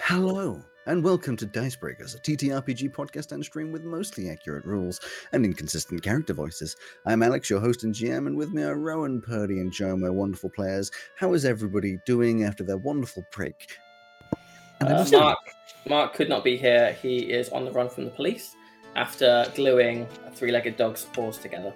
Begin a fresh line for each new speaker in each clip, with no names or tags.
Hello, and welcome to Dicebreakers, a TTRPG podcast and stream with mostly accurate rules and inconsistent character voices. I'm Alex, your host and GM, and with me are Rowan, Purdy, and Joe, my wonderful players. How is everybody doing after their wonderful break? And I
Uh,
just-
Mark, Mark could not be here. He is on the run from the police after gluing a three-legged dog's paws together.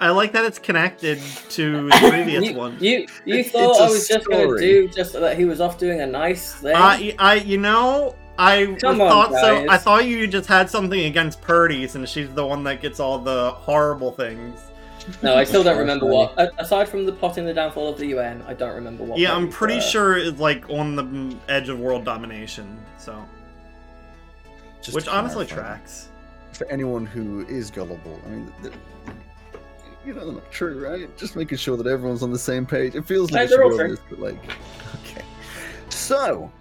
I like that it's connected to the previous
you,
one.
You, you
It's-
thought
it's a
I was just going to
story.
do just that he was off doing a nice thing.
I, I, you know, I
Come on,
thought so.
guys.
I thought you just had something against Purdy's, and she's the one that gets all the horrible things.
no, I still don't remember what. a- Aside from the plot in the downfall of the UN, I don't remember what.
yeah,
that
I'm
was,
pretty
uh,
sure it's like on the edge of world domination. So,
just to
which honestly
clarify,
tracks.
For anyone who is gullible, I mean, th- th- you know they're not true, right? Just making sure that everyone's on the same page. It feels
No,
like it
they're
should
all
be
true.
obvious, but like, okay. So,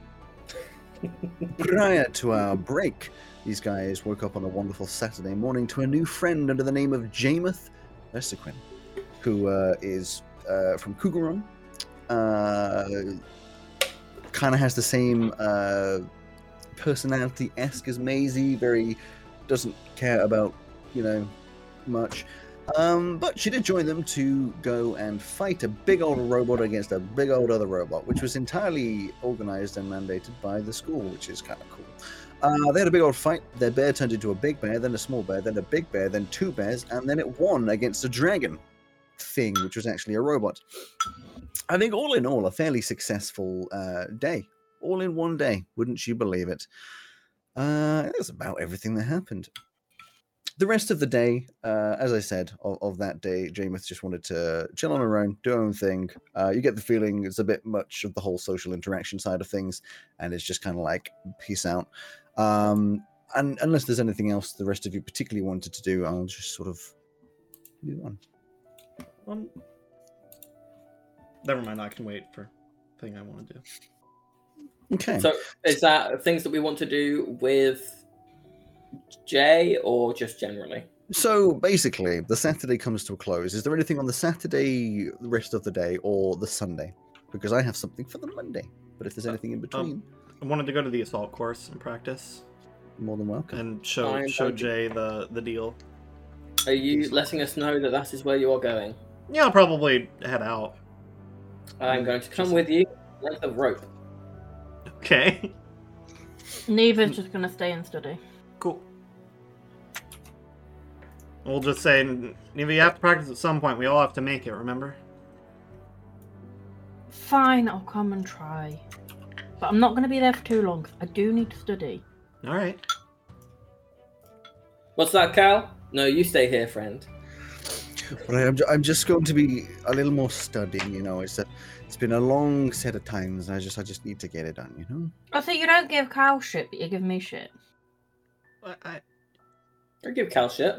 prior to our break, these guys woke up on a wonderful Saturday morning to a new friend under the name of Jameth Versiquin, who uh, is uh, from Cougaron. Uh, kind of has the same uh, personality esque as Maisie, very doesn't care about, you know, much. Um, but she did join them to go and fight a big old robot against a big old other robot, which was entirely organized and mandated by the school, which is kind of cool. Uh, they had a big old fight. Their bear turned into a big bear, then a small bear, then a big bear, then two bears, and then it won against a dragon thing, which was actually a robot. I think, all in all, a fairly successful uh, day. All in one day, wouldn't you believe it? Uh, that's about everything that happened the rest of the day, uh, as I said, of, of that day, Jameth just wanted to chill on her own, do her own thing. Uh, you get the feeling it's a bit much of the whole social interaction side of things, and it's just kind of like, peace out. Um, and unless there's anything else the rest of you particularly wanted to do, I'll just sort of move on.
Um, never mind. I can wait for thing I want to do.
Okay.
So, is that things that we want to do with Jay or just generally?
So basically, the Saturday comes to a close. Is there anything on the Saturday the rest of the day or the Sunday? Because I have something for the Monday. But if there's anything in between,
I wanted to go to the assault course and practice
more than welcome.
and show
Fine,
show
thank you.
Jay the the deal.
Are you letting us know that that is where you are going?
Yeah, I'll probably head out. Mm,
I'm going to come with you. Length of rope.
Okay.
Neva's just gonna stay and study.
Cool. We'll just say, Neva, you have to practice at some point. We all have to make it, remember?
Fine, I'll come and try. But I'm not gonna be there for too long. 'cause I do need to study.
All right.
What's that, Cal? No, you stay here, friend.
But I'm, ju- I'm just going to be a little more studying, you know. It's a, it's been a long set of times. I just, I just need to get it done, you know.
Oh, so you don't give Kyle shit, but you give me shit.
I, I,
I give Cal shit.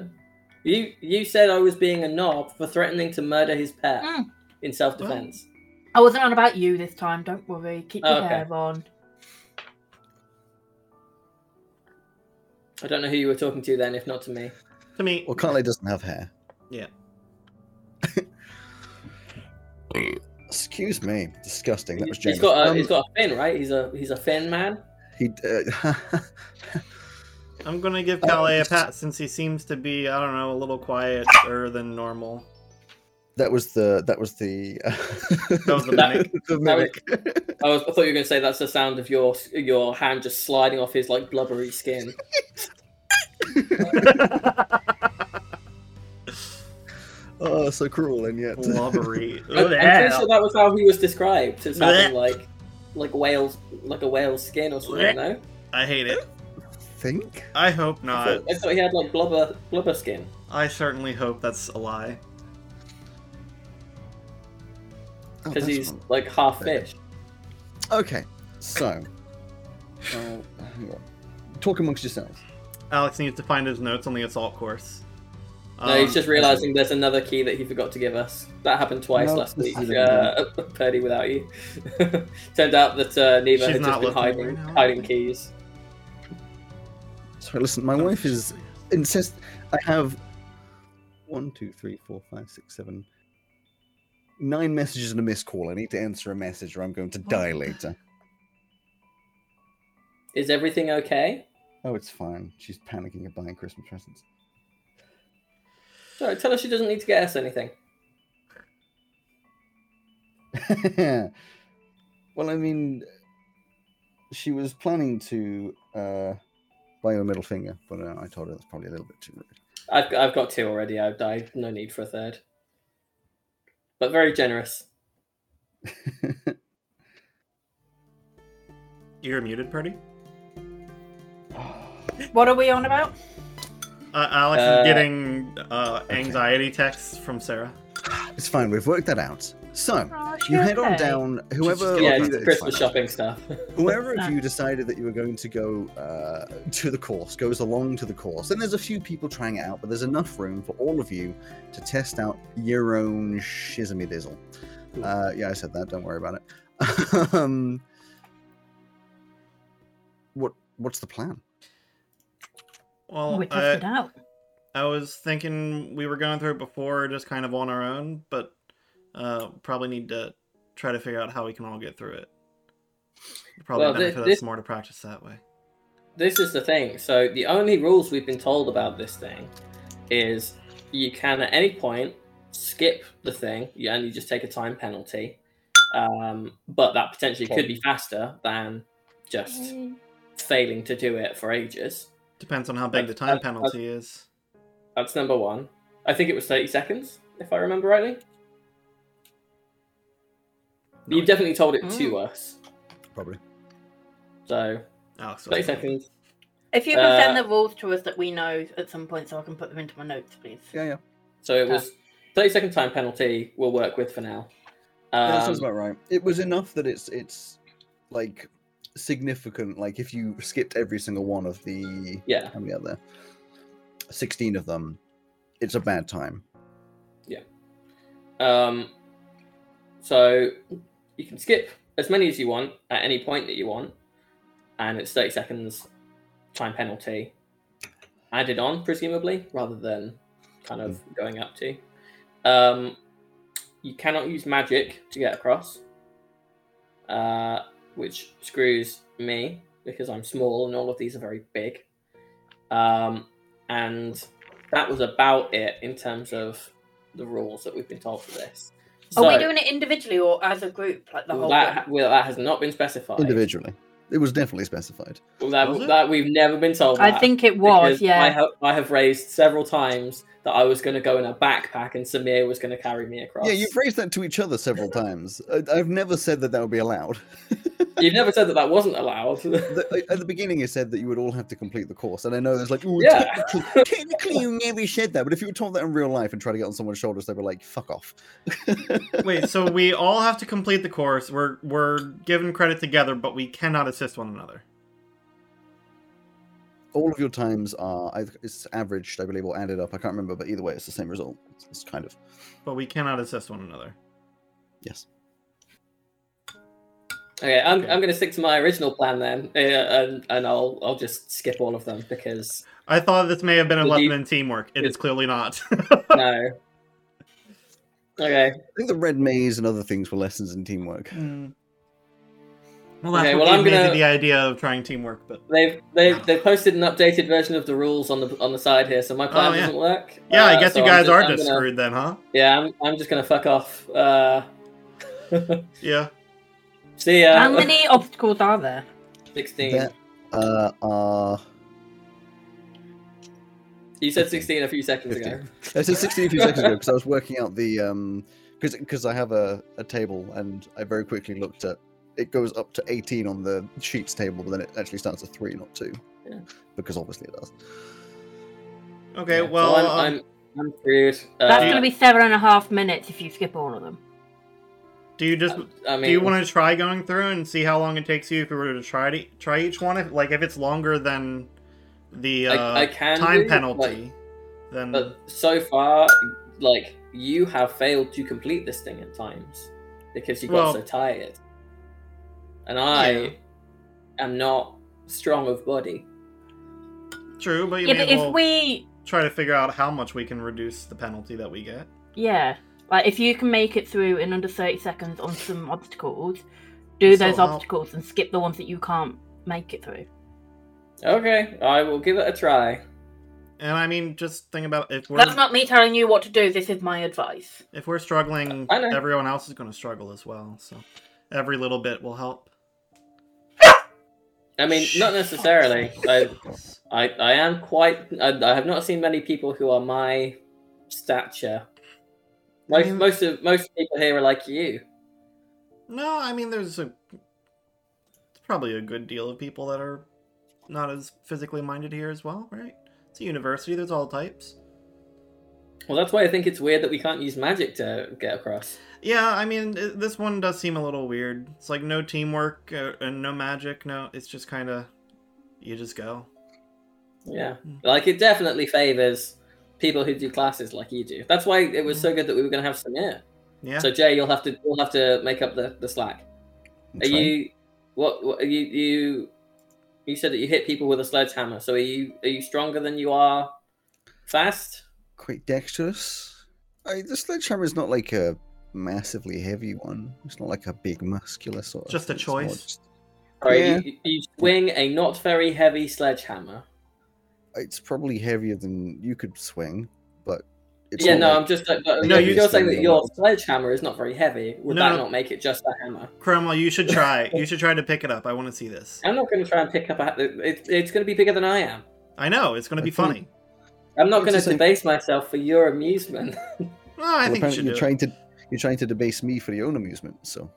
You you said I was being a knob for threatening to murder his pet
Mm.
in self defense.
I wasn't on about you this time. Don't worry. Keep your
Oh, Okay.
hair on.
I don't know who you were talking to then, if not to me.
to me,
Well, Carly doesn't have hair.
Yeah.
Excuse me, disgusting. That was James.
he's got a
Um,
he's got a fin, right? He's a he's a fin man.
he, uh,
I'm going to give
Uh,
Calais a
just-
pat since he seems to be, I don't know, a little quieter than normal.
that was the, that was the, uh, that
was the mimic.
the
That was-
mimic.
I, was, I thought you were going to say that's the sound of your your hand just sliding off his like blubbery skin.
oh, so cruel and yet.
Blubbery.
I, am pretty sure that was how he was described as having like like whales like a whale's skin or something. No,
I hate it.
Think.
I hope
I
not.
Uh,
thought, I thought he had like blubber blubber skin.
I certainly hope that's a lie.
Oh,
because
that's
he's
wrong.
like half
Okay.
fish.
okay. So, uh, hang on. talk amongst yourselves.
Alex needs to find his notes on the assault course.
no, he's
Um,
just realizing there's another key that he forgot to give us. That happened twice
No,
last
this
week.
isn't
Uh, Purdy without you. Turned out that uh, Neva
She's
had just
not
been
looking
hiding
right now.
hiding keys.
Sorry, listen. My wife is insist I have one, two, three, four, five, six, seven, nine messages and a missed call. I need to answer a message or I'm going to die later.
Is everything okay?
Oh, it's fine. She's panicking at buying Christmas presents.
So tell her she doesn't need to get us anything.
well, I mean, she was planning to uh, buy you a middle finger, but uh, I told her that's probably a little bit too rude.
I've I've got two already. I've died. No need for a third. But very generous.
You're muted, Purdy.
What are we on about?
Uh, Alex
Uh,
is getting uh, anxiety texts from Sarah.
It's fine. We've worked that out. So
Oh,
you head on
okay.
down. Whoever,
yeah,
of you
it's
that- it's
Christmas
fine.
shopping stuff.
whoever of you decided that you were going to go uh, to the course goes along to the course, and there's a few people trying it out, but there's enough room for all of you to test out your own shizmy dizzle. Uh, yeah, I said that. Don't worry about it. um, what What's the plan?
Well,
uh,
uh,
we
I,
tested out.
I was thinking we were going through it before, just kind of on our own, but uh, probably need to try to figure out how we can all get through it. Probably
Well, thi-
benefit
this-
us more to practice that way.
this is the thing. So the only rules we've been told about this thing is you can at any point skip the thing yeah, and you just take a time penalty. Um, but that potentially could be faster than just
Mm.
failing to do it for ages.
Depends on how big the
That's-
time
that's-
penalty is.
That's number one. I think it was 30 seconds, if I remember rightly. You've
Nice.
definitely told it to us.
Probably.
So
Alex,
30
was right.
seconds.
If you can send
Uh,
the rules to us that we know at some point, so I can put them into my notes, please.
Yeah, yeah.
So it was 30 second time penalty we'll work with for now.
Yeah, that
Um,
sounds about right. It was enough that it's it's like significant. Like if you skipped every single one of the
yeah.
how many are there? Sixteen of them. It's a bad time.
Um, so you can skip as many as you want at any point that you want, and it's 30 seconds time penalty added on, presumably, rather than kind of going up to. Um, you cannot use magic to get across, uh, which screws me because I'm small and all of these are very big. Um, and that was about it in terms of the rules that we've been told for this.
Are we
So-
doing it individually or as a group, like the
well,
whole?
that
group?
well, that has not been specified.
Individually, it was definitely specified.
Well, that,
Was it?
that we've never been told.
I
that,
think it
because
was.
I
Yeah.
have, I have raised several times that I was going to go in a backpack and Samir was going to carry me across.
Yeah, you've raised that to each other several times. I, I've never said that that would be allowed.
You've never said that that wasn't allowed.
The, at the beginning, you said that you would all have to complete the course, and I know there's like, "Ooh,
Yeah.
technically, technically, you never said that. But if you were told that in real life and tried to get on someone's shoulders, they were like, "Fuck off."
Wait, so we all have to complete the course. We're we're given credit together, but we cannot assist one another.
all of your times are eith- it's averaged, I believe, or added up. I can't remember, but either way, it's the same result. It's, it's kind of
But we cannot assist one another.
yes.
okay, I'm, I'm going to stick to my original plan then, uh, and and I'll I'll just skip all of them because
I thought this may have been a
Did
lesson
you-
in teamwork. It
did-
is clearly not.
no. Okay.
I think the red maze and other things were lessons in teamwork.
Hmm. Well, that's
Okay,
what
well,
gave
I'm
me to
gonna-
the idea of trying teamwork, but
They've they've they posted an updated version of the rules on the on the side here, so my plan
Oh, yeah.
doesn't work.
yeah, I
Uh,
guess
so
you
I'm
guys are
I'm
just
gonna-
screwed then, huh?
Yeah, I'm, I'm just gonna fuck off. Uh,
Yeah.
see ya.
How many obstacles are there?
16.
That- Uh, uh,
You said 16 a few seconds ago.
15. I said 16 a few seconds ago because I was working out the um, because because I have a, a table and I very quickly looked at it goes up to 18 on the sheets table, but then it actually starts at three, not two,
Yeah.
because obviously it does.
Okay,
Yeah, so
well, um,
I'm, I'm, I'm screwed.
That's
Uh,
going to be seven and a half minutes if you skip all of them.
do you just
I mean,
do you want to try going through and see how long it takes you if you were to try to try each one? If, like if it's longer than the uh,
I, I can
time
do,
penalty,
like,
then
but so far, like you have failed to complete this thing at times because you got
Well-
so tired, and I
Yeah.
am not strong of body.
true. But you
Yeah,
may
but
as well
if we,
try to figure out how much we can reduce the penalty that we get.
yeah, Like if you can make it through in under thirty seconds on some obstacles, do
So
those
how-
obstacles and skip the ones that you can't make it through.
Okay, I will give it a try.
And I mean, just think about if we're
That's not me telling you what to do. This is my advice.
if we're struggling,
I know.
everyone else is going to struggle as well. So every little bit will help.
I mean, not necessarily. I, I, I am quite. I, I have not seen many people who are my stature. Most,
mean-
most of most people here are like you.
No, I mean, there's a probably a good deal of people that are not as physically minded here as well, right? It's a university. There's all types.
Well, that's why I think it's weird that we can't use magic to get across.
Yeah, I mean, i- this one does seem a little weird. It's like no teamwork uh, and no magic. No, it's just kind of you just go.
Yeah,
Mm.
Mm-hmm.
like it definitely favors people who do classes like you do. That's why it was
Mm-hmm.
so good that we were going to have Samir.
Yeah.
So Jay, you'll have to you'll have to make up the, the slack. Are
That's fine.
you what, what are you you you said that you hit people with a sledgehammer. So are you are you stronger than you are fast?
quite dexterous? I, the sledgehammer is not like a massively heavy one. It's not like a big muscular sort. of
Just a
thing. It's more
choice.
just-
Or
Yeah.
you, you swing a not very heavy sledgehammer.
it's probably heavier than you could swing, but it's
yeah,
not
no,
like-
I'm just like, but-
No,
if
you-
you're saying that
Yeah.
your sledgehammer is not very heavy. Would
No,
that
no.
not make it just a hammer?
Cromwell, you should try. You should try to pick it up. I want to see this.
I'm not going to try and pick up a. It, it's going to be bigger than I am. I
I know it's going to be
I think-
funny.
am not
It's the
going to
same-
debase myself for your amusement.
Well,
Well,
Oh, I think you
apparently
should
you're
do. It.
trying to you're trying to debase me for your own amusement. So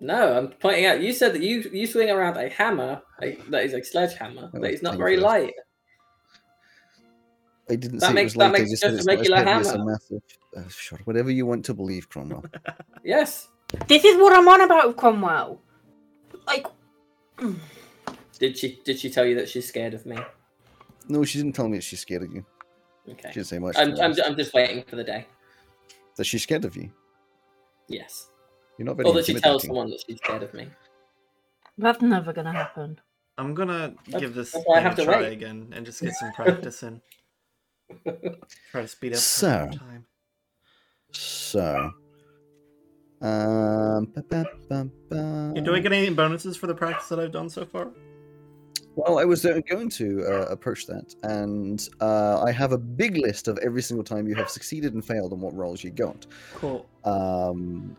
no, I'm pointing out. You said that you you swing around a hammer a, that is a sledgehammer
I
that is not
think
very
so.
light.
I didn't
That
say
makes-
it was
that
light. I
makes
just said
just
it's
a
not as
regular
heavy as a
hammer.
massive. Uh, sure, whatever you want to believe, Cromwell.
Yes.
This is what I'm on about with Cromwell. Like, mm.
Did she did she tell you that she's scared of me?
No, she didn't tell me that she's scared of you.
Okay.
She didn't say much. to
I'm,
be
I'm,
honest.
I'm just waiting for the day.
That she's scared of you.
Yes.
You're not very.
Or that she tells
intimidating.
someone that she's scared of me.
that's never gonna happen.
I'm gonna
That's-
give this
that's why I
thing
have
a
to
try
wait.
again and just get some practice in. Try to speed up
So.
the time.
So. Um, ba- ba- ba- ba.
Yeah, do I get any bonuses for the practice that I've done so far?
Well, I was uh, going to uh, approach that, and uh, I have a big list of every single time you have succeeded and failed and what roles you got.
Cool.
Um,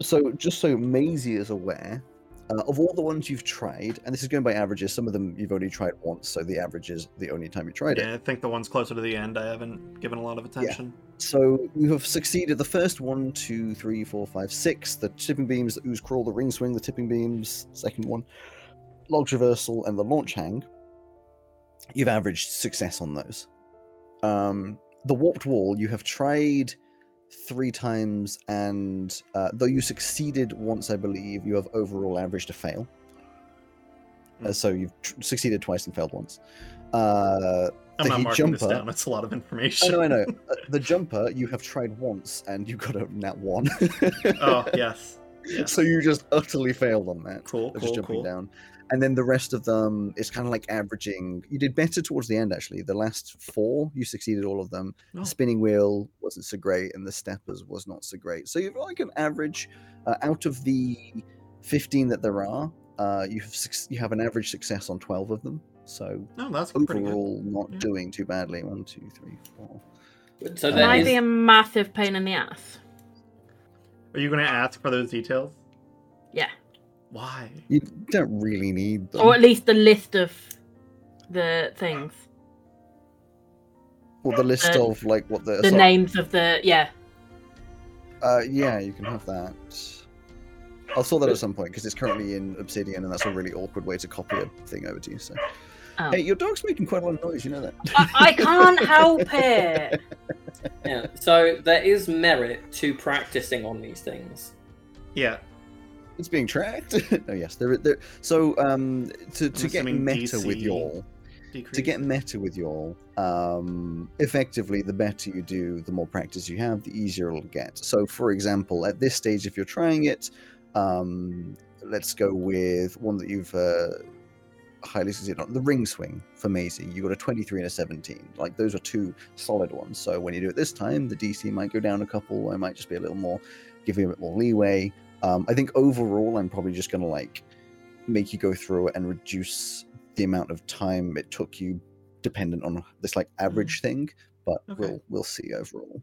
so, just so Maisie is aware, uh, of all the ones you've tried, and this is going by averages, some of them you've only tried once, so the average is the only time you tried it.
Yeah, I think the ones closer to the end I haven't given a lot of attention.
So, you have succeeded the first one, two, three, four, five, six, the tipping beams, the ooze crawl, the ring swing, the tipping beams, second one, log traversal, and the launch hang. You've averaged success on those. Um, the warped wall, you have tried three times, and uh, though you succeeded once, I believe, you have overall averaged a fail. Uh,
Mm.
so you've tr- succeeded twice and failed once. Uh,
I'm
The
not
heat
marking this
jumper.
down. It's a lot of
I
information.
know, I know. Uh, the jumper, you have tried once, and you got a nat one.
oh yes. Yeah.
so you just utterly failed on that.
Cool.
Of just
Cool.
jumping
Cool.
down. And then the rest of them is kind of like averaging. You did better towards the end, actually. The last four, you succeeded all of them.
Oh.
The spinning wheel wasn't so great, and the steppers was not so great. So you've like an average uh, out of the fifteen that there are. Uh, you have six, you have an average success on twelve of them. So
No, that's pretty good.
overall, not
Yeah.
doing too badly. One, two, three, four.
So
Can
Can
there
I
is,
be a massive pain in the ass?
Are you gonna ask for those details?
Yeah.
Why?
You don't really need them.
Or at least the list of the things.
Well, the list
the-
of like what the,
uh, The
so-
names of the yeah.
Uh, yeah, you can have that. I'll sort that at some point because it's currently in Obsidian, and that's a really awkward way to copy a thing over to you. So,
Oh. Ah.
hey, your dog's making quite a lot of noise. You know that.
I, I can't help it.
yeah, so there is merit to practicing on these things.
Yeah.
It's being tracked. oh yes, there. there so, um, to, to get
assuming
meta with
DC
y'all,
Decrease.
to get meta with y'all, um, effectively, the better you do, the more practice you have, the easier it'll get. So, for example, at this stage, if you're trying it, um, let's go with one that you've. Uh, highly succeeded on. The ring swing for Maisie, you got a 23 and a 17. Like those are two solid ones. So when you do it this time, the DC might go down a couple. I might just be a little more, give you a bit more leeway. Um, I think overall, I'm probably just going to like make you go through it and reduce the amount of time it took you, dependent on this like average thing. But
Okay.
we'll we'll see overall.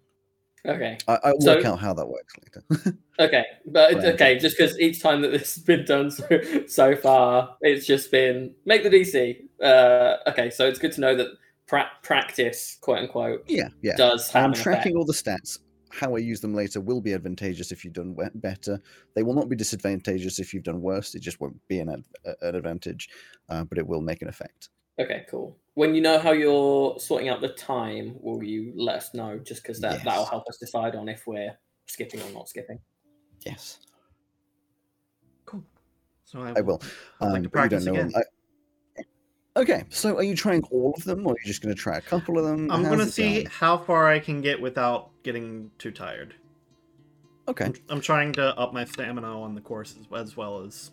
Okay.
I, I'll
So-
work out how that works later.
Okay, but
Right.
okay, just because each time that this has been done so so far, it's just been make the DC. Uh, okay, so it's good to know that pra- practice, quote unquote,
yeah, yeah.
does have
I'm
an
tracking all the stats. How I use them later will be advantageous if you've done we- better. They will not be disadvantageous if you've done worse. It just won't be an, ad- a- an advantage, uh, but it will make an effect.
effect. Okay, cool. When you know how you're sorting out the time, will you let us know? Just because that
Yes.
that'll help us decide on if we're skipping or not skipping.
Yes,
So I,
I will.
I'd
Um,
like to
but you
practice
don't know
again.
them. I- okay, so are you trying all of them, or are you just going to try a couple of them?
I'm
How's
gonna
it
see
going?
how far I can get without getting too tired.
Okay,
I'm, I'm trying to up my stamina on the course as, as well as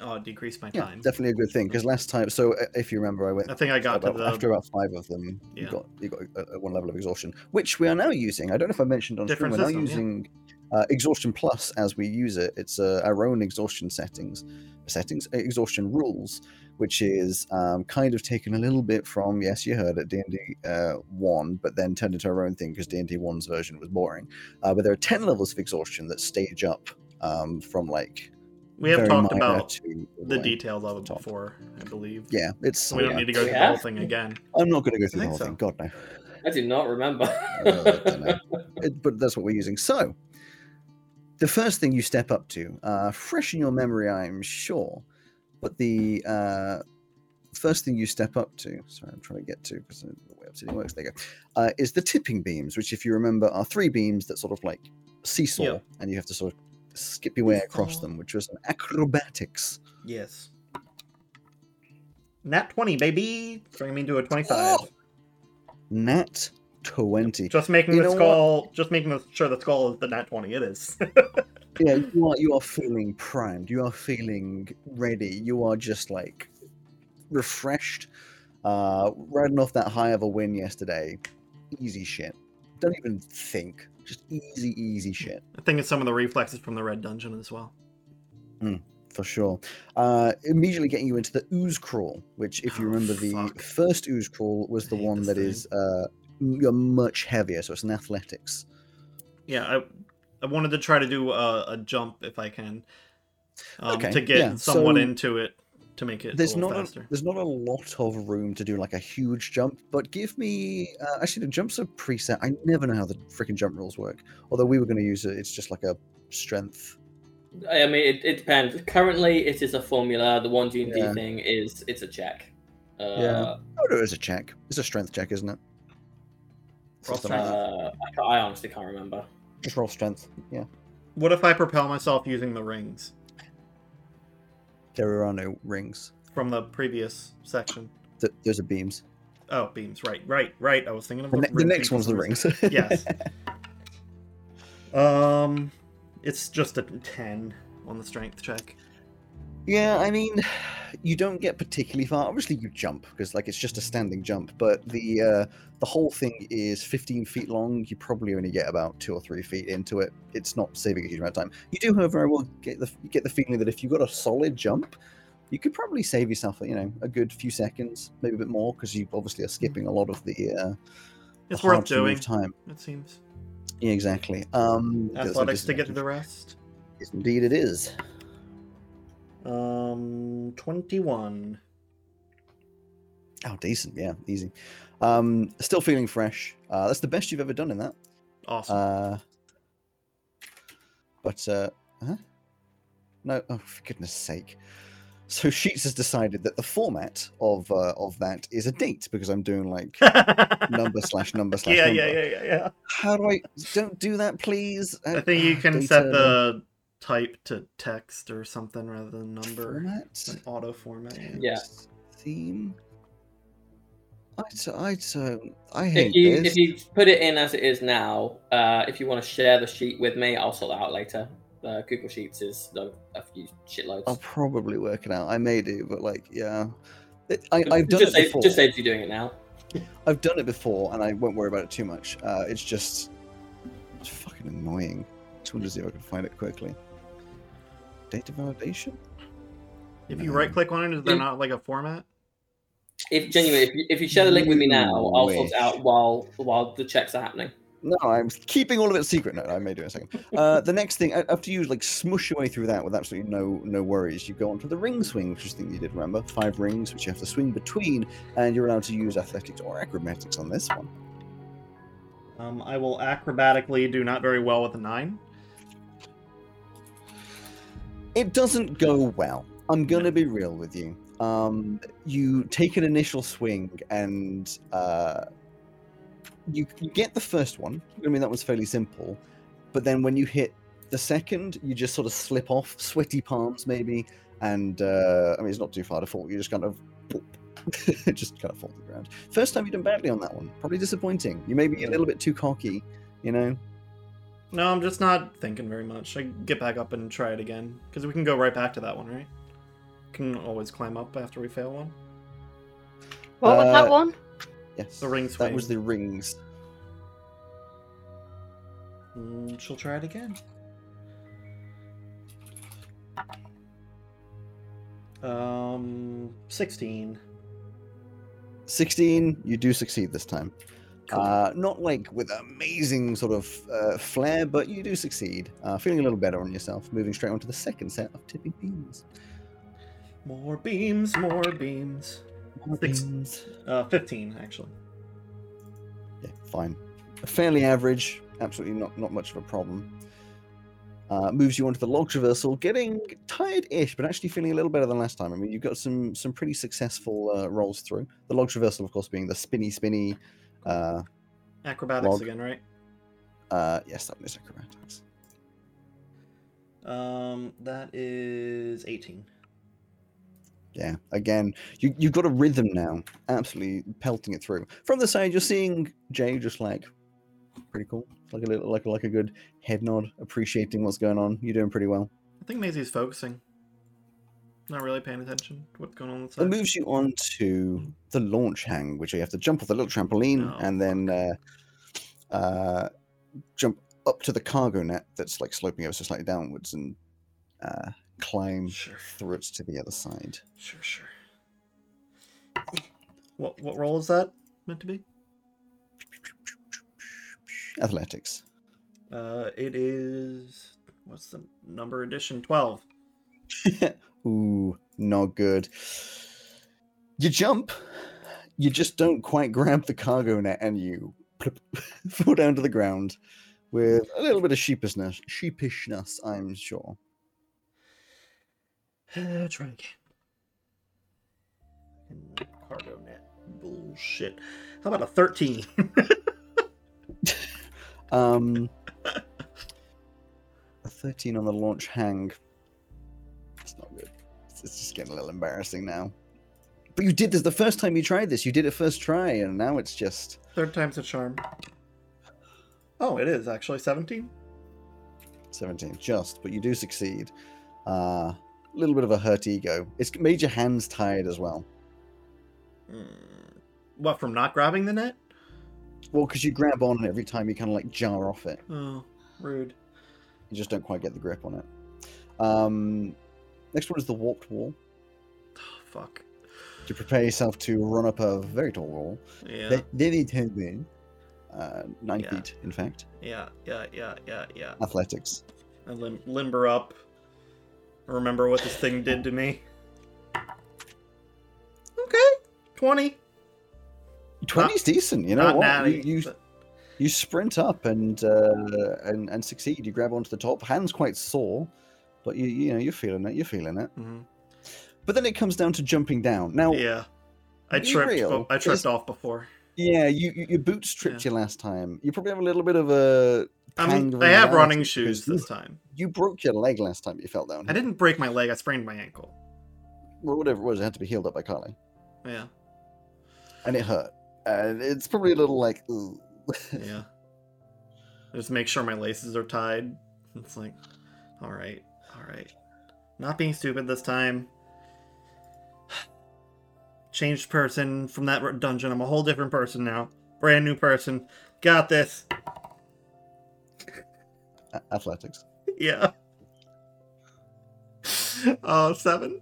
uh, decrease my
yeah,
time.
definitely a good thing because last time. So uh, if you remember, I went
I think I got to
about-
the
after about five of them, you
Yeah.
got you got uh, uh, one level of exhaustion, which we are now using. I don't know if I mentioned on
Different
stream. We're now
system,
using uh, exhaustion plus as we use it. It's uh, our own exhaustion settings, settings, uh, exhaustion rules, which is um, kind of taken a little bit from yes, you heard it, D and D one, but then turned into our own thing because D and D one's version was boring. Uh, but there are ten levels of exhaustion that stage up um, from like
we have
very
talked
minor
about
to all
the
way.
details of it
top.
before, I believe.
Yeah, it's.
So we don't
yeah.
need to go
We
through the whole
have?
thing again.
I'm not going to go through the
think
whole
so.
thing. God no.
I do not remember.
Uh, I don't know. It- but that's what we're using. So, the first thing you step up to, uh, fresh in your memory, I'm sure, but the uh, first thing you step up to, sorry, I'm trying to get to because the way Obsidian works, there you go, uh, is the tipping beams, which, if you remember, are three beams that sort of like seesaw,
Yeah.
and you have to sort of skip your way across
Seesaw.
them, which was an acrobatics.
Yes. Nat 20, baby! Bring me to a 25.
Oh! Nat 20.
Just making
You
the
know what?
skull, just making the, sure the skull is the nat 20 it is.
yeah you are you are feeling primed you are feeling ready you are just like refreshed uh riding off that high of a win yesterday easy shit don't even think just easy easy shit
I think it's some of the reflexes from the red dungeon as well.
for sure uh immediately getting you into the ooze crawl which if you
Oh,
remember the
fuck.
first ooze crawl was
I
the
hate
one
this
that
thing.
is uh you're much heavier so it's an athletics
Yeah, I I wanted to try to do a, a jump if I can, um,
Okay,
to get
yeah,
somewhat
so-
into it to make it
there's
a little
not a,
faster.
there's not a lot of room to do like a huge jump but give me uh, actually the jumps a preset i never know how the freaking jump rules work although we were going to use it it's just like a strength
I mean, it, it depends. Currently, it is a formula. The one D and
Yeah.
D thing is it's a check. Uh,
Yeah. oh no it's a check it's a strength check isn't it It's
Roll
just a-
strength.
Uh, I, ca- I honestly can't remember.
just roll strength yeah
What if I propel myself using the rings
there are no rings
from the previous section?
Th- those are beams
Oh, beams. Right, right, right. I was thinking of
the, ne- the
ring
next one's the
beams.
rings
yes. Um, it's just a ten on the strength check.
Yeah, I mean, you don't get particularly far. Obviously, you jump because like it's just a standing jump, but the uh, the whole thing is 15 feet long. You probably only get about two or three feet into it. It's not saving a huge amount of time. You do, however, I will get the you get the feeling that if you got a solid jump, you could probably save yourself, you know, a good few seconds, maybe a bit more, because you obviously are skipping a lot of the. Uh, the
It's worth
hard to move
doing.
Time.
It seems
Yeah, exactly. Um, there's no
athletics to get to the
disadvantage.
rest.
Yes, Indeed, it is.
Um, twenty-one.
Oh, decent. Yeah, easy. Um, still feeling fresh. Uh, that's the best you've ever done in that.
Awesome.
Uh, but uh, huh? no, oh for goodness sake! So Sheets has decided that the format of uh, of that is a date because I'm doing like Uh, number slash number slash
yeah,
number.
yeah, yeah, yeah, yeah.
How do I? Don't do that, please. Uh,
I think you can set the type to text or something rather than number. It's
format.
an auto format.
Yeah.
Text Theme. I t- I t- I hate
If you
this.
if you put it in as it is now, uh, if you want to share the sheet with me, I'll sort that out later. Uh,
Oh,
Google Sheets is I've I've used shitloads.
I'll probably work it out. I may do, but like, yeah, I, I've done it
just, saves,
before.
just saves you doing it now.
I've done it before, and I won't worry about it too much. Uh, it's just it's fucking annoying. Just want to see if I can find it quickly. Data validation?
If you
Um,
right click on it, is there
in-
not like a format?
If genuinely, if you, if you share the link with me now, I'll sort
Wish.
it out while while the checks are happening.
No, I'm keeping all of it secret. No, I may do it in a second. Uh, the next thing, a- after you like smush your way through that with absolutely no no worries, you go onto the ring swing, which is the thing you did remember. Five rings, which you have to swing between, and you're allowed to use athletics or acrobatics on this one.
Um, I will acrobatically do not very well with a nine.
It doesn't go well. I'm gonna be real with you. Um, you take an initial swing, and uh, you, you get the first one. I mean, that was fairly simple. But then when you hit the second, you just sort of slip off, sweaty palms maybe, and uh, I mean, it's not too far to fall. You just kind of boop, just kind of fall to the ground. First time you've done badly on that one. Probably disappointing. You may be a little bit too cocky, you know.
No, I'm just not thinking very much. I get back up and try it again because we can go right back to that one, right? Can always climb up after we fail one.
What was that
Uh,
one?
Yes,
The ring
That was
swing.
the rings.
Mm, she'll try it again. Um, sixteen.
16 you do succeed this time uh, not like with amazing sort of uh, flair but you do succeed uh, feeling a little better on yourself moving straight on to the second set of tipping beans
More beams, more beams. Six-
beans.
Uh, fifteen actually.
yeah fine fairly average absolutely not not much of a problem uh, moves you onto the log traversal getting tired-ish but actually feeling a little better than last time i mean you've got some some pretty successful uh, rolls through the log traversal of course being the spinny spinny uh,
Acrobatics
Log.
again, right?
uh, yes that is acrobatics
Um, that is eighteen.
yeah again you, you've got a rhythm now absolutely pelting it through from the side you're seeing jay just like pretty cool like a little like, like a good head nod appreciating what's going on you're doing pretty well
I think Maisie's focusing. Not really paying attention to what's going on with
that
that.
moves you on to the launch hang which you have to jump off the little trampoline
Oh,
and then uh, uh, jump up to the cargo net that's like sloping ever so slightly downwards and uh, climb
Sure,
through it to the other side
sure, sure. What what role is that meant to be?
athletics
Uh, it is what's the number edition? Twelve.
Ooh, not good. You jump, you just don't quite grab the cargo net, and you plop, fall down to the ground with a little bit of sheepishness. Sheepishness, I'm sure.
Uh, try again. And Cargo net. Bullshit. How about a thirteen?
Um, a 13 on the launch hang. It's not good. It's it's just getting a little embarrassing now. But you did this the first time you tried this. You did it first try, and now it's just
Third time's a charm. Oh, it is actually seventeen.
17 just but you do succeed a uh, little bit of a hurt ego it's made your hands tired as well
Mm. What from not grabbing the net?
well because you grab on and every time you kind of like jar off it
Oh, rude.
you just don't quite get the grip on it um next one is the warped wall
Oh, fuck.
you prepare yourself to run up a very tall wall
Yeah.
Ve- very tall wall uh, nine
Yeah.
feet in fact
Yeah, yeah, yeah, yeah, yeah.
athletics
I lim- limber up. I remember what this thing did to me. Okay, twenty.
20's decent you know
Not
what?
natty.
you, you,
but-
you sprint up and, uh, and and succeed you grab onto the top hands quite sore but you you know you're feeling it you're feeling it
Mhm.
But then it comes down to jumping down. Now, yeah,
Yeah, I
Be
tripped.
real,
fo- I tripped
it's-
off before.
you, you, your boots tripped you last time. You probably have a little bit of a.
I
Kind of
mean, I have
reality,
running shoes
because-
this time.
You broke your leg last time you fell down.
I didn't break my leg. I sprained my ankle.
Well, whatever it was, it had to be healed up by Carly.
Yeah,
And it hurt. And it's probably a little like. Ooh.
yeah. I just make sure my laces are tied. It's like, all right, all right. Not being stupid this time. changed person from that r- dungeon. I'm a whole different person now. Brand new person. Got this.
A- athletics.
Yeah. Oh, seven.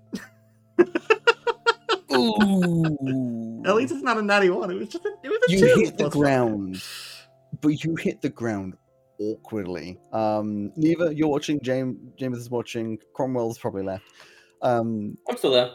Ooh.
At least it's not a natty one. It was just a, it was a
you
two.
hit the
Plus-
ground, but you hit the ground awkwardly. Um, Neva, you're watching. James, James is watching. Cromwell's probably left. Um,
I'm still there.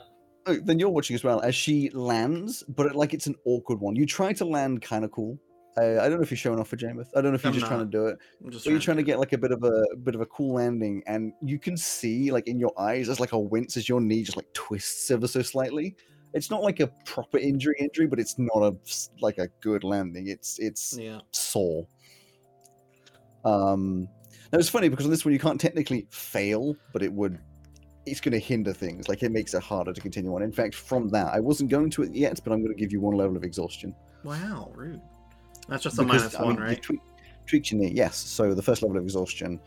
oh, then you're watching as well as she lands, but it, like it's an awkward one. You try to land kind of cool. Uh, I don't know if you're showing off for Jameis. I don't know if you're
I'm
just trying
not.
to do it.
I'm just
So you're
trying
trying to get like a bit of a bit of a cool landing, and you can see like in your eyes, there's like a wince as your knee just like twists ever so slightly. It's not like a proper injury injury, but it's not a s- like a good landing. It's it's
Yeah.
sore. Um, now it's funny because on this one you can't technically fail, but it would. It's going to hinder things. Like it makes it harder to continue on. In fact, from that, I wasn't going to it yet, but I'm going to give you one level of exhaustion.
Wow, rude. That's just a
Because,
minus
I
one,
mean,
right?
Tweak, tweaked your knee, yes. So the first level of exhaustion,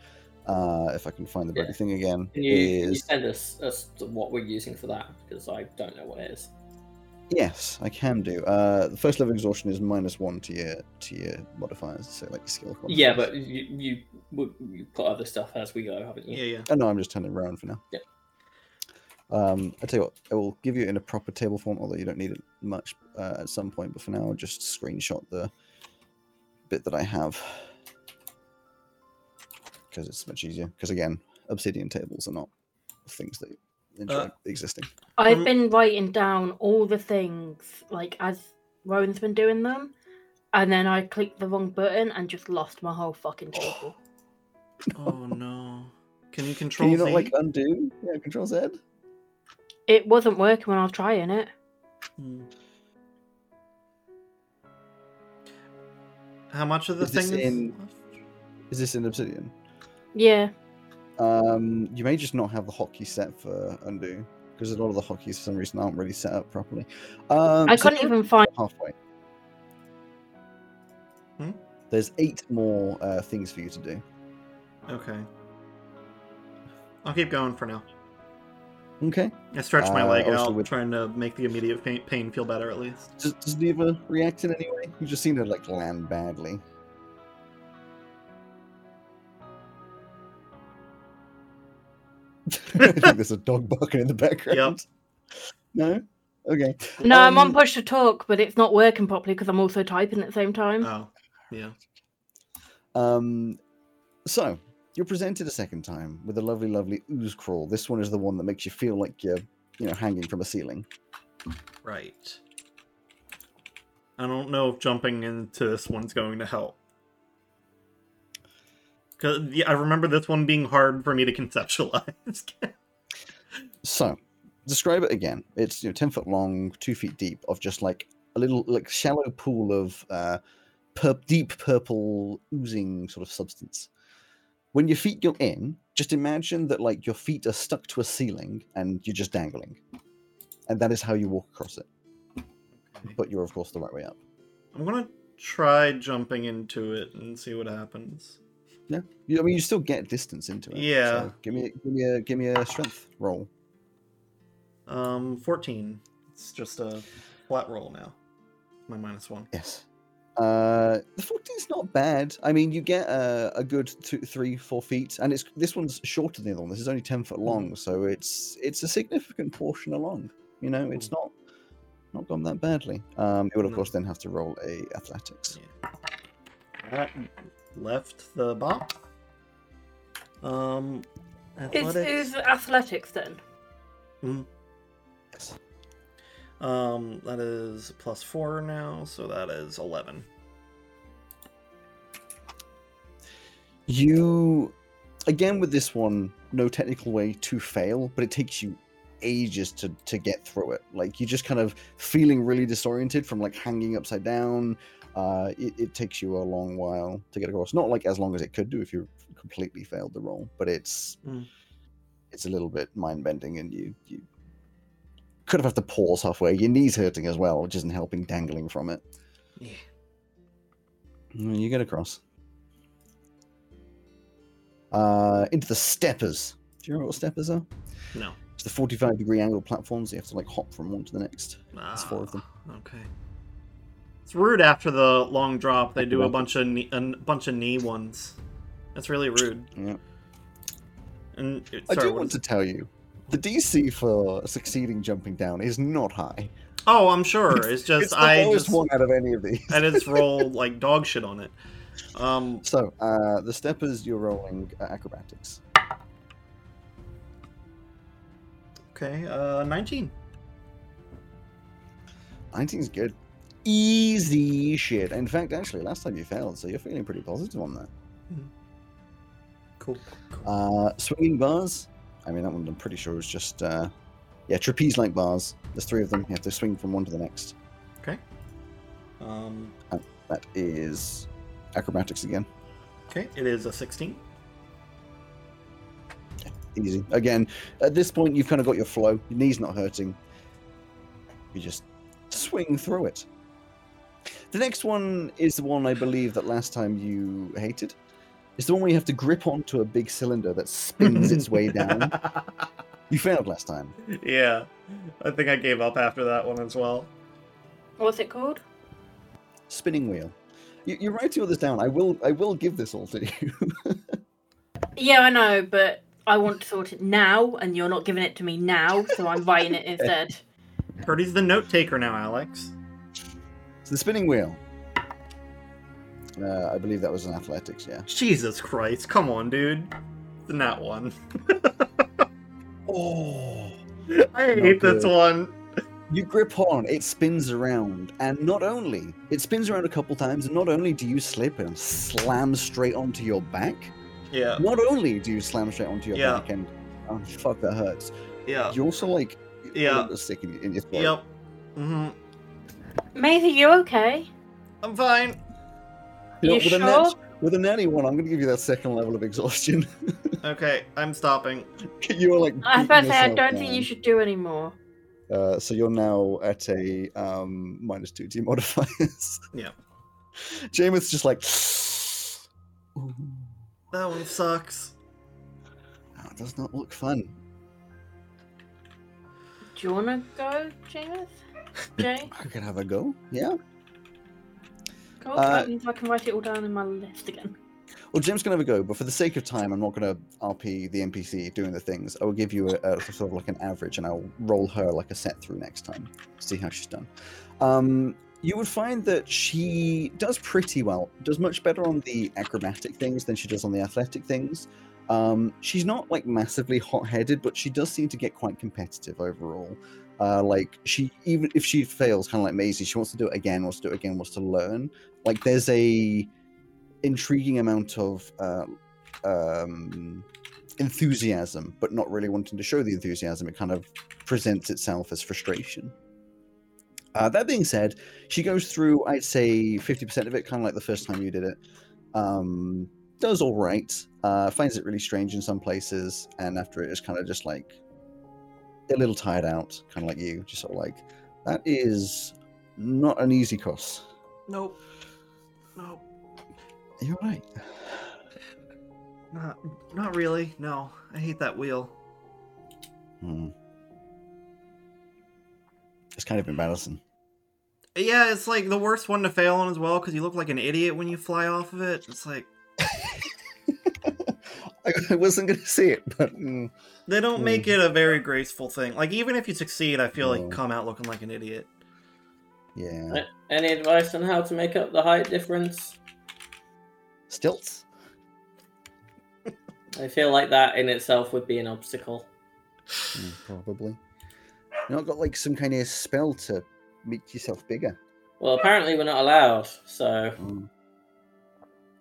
uh, if I can find the bloody
Yeah.
thing again,
Can you, can you
is
send us, us what we're using for that? Because I don't know what it is.
yes, I can do. Uh, the first level of exhaustion is minus one to your to your modifiers, so like your skill.
Yeah,
modifiers.
but you, you would- you put other stuff as we go, haven't you?
Yeah, yeah.
Oh, no, I'm just turning it around for now.
Yeah.
Um, I tell you what, I will give you it in a proper table form, although you don't need it much uh, at some point. But for now, I'll just screenshot the bit that I have because it's much easier. Because again, obsidian tables are not things that enjoy
Uh,
existing.
I've
Um,
mm.
been writing down all the things, like as Rowan's been doing them, and then I clicked the wrong button and just lost my whole fucking table.
Oh no. Can you
Can
control
you not like
Z?
undo? Yeah, Control Z.
it wasn't working when I was trying it.
Hmm. How much of the
Is
thing
this
is
in-
left?
Is this in Obsidian?
Yeah.
Um, you may just not have the hotkey set for undo because a lot of the hotkeys for some reason aren't really set up properly. Um,
I
so
couldn't
you're
even find
halfway.
Hmm?
There's eight more uh, things for you to do.
Okay. I'll keep going for now.
Okay.
I stretched my
Uh,
leg
obviously
out,
with-
trying to make the immediate pain, pain feel better at least.
Does, does Neva react in any way? You've just seen her like land badly. I think there's a dog barking in the background. No. Okay.
No, I'm
Um,
on push to talk, but it's not working properly because I'm also typing at the same
Uh,
time.
Oh, yeah.
Um, so you're presented a second time with a lovely, lovely ooze crawl. This one is the one that makes you feel like you're, you know, hanging from a ceiling.
Right. I don't know if jumping into this one's going to help. Cause yeah, I remember this one being hard for me to conceptualize.
So, describe it again. It's you know ten foot long, two feet deep, of just like a little like shallow pool of uh, pur- deep purple oozing sort of substance. When your feet go in, just imagine that like your feet are stuck to a ceiling and you're just dangling, and that is how you walk across it. But you're of course the right way up.
I'm gonna try jumping into it and see what happens.
You, I mean, you still get distance into it.
Yeah.
So give me, give me a, give me a strength roll.
Um, 14. It's just a flat roll now. My minus one.
Yes. Uh, the fourteen's not bad. I mean, you get a, a good two, three, four feet, and it's this one's shorter than the other one. This is only ten foot long, so it's it's a significant portion along. You know, it's
Mhm.
not not gone that badly. Um, you would of
No.
course then have to roll a athletics.
That left the bop. Um,
Is,
athletics.
is athletics then?
Yes.
Um, that is plus four now, so that is 11.
You, again with this one, no technical way to fail, but it takes you ages to to get through it. Like you're just kind of feeling really disoriented from like hanging upside down. Uh, it, it takes you a long while to get across. Not like as long as it could do if you completely failed the roll, but it's
Mm.
it's a little bit mind bending, and you you could have had to pause halfway. Your knees hurting as well, which isn't helping. Dangling from it,
Yeah.
Mm, you get across. Uh, into the steppers. Do you remember what steppers are?
No.
the 45 degree angle platforms. You have to like hop from one to the next. That's four of them.
Ah, Okay. It's rude after the long drop. They do a bunch of knee, a n- bunch of knee ones. That's really rude.
Yeah.
And it,
I
sorry,
do
what
want
is
to
it?
tell you, the DC for succeeding jumping down is not high.
Oh, I'm sure. It's just
It's the
I
lowest
just
one out of any of these.
I just rolled like dog shit on it. Um,
So uh, the steppers, you're rolling uh, acrobatics.
okay. Uh, 19.
19's good. Easy shit. In fact, actually, last time you failed, so you're feeling pretty positive on that.
Cool.
Uh, swinging bars. I mean, that one I'm pretty sure is just, uh, yeah, trapeze like bars. There's three of them. You have to swing from one to the next.
Um,
That is acrobatics again.
okay. It is a 16.
Easy. Again, at this point, you've kind of got your flow. Your knee's not hurting. You just swing through it. The next one is the one I believe that last time you hated. It's the one where you have to grip onto a big cylinder that spins its way down. You failed last time.
yeah. I think I gave up after that one as well.
What's it called?
Spinning wheel. You, you're writing all this down. I will. I will give this all to you.
Yeah, I know, but I want to sort it now, and you're not giving it to me now, so I'm buying it instead.
Purdy's the note taker now, Alex.
So the spinning wheel. Uh, I believe that was an athletics. Yeah.
Jesus Christ. Come on, dude. Not one.
Oh.
I hate this
good.
one.
You grip on, it spins around, and not only it spins around a couple times, and not only do you slip and slam straight onto your back,
Yeah.
not only do you slam straight onto your
Yeah.
back, and oh fuck that hurts.
Yeah.
You also like you feel
Yeah.
a stick in, your- in your throat.
Yep. hmm
Maisie, you okay?
I'm fine.
You know,
you
with,
sure?
a nat- with a natty one, I'm going to give you that second level of exhaustion.
Okay, I'm stopping.
you're like
I was about to
beating
say, I
yourself
don't think
down.
you should do anymore.
Uh, so you're now at a um, minus two to your modifiers.
Yeah.
Jameis just like.
That one sucks.
"Oh, it does not look fun.
Do you want to go, James? Jay?
I could have a go. Yeah.
Cool.
Uh,
that means I can write it all down in my list again.
Well, Jim's gonna have a go, but for the sake of time, I'm not gonna RP the NPC doing the things. I will give you a, a sort of like an average, and I'll roll her like a set through next time, see how she's done. Um, you would find that she does pretty well, does much better on the acrobatic things than she does on the athletic things. Um, she's not like massively hot-headed, but she does seem to get quite competitive overall. Uh, like she, even if she fails, kind of like Maisie, she wants to do it again, wants to do it again, wants to learn. Like there's a intriguing amount of uh, um, enthusiasm, but not really wanting to show the enthusiasm. It kind of presents itself as frustration. Uh, that being said, she goes through, I'd say, 50% of it, kind of like the first time you did it. Um, does all right, uh, finds it really strange in some places, and after it is kind of just like a little tired out, kind of like you, just sort of like, that is not an easy course.
Nope. Nope.
You're right.
Not not really. No. I hate that wheel.
Hmm. It's kind of embarrassing.
Yeah, it's like the worst one to fail on as well because you look like an idiot when you fly off of it. It's like
I, I wasn't going to say it, but mm,
they don't
Hmm.
make it a very graceful thing. Like even if you succeed, I feel like you
No.
come out looking like an idiot.
yeah.
A- Any advice on how to make up the height difference?
Stilts?
I feel like that in itself would be an obstacle.
Mm, probably. You not got like some kind of spell to make yourself bigger.
Well, apparently we're not allowed. So
Mm.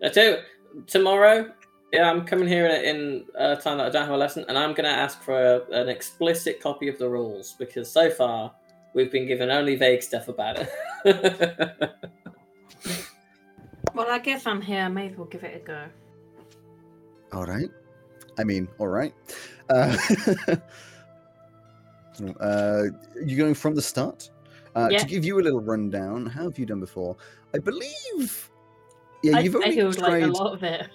I tell you, what, tomorrow, yeah, I'm coming here in a time that I don't have a lesson, and I'm going to ask for a, an explicit copy of the rules because so far we've been given only vague stuff about it.
Well, I guess I'm here. I may as well give it a go.
All right. I mean, all right. Uh, uh, you're going from the start? Uh,
Yeah.
To give you a little rundown, how have you done before? I believe. Yeah,
I
you've
I
only
feel like
tried.
a lot of it.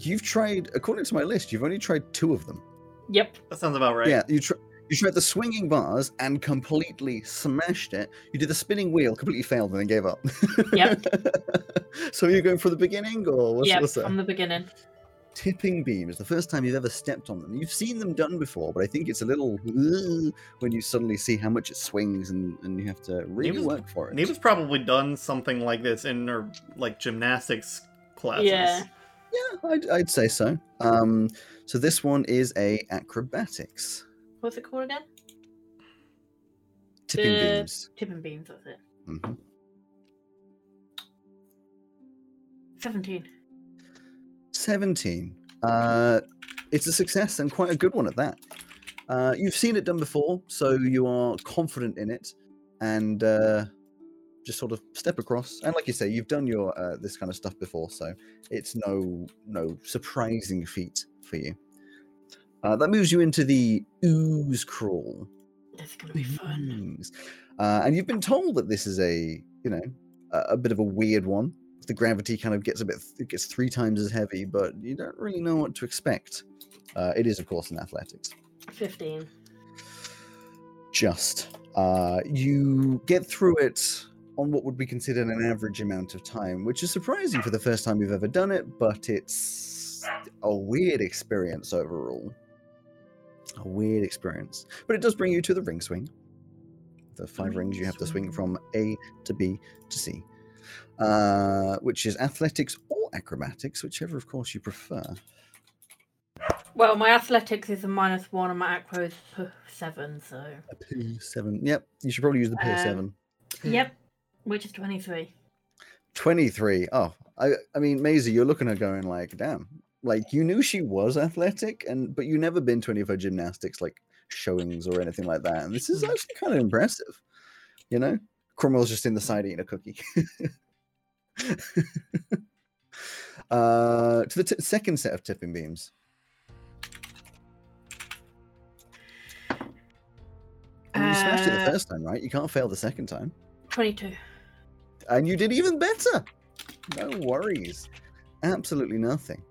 You've tried, according to my list, you've only tried two of them.
Yep.
That sounds about right.
Yeah, you tr- you tried the swinging bars and completely smashed it. You did the spinning wheel, completely failed, and then gave up.
Yep.
so are you going from the beginning, or what's,
yep.
what's that?
From the beginning.
tipping beam is the first time you've ever stepped on them. You've seen them done before, but I think it's a little "Ugh," when you suddenly see how much it swings and, and you have to really
was-
work for it.
Neva's probably done something like this in her like gymnastics classes.
Yeah.
Yeah, I'd, I'd say so. Um, so this one is a acrobatics
What's it called again?
tipping
The-
beams.
Tipping beams. That's it.
Mhm.
Seventeen.
Seventeen. Uh, it's a success and quite a good one at that. Uh, you've seen it done before, so you are confident in it, and uh, just sort of step across. And like you say, you've done your uh, this kind of stuff before, so it's no no surprising feat for you. Uh, that moves you into the ooze crawl.
This is gonna be fun.
Ooze. Uh, and you've been told that this is a, you know, a, a bit of a weird one. The gravity kind of gets a bit, it gets three times as heavy, but you don't really know what to expect. Uh, it is, of course, in athletics.
Fifteen.
Just. Uh, you get through it on what would be considered an average amount of time, which is surprising for the first time you've ever done it, but it's a weird experience overall. A weird experience. But it does bring you to the ring swing. The five
ring
rings you have to swing
swing.
from A to B to C, uh, which is athletics or acrobatics, whichever, of course, you prefer.
Well, my athletics is a minus one, and my acro is p- seven. So.
A P7. Yep, you should probably use the P7.
Um,
Hmm.
Yep. Which is twenty-three.
23. Oh, I, I mean, Maisie, you're looking at her going like, damn, like you knew she was athletic, and but you never been to any of her gymnastics like showings or anything like that. And this is
Mm.
actually kind of impressive, you know. Cromwell's just in the side eating a cookie. uh, to the t- second set of tipping beams. I mean, you smashed it the
Uh,
first time, right? You can't fail the second time.
Twenty-two.
And you did even better. No worries. Absolutely nothing.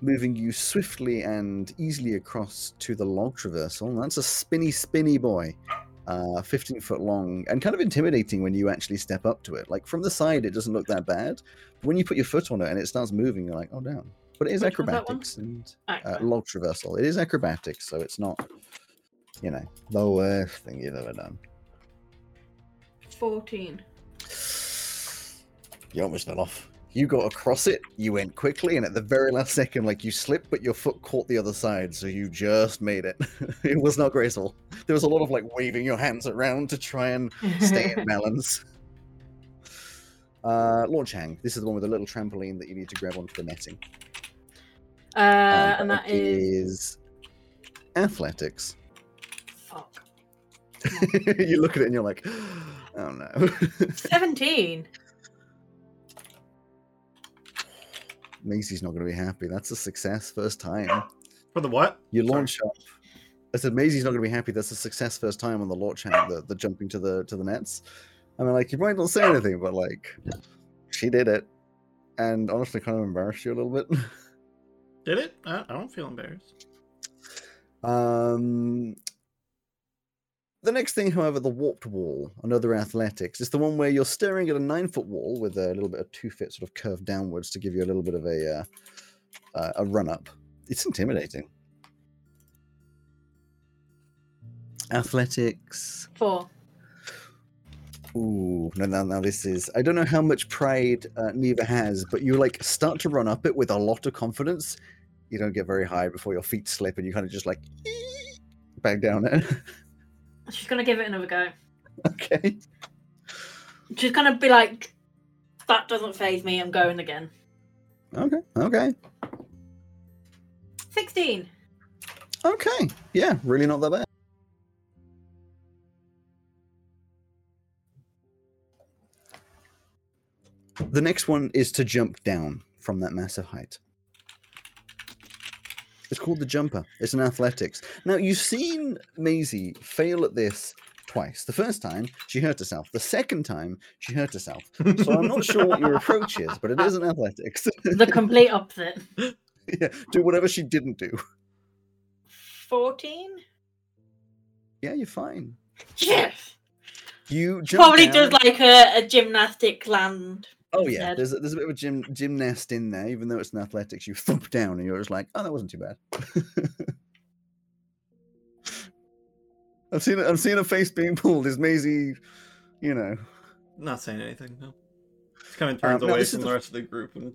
Moving you swiftly and easily across to the log traversal. That's a spinny, spinny boy. Uh, 15 foot long and kind of intimidating when you actually step up to it. Like from the side, it doesn't look that bad. But when you put your foot on it and it starts moving, you're like, oh, damn. But it is
Which one's that one?
acrobatics and uh,
Acro.
log traversal. It is acrobatics, so it's not, you know, the worst thing you've ever done.
Fourteen.
You almost fell off. You got across it, you went quickly, and at the very last second, like you slipped, but your foot caught the other side, so you just made it. it was not graceful. There was a lot of like waving your hands around to try and stay in balance. Uh, launch hang. This is the one with a little trampoline that you need to grab onto the netting.
uh,
Um,
and that
it
is
is athletics.
fuck.
you look at it and you're like, oh no.
Seventeen.
Macy's not going to be happy. That's a success first time.
For the what?
You
Sorry.
launch up. I said Maisie's not going to be happy. That's a success first time on the launch hand, the, the jumping to the to the nets. I mean, like you might not say anything, but like she did it, and honestly, kind of embarrassed you a little bit.
Did it? I, I don't feel embarrassed.
Um, the next thing, however, the warped wall, another athletics. It's the one where you're staring at a nine foot wall with a little bit of two foot sort of curved downwards to give you a little bit of a uh, uh, a run up. It's intimidating. Athletics.
Four.
Ooh, no, no, no, this is. I don't know how much pride uh, Neva has, but you like start to run up it with a lot of confidence. You don't get very high before your feet slip and you kind of just like back down it.
She's gonna give it another go.
okay.
She's gonna be like, that doesn't phase me. I'm going again.
Okay. Okay.
Sixteen.
Okay. Yeah, really not that bad. The next one is to jump down from that massive height. It's called the jumper. It's an athletics. Now you've seen Maisie fail at this twice. The first time she hurt herself. The second time she hurt herself. So I'm not sure what your approach is, but it is an athletics.
The complete opposite.
yeah, do whatever she didn't do.
14?
Yeah, you're fine.
Yes!
You jump
Probably
down.
does like a, a gymnastic land.
Oh yeah,
Ned.
there's a, there's a bit of a gym gymnast in there, even though it's an athletics. You thump down, and you're just like, oh, that wasn't too bad. I've seen I'm seeing a face being pulled. Is Maisie, you know,
Not saying anything. No. It's kind of turns
Um, no,
away
this is
from
the-
the... rest of the group and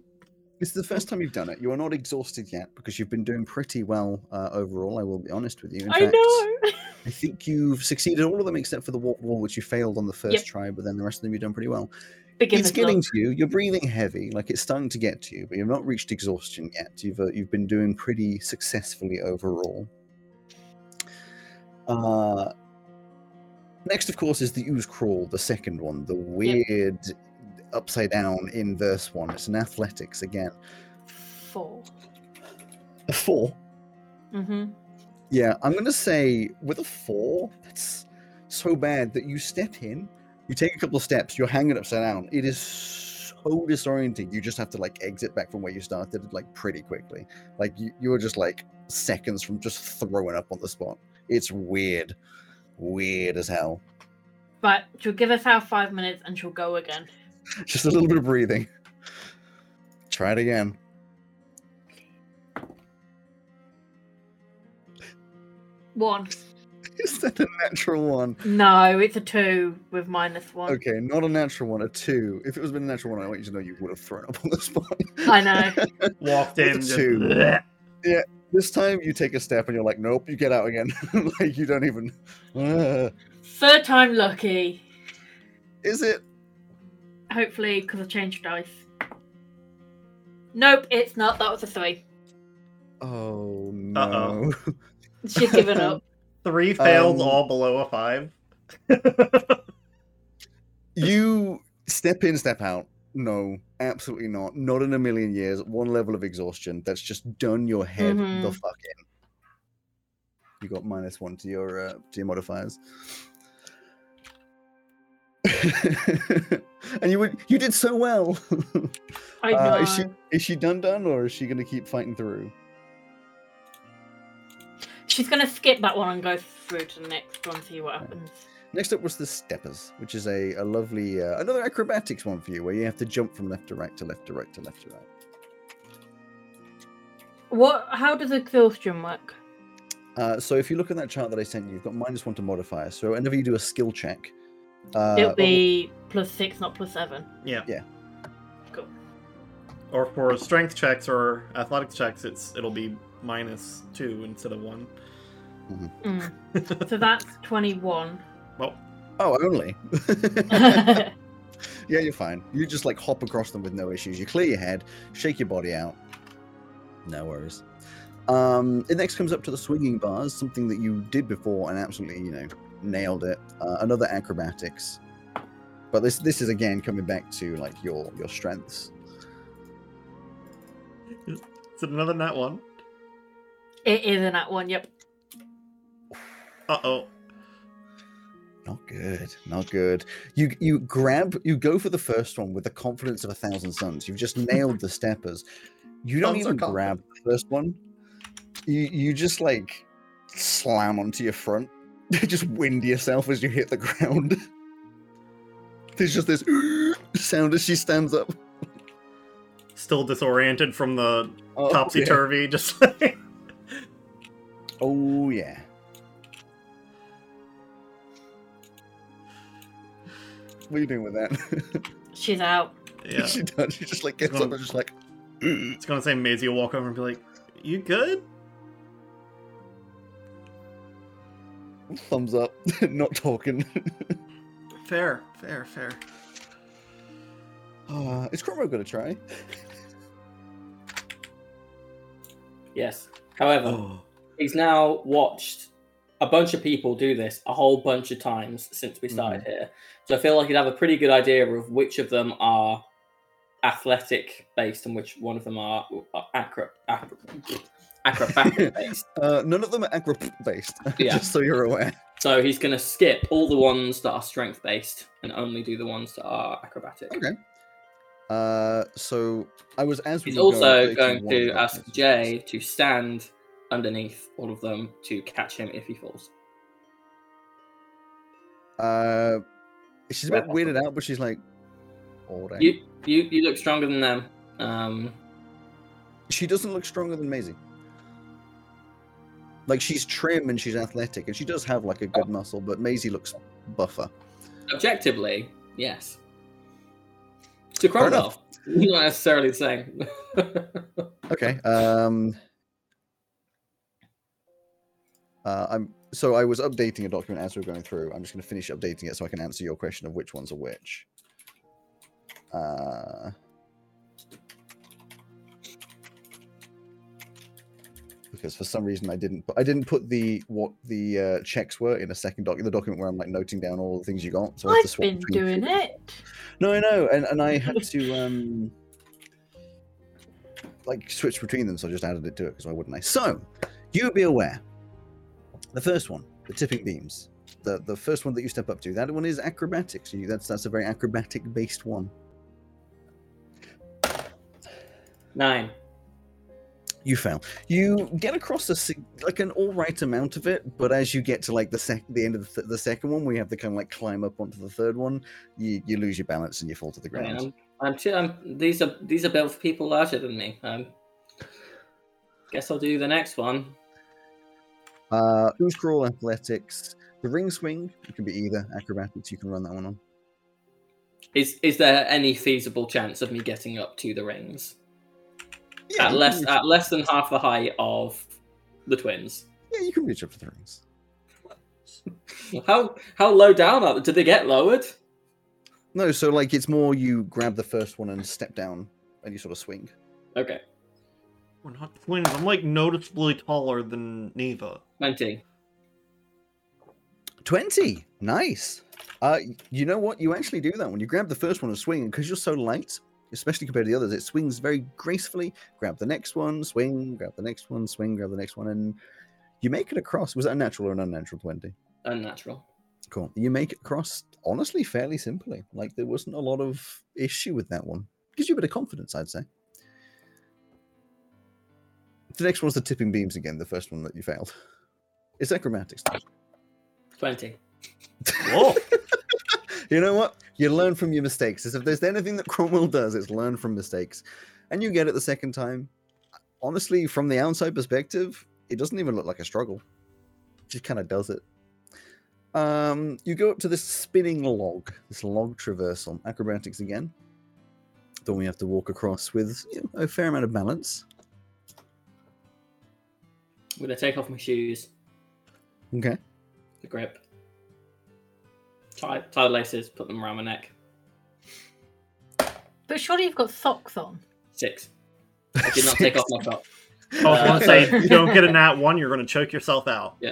This is the first time you've done it. You are not exhausted yet because you've been doing pretty well uh, overall. I will be honest with you. In
I
fact,
know!
I think you've succeeded all of them except for the walk wall, which you failed on the first
Yep.
try, but then the rest of them you've done pretty well.
Beginner's
it's getting
luck.
to you. You're breathing heavy, like it's starting to get to you, but you've not reached exhaustion yet. You've uh, you've been doing pretty successfully overall. Uh, next, of course, is the ooze crawl, the second one, the weird upside down inverse one. It's an athletics again.
Four.
A four.
Mm-hmm.
Yeah, I'm gonna say with a four, that's so bad that you step in, you take a couple of steps, you're hanging upside down. It is so disorienting. You just have to like exit back from where you started like pretty quickly. Like you, you were just like seconds from just throwing up on the spot. It's weird, weird as hell.
Right, she'll give herself five minutes and she'll go again.
Just a little bit of breathing. Try it again.
One.
Is that a natural one?
No, it's a two with minus one.
Okay, not a natural one, a two. If it was been a natural one, I want you to know you would have thrown up on the spot.
I know.
walked in.
With
and Just,
two.
"Bleh."
this time you take a step and you're like, nope, you get out again. like you don't even. Ugh.
Third time lucky.
is it?
Hopefully, because I changed dice. Nope, it's not. That was a three.
Oh no!
Uh-oh.
She's given up.
Three failed,
Um,
all below a five.
You step in, step out. No, absolutely not. Not in a million years. One level of exhaustion that's just done your head the
Mhm.
fuck in. You got minus one to your uh, to your modifiers. and you would you did so well.
I know.
Uh, is she is she done done or is she going to keep fighting through?
She's gonna skip that one and go through to the next one, see what happens.
Next up was the steppers, which is a, a lovely uh, another acrobatics one for you, where you have to jump from left to right to left to right to left to right.
What? How does exhaustion work?
Uh, so if you look at that chart that I sent you, you've got minus one to modifier. So whenever you do a skill check, uh,
It'll be plus six, not plus seven.
Yeah.
Yeah.
Cool.
Or for strength checks or athletics checks, it's it'll be minus two instead of one.
Mm. so that's twenty-one.
oh, only.
yeah,
yeah, you're fine. You just like hop across them with no issues. You clear your head, shake your body out. No worries. Um, it next comes up to the swinging bars, something that you did before and absolutely, you know, nailed it. Uh, another acrobatics, but this this is again coming back to like your your strengths.
Is it another net one?
it is in that one. Yep.
Uh oh.
Not good. Not good. You you grab you go for the first one with the confidence of a thousand suns. You've just nailed the steppers. You don't
Suns are
even grab the first one. You you just like slam onto your front. just wind yourself as you hit the ground. There's just this sound as she stands up.
Still disoriented from the
Oh,
topsy
yeah.
turvy, just like
Oh yeah. What are you doing with that?
She's out.
Yeah.
she does. She just like gets up
Gone.
and just like.
It's gonna say Maisie will walk over and be like, You good?
thumbs up, not talking.
Fair, fair, fair.
Uh, is Cromwell going to try?
Yes. However,
Oh.
he's now watched a bunch of people do this a whole bunch of times since we started here. So I feel like he'd have a pretty good idea of which of them are athletic based and which one of them are, are acro, acro, acrobatic based.
Uh, none of them are agro based,
Yeah.
just so you're aware.
So he's going to skip all the ones that are strength based and only do the ones that are acrobatic.
Okay. Uh, so I was as we
He's
were going,
also
updating
going
one of
to
the
ask
documents.
Jay to stand underneath all of them to catch him if he falls.
Uh, she's a bit
Well-
weirded out, but she's like, all right.
You you you look stronger than them. Um,
She doesn't look stronger than Maisie. Like she's trim and she's athletic and she does have like a
Oh.
good muscle, but Maisie looks buffer.
objectively, yes. To
Fair
Cromwell, not necessarily the same.
Okay. Um. Uh, I'm so I was updating a document as we were going through. I'm just going to finish updating it so I can answer your question of which ones are which. Uh. Because for some reason I didn't put, I didn't put the what the uh, checks were in a second document, the document where I'm like noting down all the things you got. So I have to
I've
swap
been
between-
doing it.
no, I know, and and I had to um like switch between them, so I just added it to it because why wouldn't I? So you be aware. The first one, the tipping beams, the the first one that you step up to. That one is acrobatics. You, that's that's a very acrobatic based one.
Nine.
You fail. You get across a sig- like an all right amount of it, but as you get to like the sec- the end of the, th- the second one, we have to kind of like climb up onto the third one. You you lose your balance and you fall to the ground.
I'm, Um, I'm, too, I'm these are these are built for people larger than me. Um, guess I'll do the next one.
Uh, ooze crawl, athletics, the ring swing. It can be either acrobatics. You can run that one on.
Is is there any feasible chance of me getting up to the rings at
you
less
can reach-
at less than half the height of the twins?
yeah, you can reach up to the rings.
How how low down are they? Did they get lowered?
No, so like it's more you grab the first one and step down, and you sort of swing.
Okay,
We're not twins. I'm like noticeably taller than Neva.
twenty.
Twenty, nice. Uh, y- you know what? You actually do that when you grab the first one and swing, and because you're so light, especially compared to the others, it swings very gracefully. Grab the next one, swing, grab the next one, swing, grab the next one, and you make it across. Was that a natural or an unnatural twenty?
Unnatural.
Cool. You make it across honestly fairly simply. Like there wasn't a lot of issue with that one. Gives you a bit of confidence, I'd say. The next one's the tipping beams again. The first one that you failed. It's acrobatics.
Twenty.
Whoa!
you know what? You learn from your mistakes. As if there's anything that Cromwell does, it's learn from mistakes, and you get it the second time. Honestly, from the outside perspective, it doesn't even look like a struggle. It just kind of does it. Um, you go up to this spinning log, this log traversal, acrobatics again. Then we have to walk across with you know, a fair amount of balance.
I'm gonna take off my shoes,
Okay.
the grip, tie tie the laces, put them around my neck.
But surely you've got socks on.
Six. I did not take off my top.
Oh, I was gonna
Uh,
say, if you don't get a nat one, you're gonna choke yourself out.
you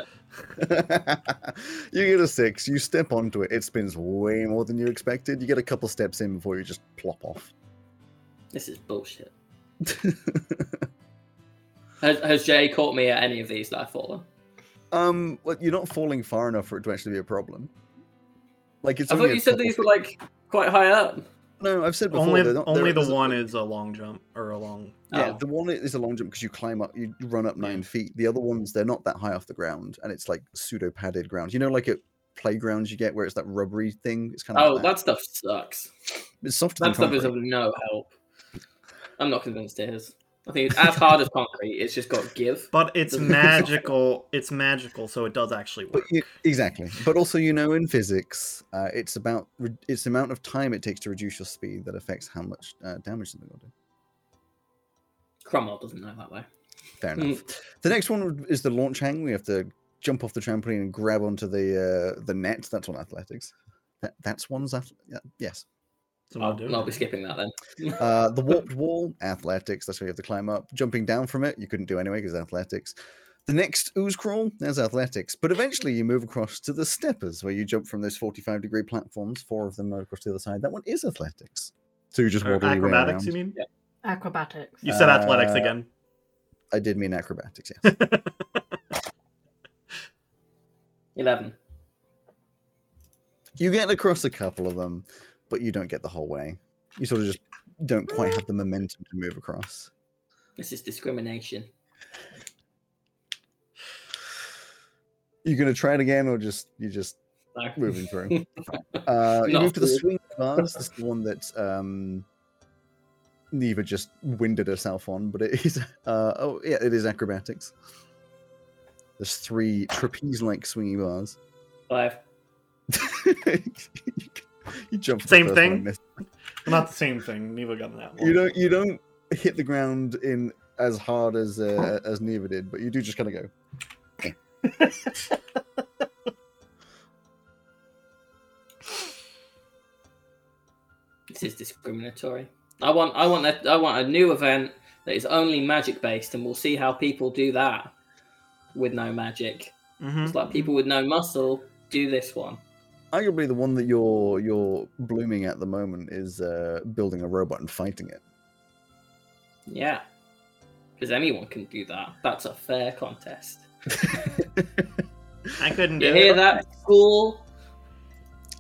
get a six, you step onto it, it spins way more than you expected. You get a couple steps in before you just plop off.
This is bullshit. Has, has Jay caught me at any of these that I've fallen?
um, well, you're not falling far enough for it to actually be a problem. Like it's
I
only
thought
a
you said
couple-
these were like quite high up.
No, I've said before.
Only,
they're not-
only
they're-
the
there's a-
one is a long jump or a long.
Yeah,
Oh.
the one is a long jump because you climb up, you run up nine feet. The other ones, they're not that high off the ground, and it's like pseudo padded ground. You know, like at playgrounds you get where it's that rubbery thing. It's kind of
Oh, that stuff sucks.
it's softer than
That stuff is
concrete.
of no help. I'm not convinced it is. I think it's as hard as concrete. It's just got give.
But it's
Doesn't-
magical. It's magical, so it does actually
But
work.
you, exactly. But also, you know, in physics, uh, it's about re- it's the amount of time it takes to reduce your speed that affects how much uh, damage something will do.
Cromwell doesn't know that way.
Fair
Mm.
enough. The next one would- is the launch hang. We have to jump off the trampoline and grab onto the uh, the net. That's on athletics. That that's one's ath- yeah, yes.
So no
I'll,
doing
I'll be
it.
skipping that then.
Uh, the warped wall, athletics. That's where you have to climb up. Jumping down from it, you couldn't do anyway because athletics. The next ooze crawl, there's athletics. But eventually you move across to the steppers where you jump from those 45 degree platforms. Four of them are across to the other side. That one is athletics. So you just
Or
waddle your way
acrobatics,
around.
you mean?
Acrobatics.
You said athletics
Uh,
again.
I did mean acrobatics, yes.
Eleven.
You get across a couple of them, but you don't get the whole way. You sort of just don't quite have the momentum to move across.
This is discrimination.
You gonna try it again, or just you just
No.
moving through? uh, you
Not
move to the
cool.
swing class. This is the one that um, Neva just winded herself on, but it is uh, oh yeah, it is acrobatics. There's three trapeze-like swingy bars.
Five.
you jump. to the first
Same
one
thing?
and miss.
Not the same thing. Neva got that one.
You don't. You don't hit the ground in as hard as uh, as Neva did, but you do just kind of go.
This is discriminatory. I want I want that I want a new event that is only magic based, and we'll see how people do that with no magic.
Mhm.
It's like people with no muscle do this one.
arguably the one that you're you're blooming at the moment is uh, building a robot and fighting it.
Yeah, because anyone can do that. That's a fair contest.
I couldn't do
You
it.
hear that, school?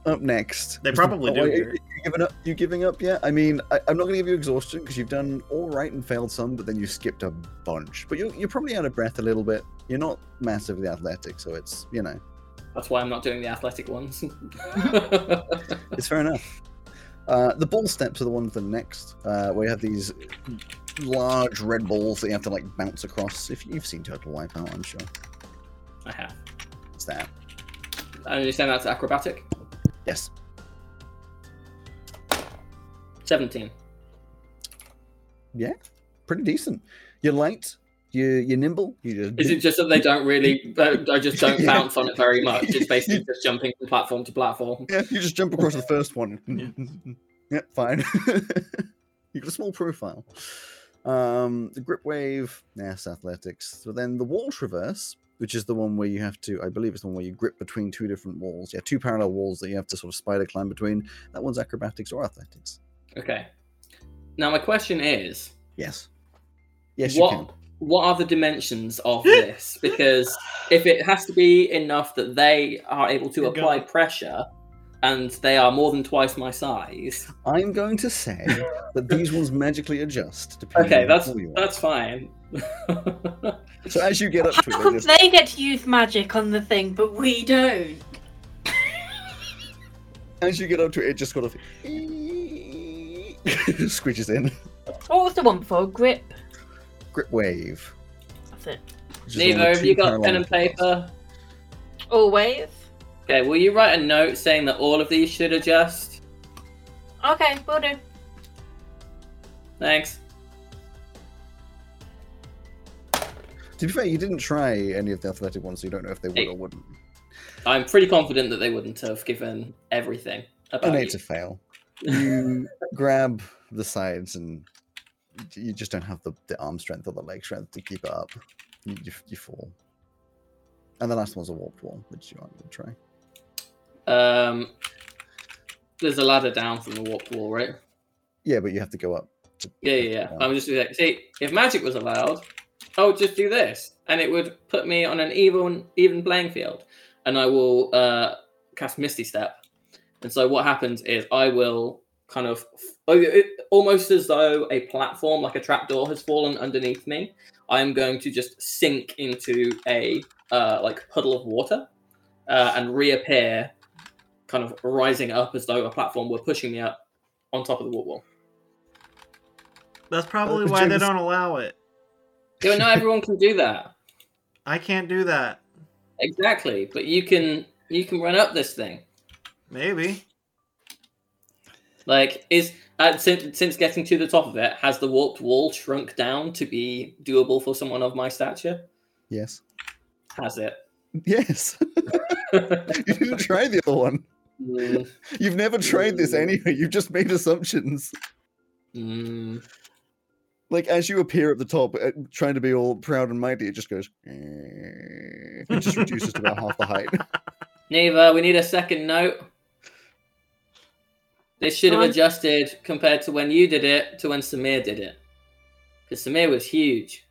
Up next,
They
is
probably do
oh, Are
hear it.
you giving up? You giving up? Yeah. I mean, I, I'm not going to give you exhaustion because you've done all right and failed some, but then you skipped a bunch. But you're you're probably out of breath a little bit. You're not massively athletic, so it's you know
That's why I'm not doing the athletic ones.
it's fair enough. Uh, the ball steps are the ones that are next. Uh, where you have these large red balls that you have to like bounce across. If you've seen Total Wipeout, I'm sure
I have.
it's that.
I understand that's acrobatic.
Yes.
Seventeen.
pretty decent. You're light. You you're nimble. You just
Is it just that they don't really? I just don't
Yeah.
bounce on it very much. It's basically just jumping from platform to platform.
yeah, you just jump across the first one. yeah, fine. You've got a small profile. Um, the grip wave, yes, athletics. So then the wall traverse, which is the one where you have to, I believe it's the one where you grip between two different walls. Yeah, two parallel walls that you have to sort of spider climb between. That one's acrobatics or athletics.
Okay. Now my question is,
Yes. Yes,
what
you can.
what are the dimensions of this? Because if it has to be enough that they are able to
You're
apply
going-
pressure, and they are more than twice my size.
I'm going to say that these ones magically adjust depending
Okay,
on
that's
who you are.
that's fine.
So as you get up
How
to it, they
come
just
they get to use magic on the thing, but we don't?
as you get up to it, it just sort of squeezes in.
What was the one before? Grip.
Grip wave.
That's it.
which is the one with
Neither have
two
you got pen
parallel
and
walls.
paper.
Always.
Okay, will you write a note saying that all of these should adjust?
Okay, we'll do.
Thanks.
To be fair, you didn't try any of the athletic ones, so you don't know if they would
Eight.
or wouldn't.
I'm pretty confident that they wouldn't have given everything
An
about
eight
you.
to fail. You grab the sides, and you just don't have the, the arm strength or the leg strength to keep it up. You, you, you fall. And the last one's a warped wall, which you aren't going to try.
Um, there's a ladder down from the warped wall, right?
Yeah, but you have to go up. to-
Yeah, yeah, yeah. Uh,
Yeah.
I'm just like, see, if magic was allowed, I would just do this, and it would put me on an even even playing field, and I will uh, cast Misty Step. And so what happens is I will kind of oh, it, almost as though a platform, like a trapdoor, has fallen underneath me. I am going to just sink into a uh, like puddle of water uh, and reappear, kind of rising up as though a platform were pushing me up on top of the wall.
That's probably
Uh,
why they
James-
don't allow it.
Yeah, not everyone can do that.
I can't do that.
Exactly, but you can you can run up this thing.
Maybe.
Like is uh, since since getting to the top of it, has the warped wall shrunk down to be doable for someone of my stature?
Yes.
Has it?
Yes. you didn't try the other one.
Mm,
You've never tried this
Mm.
anyway. You've just made assumptions.
mm.
Like as you appear at the top, uh, trying to be all proud and mighty, it just goes. "Eh." It just reduces to about half the height.
Neva, we need a second note. This should have
Um,
adjusted compared to when you did it to when Samir did it, because Samir was huge.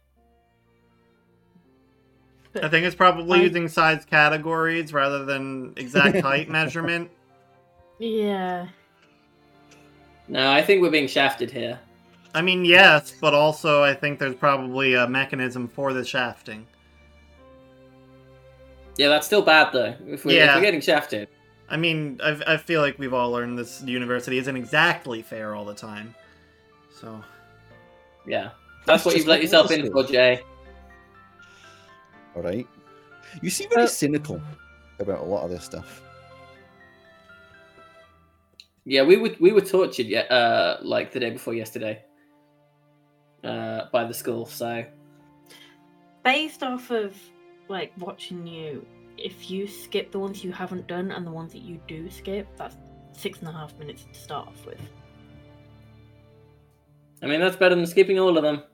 I think it's probably
I-
using size categories rather than exact height measurement.
Yeah.
No, I think we're being shafted here.
I mean, yes, but also I think there's probably a mechanism for the shafting.
Yeah, that's still bad though. If we're, if
Yeah.
we're getting shafted,
I mean, I, I feel like we've all learned this university isn't exactly fair all the time. So,
yeah,
It's
that's what
just
you've let
like
yourself
middle
in for, Jay.
All right. You seem very
Uh,
cynical about a lot of this stuff.
Yeah, we were we were tortured yeah, uh, like the day before yesterday, uh, by the school. So
Based off of like watching you, if you skip the ones you haven't done and the ones that you do skip, that's six and a half minutes to start off with.
I mean, that's better than skipping all of them.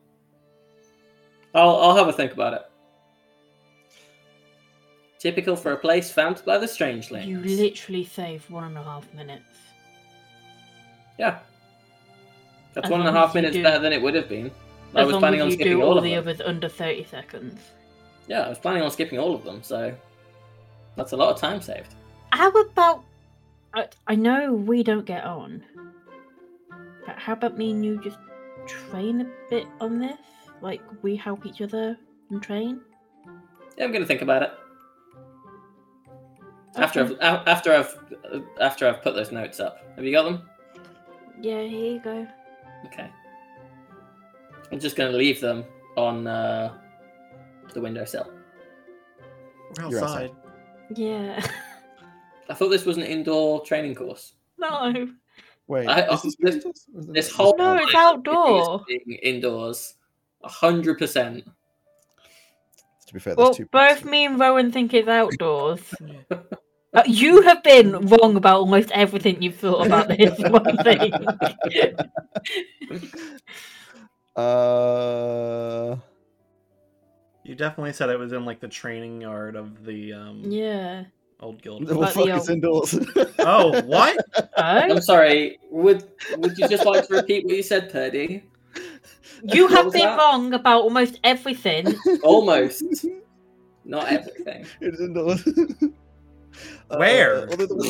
I'll I'll have a think about it. Typical for a place founded by the strangelings.
You literally save one and a half minutes.
yeah, that's
As
one and a
long as
half
you
minutes
do-
better than it would have been. I
as
was
long
planning
as
on
you
skipping
do
all of
the
them.
others under thirty seconds.
Yeah, I was planning on skipping all of them, so that's a lot of time saved.
How about? I, I know we don't get on, but how about me and you just train a bit on this? Like we help each other and train.
Yeah, I'm gonna think about it after I've
Okay.
a- after I've uh, after I've put those notes up. Have you got them?
Yeah, here you go.
Okay. I'm just gonna leave them on uh, the windowsill.
we're
You're
outside.
outside.
Yeah.
I thought this was an indoor training course.
no.
Wait,
I-
is this,
this-
or is it-
This whole
No,
time
it's
it is
outdoor.
being indoors, a hundred percent.
To be fair, there's
Well,
two parts
both
to it.
me and Rowan think it's outdoors.
Yeah.
Uh, you have been wrong about almost everything you've thought about this one thing.
Uh,
You definitely said it was in like the training yard of the um,
yeah.
old guild.
the
But
fuck
the
is
old-
indoors.
Oh, what?
Oh,
I'm sorry. Would Would you just like to repeat what you said, Purdy?
you
What
have
was
been
that?
wrong about almost everything.
Almost, not everything.
It is indoors. Uh,
Where?
other than-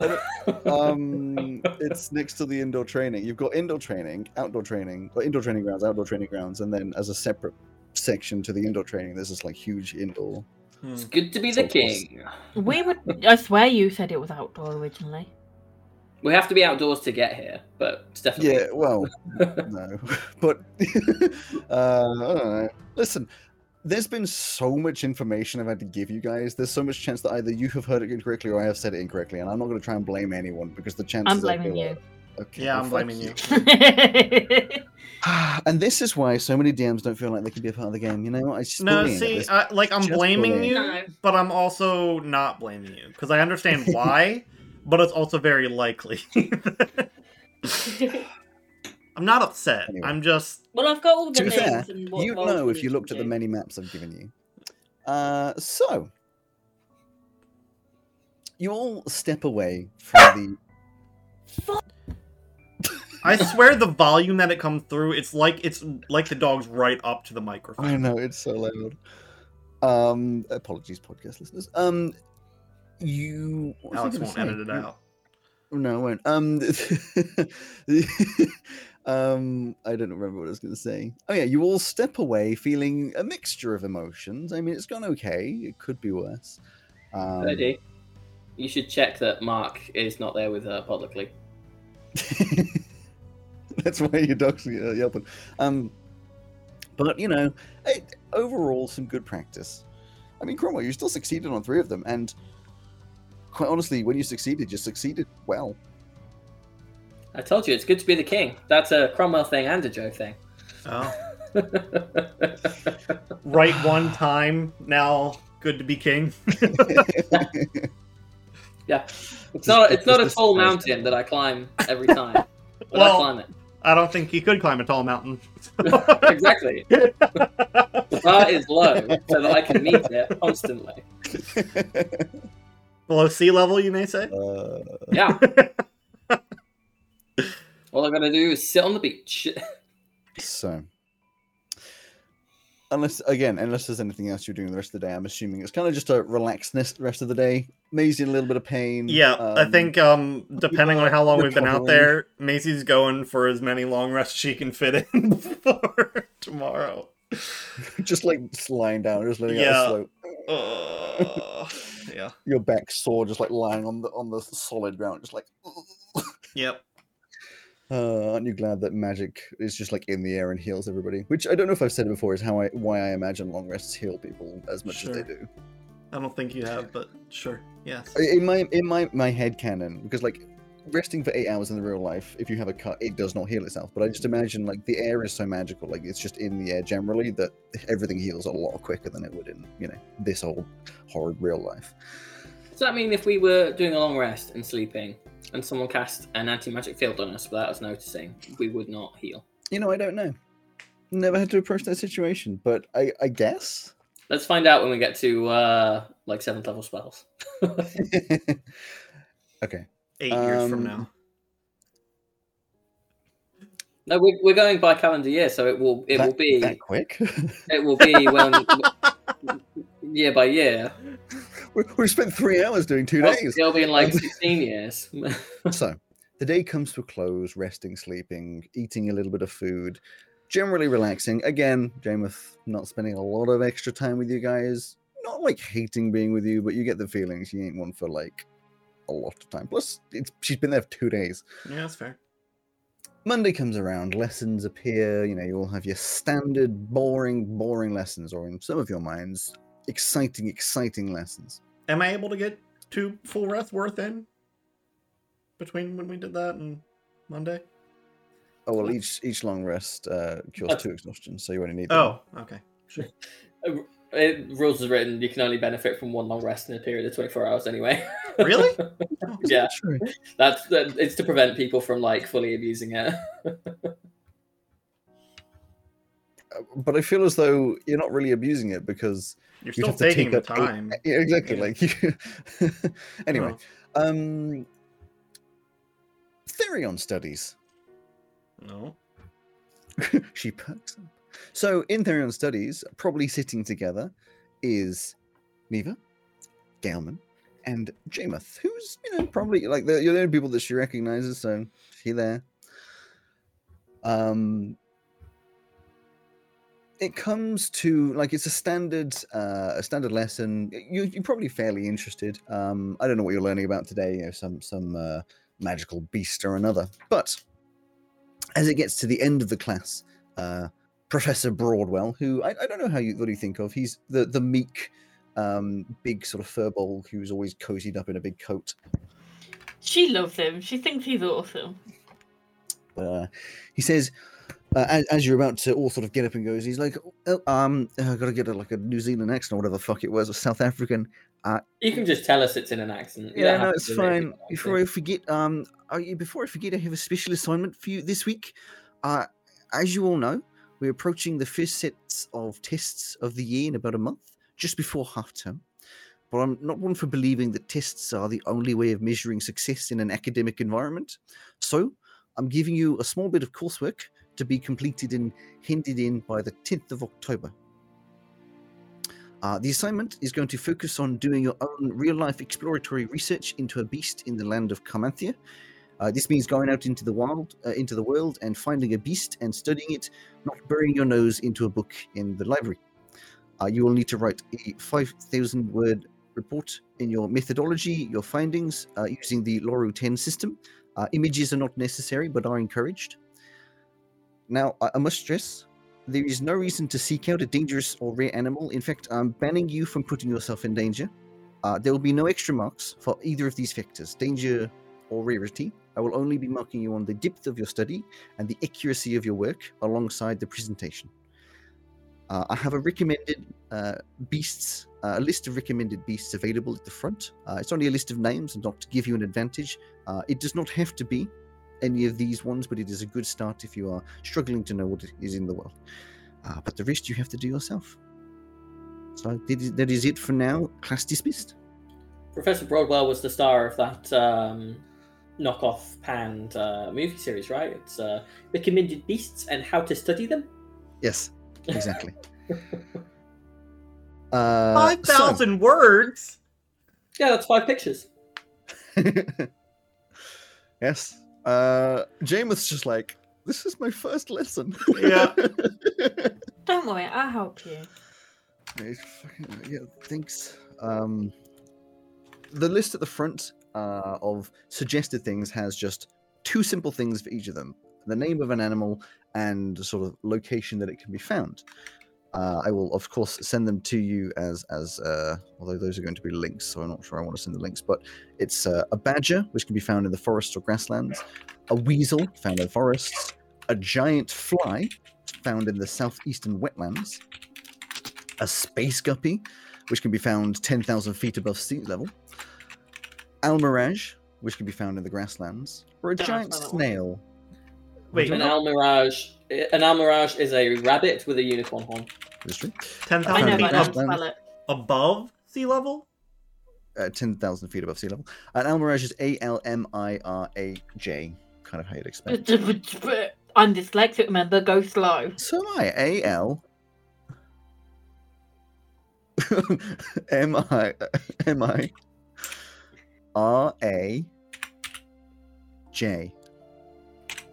I don't- um, it's next to the indoor training. You've got indoor training, outdoor training, or indoor training grounds, outdoor training grounds, and then as a separate section to the indoor training, there's this like huge indoor.
Hmm.
It's good to be the
It's almost.
king.
We would. I swear you said it was outdoor originally.
We have to be outdoors to get here, but it's definitely
Yeah, well, no, but uh, I don't know. Listen, there's been so much information I've had to give you guys. There's so much chance that either you have heard it incorrectly or I have said it incorrectly, and I'm not going to try and blame anyone because the chances.
I'm
I feel
blaming
are-
you.
Okay,
Yeah,
well,
I'm
fuck
blaming you.
and this is why so many DMs don't feel like they can be a part of the game. You know, I just
No,
bullying at
see,
this-
I, like I'm
Just
blaming
bullying.
you,
No.
but I'm also not blaming you because I understand why, but it's also very likely. I'm not upset.
Anyway.
I'm just
Well, I've got all
To
the
be
names
fair,
and what
you'd
roles
know
we
if you
can
looked at the
do.
many maps I've given you. Uh, so, you all step away from
I swear the volume that it comes through, it's like it's like the dog's right up to the
the.
microphone.
I know it's so loud. Um, apologies, podcast listeners. Um, you. what was I
Alex
gonna
won't
say?
edit it out.
No, I won't. Um, um, I don't remember what I was going to say. Oh yeah, you all step away feeling a mixture of emotions. I mean, it's gone okay. It could be worse. Um,
Purdy. You should check that Mark is not there with uh, Podlickly.
That's why your dog's uh, yelping. Um, but you know, it, overall, some good practice. I mean, Cromwell, you still succeeded on three of them, and quite honestly, when you succeeded, you succeeded well.
I told you it's good to be the king. That's a Cromwell thing and a Joe thing.
Oh. Right one time, now good to be king.
It's not. It's not a
Just-
tall
just-
mountain that I climb every time. But
Well-
I climb it.
I don't think he could climb a tall mountain.
Exactly. the bar is low so that I can meet it constantly.
Below sea level, you may say.
Uh,
Yeah. All I gotta do is sit on the beach.
So, unless again, unless there's anything else you're doing the rest of the day, I'm assuming it's kind of just a relaxedness the rest of the day. Maisie in a little bit of pain.
Yeah, I
um,
think um, depending on how long we've been out
recovering.
there, Macy's going for as many long rests she can fit in before tomorrow.
just like just lying down, just letting out
Yeah.
a slow.
Uh, yeah.
Your back sore, just like lying on the on the solid ground, just like.
Yep.
Uh, aren't you glad that magic is just like in the air and heals everybody? Which I don't know if I've said it before. Is how I why I imagine long rests heal people as much as they
Sure.
do.
I don't think you have, but sure. Yes.
in my in my my head canon because like resting for eight hours in the real life if you have a cut it does not heal itself but i just imagine like the air is so magical like it's just in the air generally that everything heals a lot quicker than it would in you know this old horrid real life
Does that mean if we were doing a long rest and sleeping, and someone cast an anti-magic field on us without us noticing, we would not heal?
you know i don't know never had to approach that situation but i i guess
Let's find out when we get to uh, like seventh level spells.
okay
Eight years
Um,
from now.
No, we're, we're going by calendar year, so it will it
that,
will be
that quick
it will be when year by year.
we, we spent three hours doing two
Well,
days
It'll be in like sixteen years.
so the day comes to a close resting sleeping eating a little bit of food generally relaxing again Jameth not spending a lot of extra time with you guys not like hating being with you but you get the feeling she ain't one for like a lot of time plus it's, she's been there for two days
Yeah, that's fair.
Monday comes around, lessons appear, you know, you all have your standard boring, boring lessons, or in some of your minds, exciting, exciting lessons.
Am I able to get two full breath worth in between when we did that and Monday?
Oh well each each long rest uh cures
Oh.
two exhaustion, so you only need
Oh, okay.
It, rules is written. You can only benefit from one long rest in a period of twenty four hours, anyway.
Really?
one.
yeah.
Is that true?
That's that, it's to prevent people from like fully abusing it.
Uh, but I feel as though you're not really abusing it because
You're
You'd
still
have to
taking the
take up eight-
time.
yeah, exactly
Yeah.
like you. anyway,
Oh,
um, Therion studies.
No.
she perks up. So in Therion studies, probably sitting together is Neva, Gailman, and Jameth, who's you know probably like the, you're the only people that she recognizes. So she there. Um, it comes to like it's a standard uh, a standard lesson. You, you're probably fairly interested. Um, I don't know what you're learning about today. You know, some some uh, magical beast or another, but as it gets to the end of the class, uh, Professor Broadwell, who I, I don't know how you what do you think of, he's the the meek, um, big sort of furball who's always cozied up in a big coat.
She loves him. She thinks he's awesome.
Uh, he says, uh, as, as you're about to all sort of get up and goes, he's like, oh, um, I gotta get a, like a New Zealand accent or whatever the fuck it was, a South African.
You can just tell us it's in an accent. You
Yeah,
don't
no,
have to
it's
do it if you
fine.
don't want
Before
to.
I forget, um, oh, yeah, before I forget, I have a special assignment for you this week. Uh, as you all know, we're approaching the first sets of tests of the year in about a month, just before half term. But I'm not one for believing that tests are the only way of measuring success in an academic environment. So I'm giving you a small bit of coursework to be completed and handed in by the 10th of October. Uh, the assignment is going to focus on doing your own real life exploratory research into a beast in the land of Carmanthia. Uh, this means going out into the wild, uh, into the world, and finding a beast and studying it, not burying your nose into a book in the library. Uh, you will need to write a 5,000 word report in your methodology, your findings, uh, using the LORU 10 system. Uh, images are not necessary, but are encouraged. Now, I, I must stress there is no reason to seek out a dangerous or rare animal. In fact, I'm banning you from putting yourself in danger. Uh, there will be no extra marks for either of these factors danger or rarity. I will only be marking you on the depth of your study and the accuracy of your work alongside the presentation. Uh, I have a recommended uh, beasts, uh, a list of recommended beasts available at the front. Uh, it's only a list of names and not to give you an advantage. Uh, it does not have to be any of these ones, but it is a good start if you are struggling to know what is in the world uh, but the rest you have to do yourself. So that is, that is it for now. Class dismissed.
Professor Broadwell was the star of that um, knockoff panned uh, movie series, right? It's uh, recommended beasts and how to study them.
Yes, exactly. uh,
Five
so-
thousand words.
Yeah, that's five pictures.
Uh, yes. Uh, Jameth's just like, this is my first lesson.
Yeah.
Don't worry, I'll help you.
It's fucking, uh, yeah, thanks. Um, the list at the front uh, of suggested things has just two simple things for each of them the name of an animal and sort of location that it can be found. Uh, I will, of course, send them to you as as uh, although those are going to be links, so I'm not sure I want to send the links. But it's uh, a badger, which can be found in the forests or grasslands, a weasel found in forests, a giant fly found in the southeastern wetlands, a space guppy, which can be found 10,000 feet above sea level, almirage, which can be found in the grasslands, or a
Don't
giant
know that one.
snail.
Wait,
An almirage. An almirage is a rabbit with a unicorn horn.
Is true.
ten
I know,
Found
thousand
in
feet
but I
grass-
ab-
don't spell it.
above sea level.
uh, 10,000 feet above sea level. And Almirage is A L M I R A J, kind of how you'd expect.
I'm dyslexic, remember? Go slow.
So am I. A L M I M I R A J.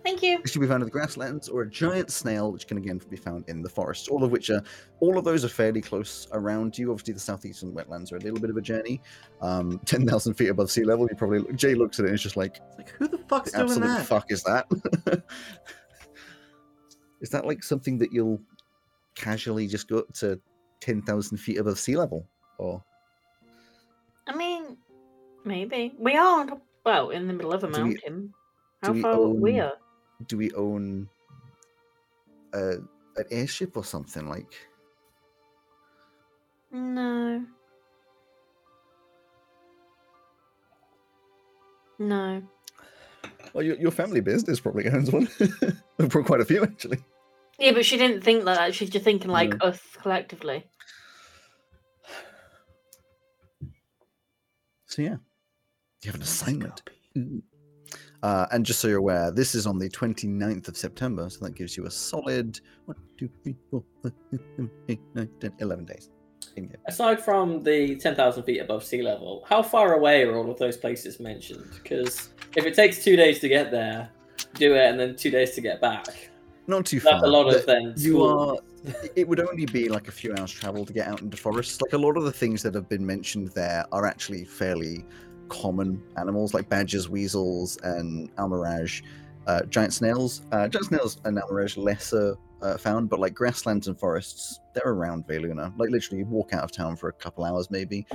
Thank you.
It should be found in the grasslands or a giant snail, which can again be found in the forests. All of which are, all of those are fairly close around you. Obviously, the southeastern wetlands are a little bit of a journey. Um, Ten thousand feet above sea level, you probably Jay looks at it and is just like,
It's like who the fuck's
the
doing
absolute
that?
fuck is that? is that like something that you'll casually just go up to ten thousand feet above sea level? Or
I mean, maybe. We are, on top- well, in the middle of a
Do we-
mountain. How
we
far
own-
we are?
do we own uh, an airship or something? Like
No. No.
well, your, your family business probably owns one. Probably quite a few actually.
Yeah, but she didn't think like that. She's just thinking like us collectively.
So yeah, you have an assignment. Ooh. Uh, and just so you're aware, this is on the 29th of September, so that gives you a solid one, two, three, four, five, six, seven, eight, nine, 10, 11 days. In game.
Aside from the 10,000 feet above sea level, how far away are all of those places mentioned? Because if it takes two days to get there, do it, and then two days to get back,
Not too far.
that's a lot
but
of things.
You are.
Cool.
It would only be like a few hours travel to get out into forests. Like a lot of the things that have been mentioned there are actually fairly common animals, like badgers, weasels, and almirage, uh, giant snails. Uh, giant snails and almirage lesser uh, found, but like grasslands and forests, they're around Veluna. Like literally, you walk out of town for a couple hours, maybe,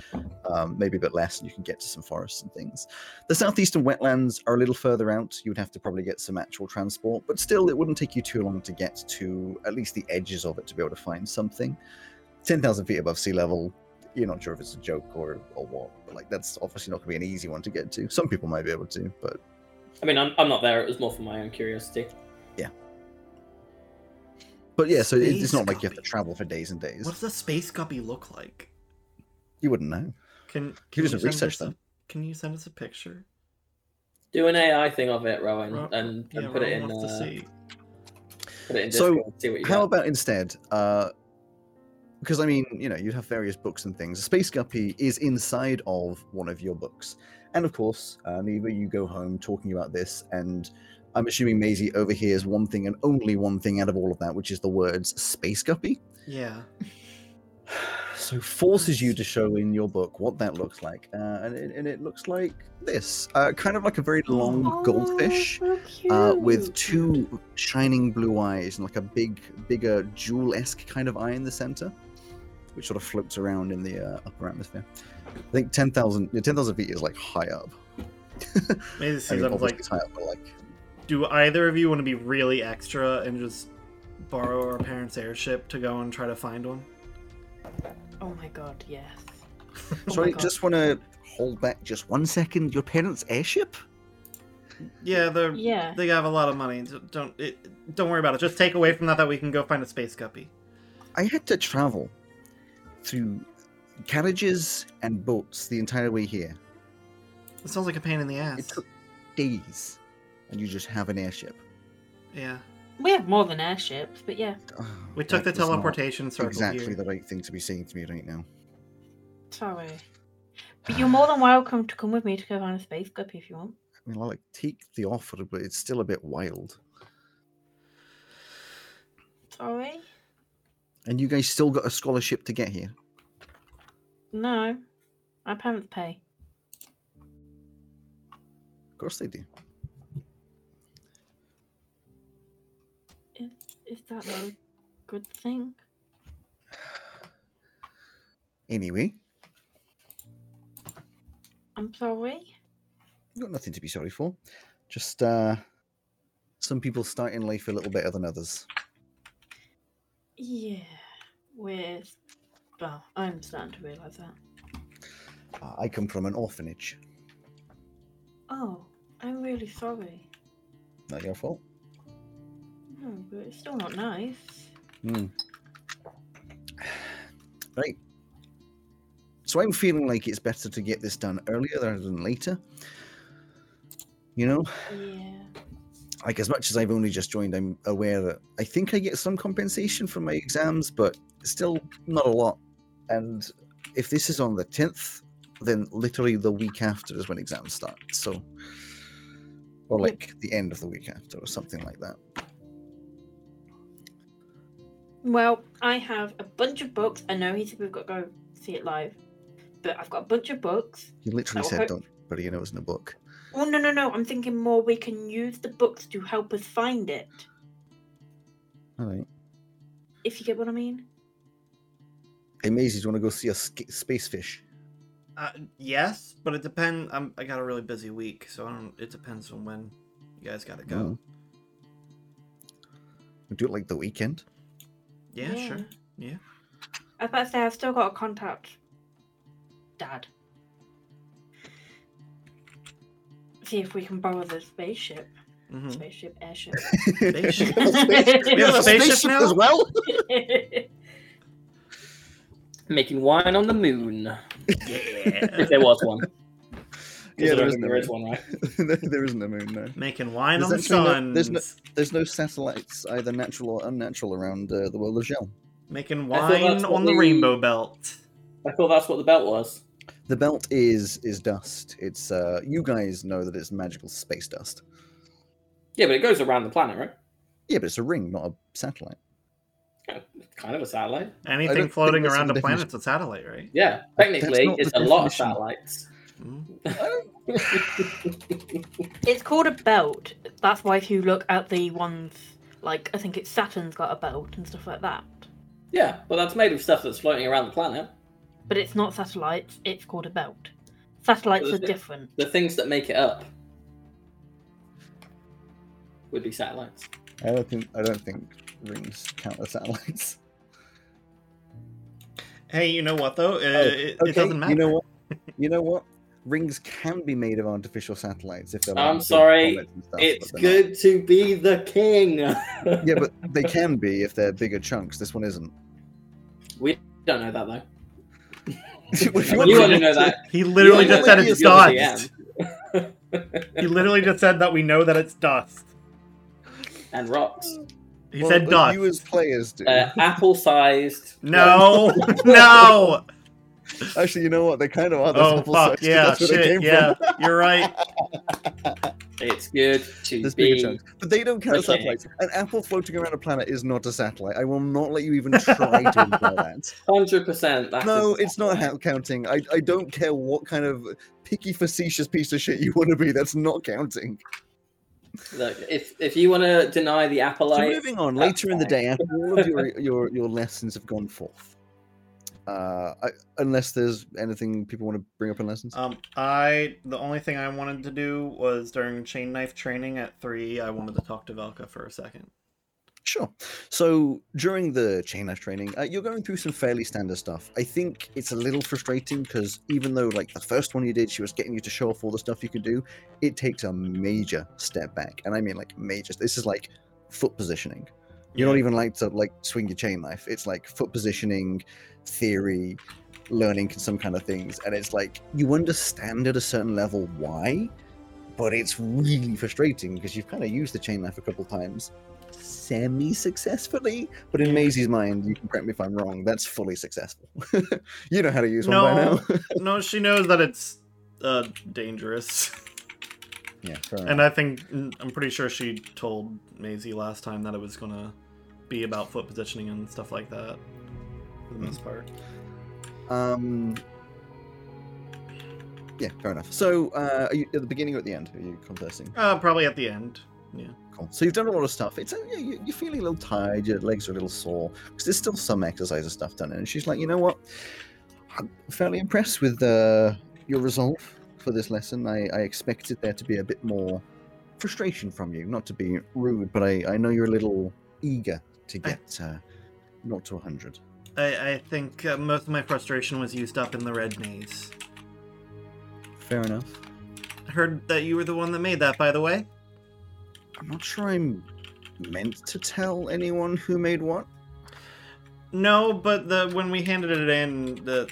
um, maybe a bit less, and you can get to some forests and things. The southeastern wetlands are a little further out. You would have to probably get some actual transport, but still, it wouldn't take you too long to get to at least the edges of it to be able to find something. 10,000 feet above sea level, you're not sure if it's a joke or, or what, but like that's obviously not going to be an easy one to get to. Some people might be able to, but
I mean, I'm, I'm not there. It was more for my own curiosity.
but yeah, so it, it's
Space
not like you have to
copy.
travel for days and days.
What does a space guppy look like?
You wouldn't know.
Can,
He
can
doesn't
send
research
us a-
them.
Can you send us a picture?
Do an AI thing of it, Rowan,
Ro-
and, and
yeah,
put, it
Rowan
in,
wants
uh,
to see.
put it in
So,
Discord. see what you
How
get.
about instead? Uh, because I mean, you know, you have various books and things. Space Guppy is inside of one of your books, and of course, uh, Neva, you go home talking about this, and I'm assuming Maisie overhears one thing and only one thing out of all of that, which is the words "Space Guppy."
Yeah.
So forces you to show in your book what that looks like, uh, and, it, and it looks like this, uh, kind of like a very long
Oh,
goldfish uh, with two shining blue eyes and like a big, bigger jewel-esque kind of eye in the center, which sort of floats around in the uh, upper atmosphere. I think 10,000 yeah, 10,000 feet is like high up.
Maybe
I
sees
mean,
them
obviously
like,
it's high up, but like
do either of you want to be really extra and just borrow our parents' airship to go and try to find one?
Oh my god, yes. Oh
sorry,
my God.
just want to hold back just one second. Your parents' airship?
Yeah, they're
Yeah.
they have a lot of money. so Don't it, don't worry about it. Just take away from that that we can go find a space guppy.
I had to travel through carriages and boats the entire way here.
It sounds like a pain in the
It
ass.
took days, and you just have an airship.
Yeah,
We have more than airships, but yeah.
Oh,
we took the
that was not-
teleportation circle
exactly
here.
the right thing to be saying to me right now.
Sorry. But you're more than welcome to come with me to go on a space guppy if you want.
I mean, I like take the offer, but it's still a bit wild.
Sorry.
And you guys still got a scholarship to get here.
No, our parents pay.
Of course they do.
Is that not a good thing?
Anyway,
I'm sorry.
you got nothing to be sorry for. Just uh, some people start in life a little better than others.
Yeah, with well, I'm starting to realise that.
Uh, I come from an orphanage.
Oh, I'm really sorry.
Not your fault.
No, Oh, but it's still not nice.
Hmm. Right. So I'm feeling like it's better to get this done earlier rather than later. You know,
Yeah.
like as much as I've only just joined, I'm aware that I think I get some compensation from my exams, but still not a lot. And if this is on the 10th, then literally the week after is when exams start. So, or
Yep.
like the end of the week after, or something like that.
Well, I have a bunch of books. I know he said we've got to go see it live, but I've got a bunch of books.
He literally
Oh,
said,
okay.
"Don't bury your nose in a book."
Oh no no no! I'm thinking more. We can use the books to help us find it.
All right.
If you get what I mean.
Hey, Maisie, do you want to go see a sk- space fish?
Uh, yes, but it depends. I'm, I got a really busy week, so I don't. It depends on when you guys gotta go.
Mm. We do it like the weekend.
Yeah, sure. Yeah.
I was about to say I've still got a contact. Dad. See if we can borrow the spaceship.
Oh.
hmm
Spaceship, airship.
Spaceship.
We have a space- we have a
Spaceship
spaceship
now?
as well.
Making wine on the moon. If
Yeah.
there was one. 'Cause I
Yeah,
don't
there is
think
no
there is
moon.
one, right?
there isn't a moon. No,
Making wine
There's
on the
actually no-
sun.
there's no- there's no satellites, either natural or unnatural, around uh, the world of Shell.
Making
I thought that's
wine
what
on the
we-
rainbow belt.
I thought that's what the belt was.
The belt is is dust. It's uh, you guys know that it's magical space dust.
Yeah, but it goes around the planet, right?
Yeah, but it's a ring, not a satellite.
Yeah, it's kind of a satellite.
I don't
Anything
think
floating
that's in
around
the
a planet's a satellite, right?
Yeah,
That's
technically,
not the
it's a lot of
definition.
satellites.
Mhm.
it's called a belt. That's why if you look at the ones like I think it's Saturn's got a belt and stuff like that.
yeah, well, that's made of stuff that's floating around the planet.
But it's not satellites, it's called a belt. Satellites
Well,
are
the-
different.
The things that make it up would be satellites.
I don't think I don't think rings count as satellites.
Hey, you know what though? Uh, it, it doesn't
Oh, You
matter.
know what? You know what? Rings can be made of artificial satellites if they're.
I'm
big
sorry,
comets and stuff,
it's
but they're not.
good to be the king.
Yeah, but they can be if they're bigger chunks. This one isn't.
we don't know that though.
If you
you
want
want to
to-
know that?
He literally
Yeah,
just said
yeah,
it's
yeah.
dust.
Yeah.
he literally just said that we know that it's dust.
And rocks.
He
Well,
said
but
dust.
You as players do.
Uh, apple-sized.
No, no.
Actually, you know what? They kind of are.
oh
apple
fuck!
sized, 'cause
Yeah,
that's where they
shit.
came
Yeah,
from.
you're right.
It's good to
There's bigger
be.
chunks, but they don't count as
Okay.
satellites. An apple floating around a planet is not a satellite. I will not let you even try to imply that.
Hundred percent.
No, it's not ha- counting. I, I don't care what kind of picky, facetious piece of shit you want to be. That's not counting.
Look, if if you want to deny the
So
Appleite,
moving on,
that's
later in the day, after all of your, your, your lessons have gone forth, uh, I, unless there's anything people want to bring up in lessons.
Um, I the only thing I wanted to do was during chain knife training at three. I wanted to talk to Velka for a second.
Sure. So during the chain knife training, uh, you're going through some fairly standard stuff. I think it's a little frustrating because even though like the first one you did, she was getting you to show off all the stuff you can do, it takes a major step back, and I mean like major. This is like foot positioning. You're not even like to like swing your chain knife. It's like foot positioning, theory, learning some kind of things, and it's like you understand at a certain level why, but it's really frustrating because you've kind of used the chain knife a couple times, semi successfully. But in Maisie's mind, you can correct me if I'm wrong. That's fully successful. you know how to use one by
No.
now.
No, she knows that it's uh dangerous,
yeah, fair
and I think I'm pretty sure she told Maisie last time that it was gonna be about foot positioning and stuff like that. For the most part.
Um, yeah, fair enough. So, uh, are you at the beginning or at the end? Are you conversing?
Uh, probably at the end.
Cool. So you've done a lot of stuff. It's uh, yeah, you- you're feeling a little tired. Your legs are a little sore because there's still some exercise and stuff done. in it. And she's like, you know what? I'm fairly impressed with uh, your resolve for this lesson. I, I expected there to be a bit more frustration from you. Not to be rude, but I, I know you're a little eager to
I-
get uh, not to 100.
I, I think uh, most of my frustration was used up in the red maze.
Fair enough.
I heard that you were the one that made that, by the way.
I'm not sure I'm meant to tell anyone who made what.
No, but the when we handed it in, the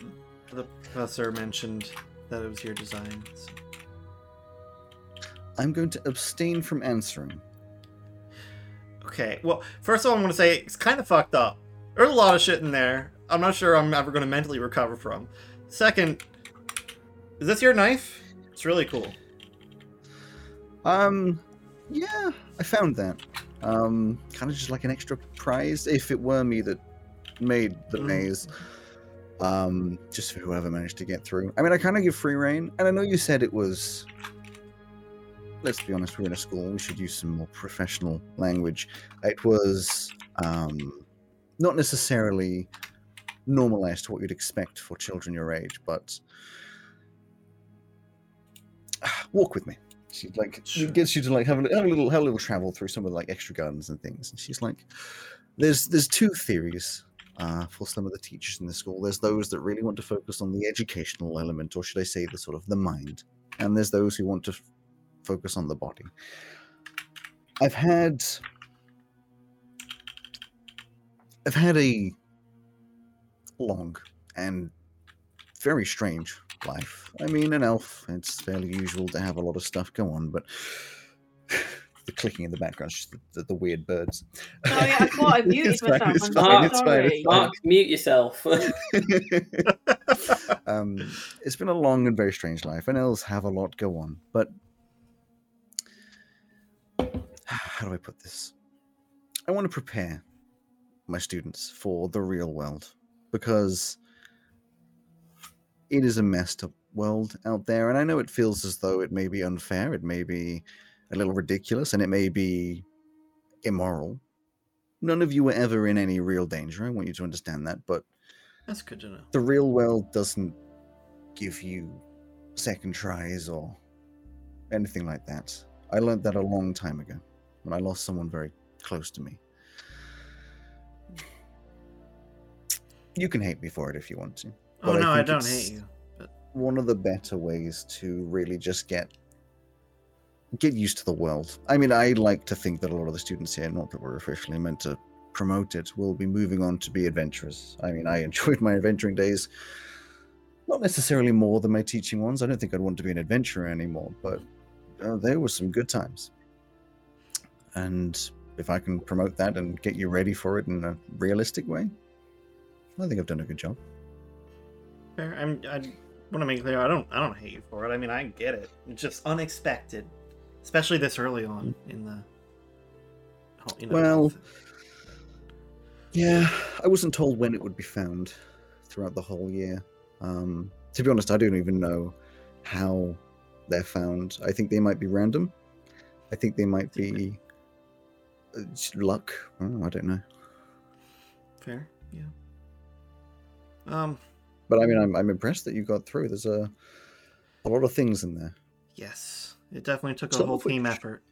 the professor mentioned that it was your design. so-
I'm going to abstain from answering.
Okay, well, first of all, I'm gonna say it's kind of fucked up. There's a lot of shit in there. I'm not sure I'm ever gonna mentally recover from. Second, is this your knife? It's really cool.
Um, yeah, I found that. Um, kind of just like an extra prize if it were me that made the
Mm.
maze. Um, just for whoever managed to get through. I mean, I kind of give free reign, and I know you said it was. Let's be honest, we're in a school. We should use some more professional language. It was um, not necessarily normalized to what you'd expect for children your age, but walk with me. She like
Sure.
gets you to like have a, have a little have a little travel through some of like extra gardens and things. And she's like, "There's there's two theories uh, for some of the teachers in the school. There's those that really want to focus on the educational element, or should I say, the sort of the mind, and there's those who want to f- focus on the body. I've had I've had a long and very strange life. I mean, an elf, it's fairly usual to have a lot of stuff go on, but the clicking in the background, is just the, the, the weird birds.
Oh, yeah, I thought I muted
It's fine,
myself.
it's
I'm
fine,
so
it's fine, it's
sorry.
fine.
Mark, mute yourself.
um, it's been a long and very strange life, and elves have a lot go on. But how do I put this? I want to prepare my students for the real world because it is a messed up world out there, and I know it feels as though it may be unfair, it may be a little ridiculous, and it may be immoral. None of you were ever in any real danger. I want you to understand that, but
That's good to know.
the real world doesn't give you second tries or anything like that. I learned that a long time ago when I lost someone very close to me. You can hate me for it if you want to.
Oh
But I
no, I,
think
don't
it's-
hate you.
One of the better ways to really just get get used to the world. I mean, I like to think that a lot of the students here, not that we're officially meant to promote it, will be moving on to be adventurers. I mean, I enjoyed my adventuring days, not necessarily more than my teaching ones. I don't think I'd want to be an adventurer anymore, but uh, there were some good times. And if I can promote that and get you ready for it in a realistic way, I think I've done a good job.
Fair. I'm, I want to make clear. I don't. I don't hate you for it. I mean, I get it. It's just unexpected, especially this early on in the. oh, you know,
Well,
the-
Yeah, I wasn't told when it would be found throughout the whole year. Um, to be honest, I don't even know how they're found. I think they might be random. I think they might be uh, just luck. Oh, I don't know.
fair. Yeah. Um.
But I mean, I'm, I'm impressed that you got through. There's a a lot of things in there,
Yes, it definitely took a
Some
whole
of which-
team effort.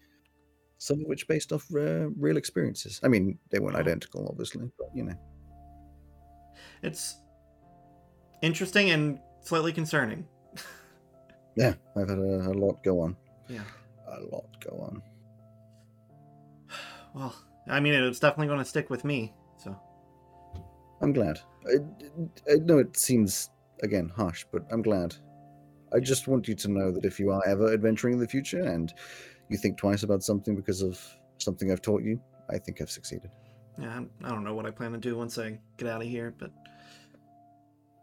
some of which based off uh, real experiences. I mean, they weren't identical, obviously, but you know.
It's interesting and slightly concerning.
Yeah, I've had a, a lot go on.
Yeah.
A lot go on.
Well, I mean, it's definitely going to stick with me. So
I'm glad. I, I know it seems, again, harsh, but I'm glad. I just want you to know that if you are ever adventuring in the future and you think twice about something because of something I've taught you, I think I've succeeded.
yeah, I'm- I don't know what I plan to do once I get out of here, but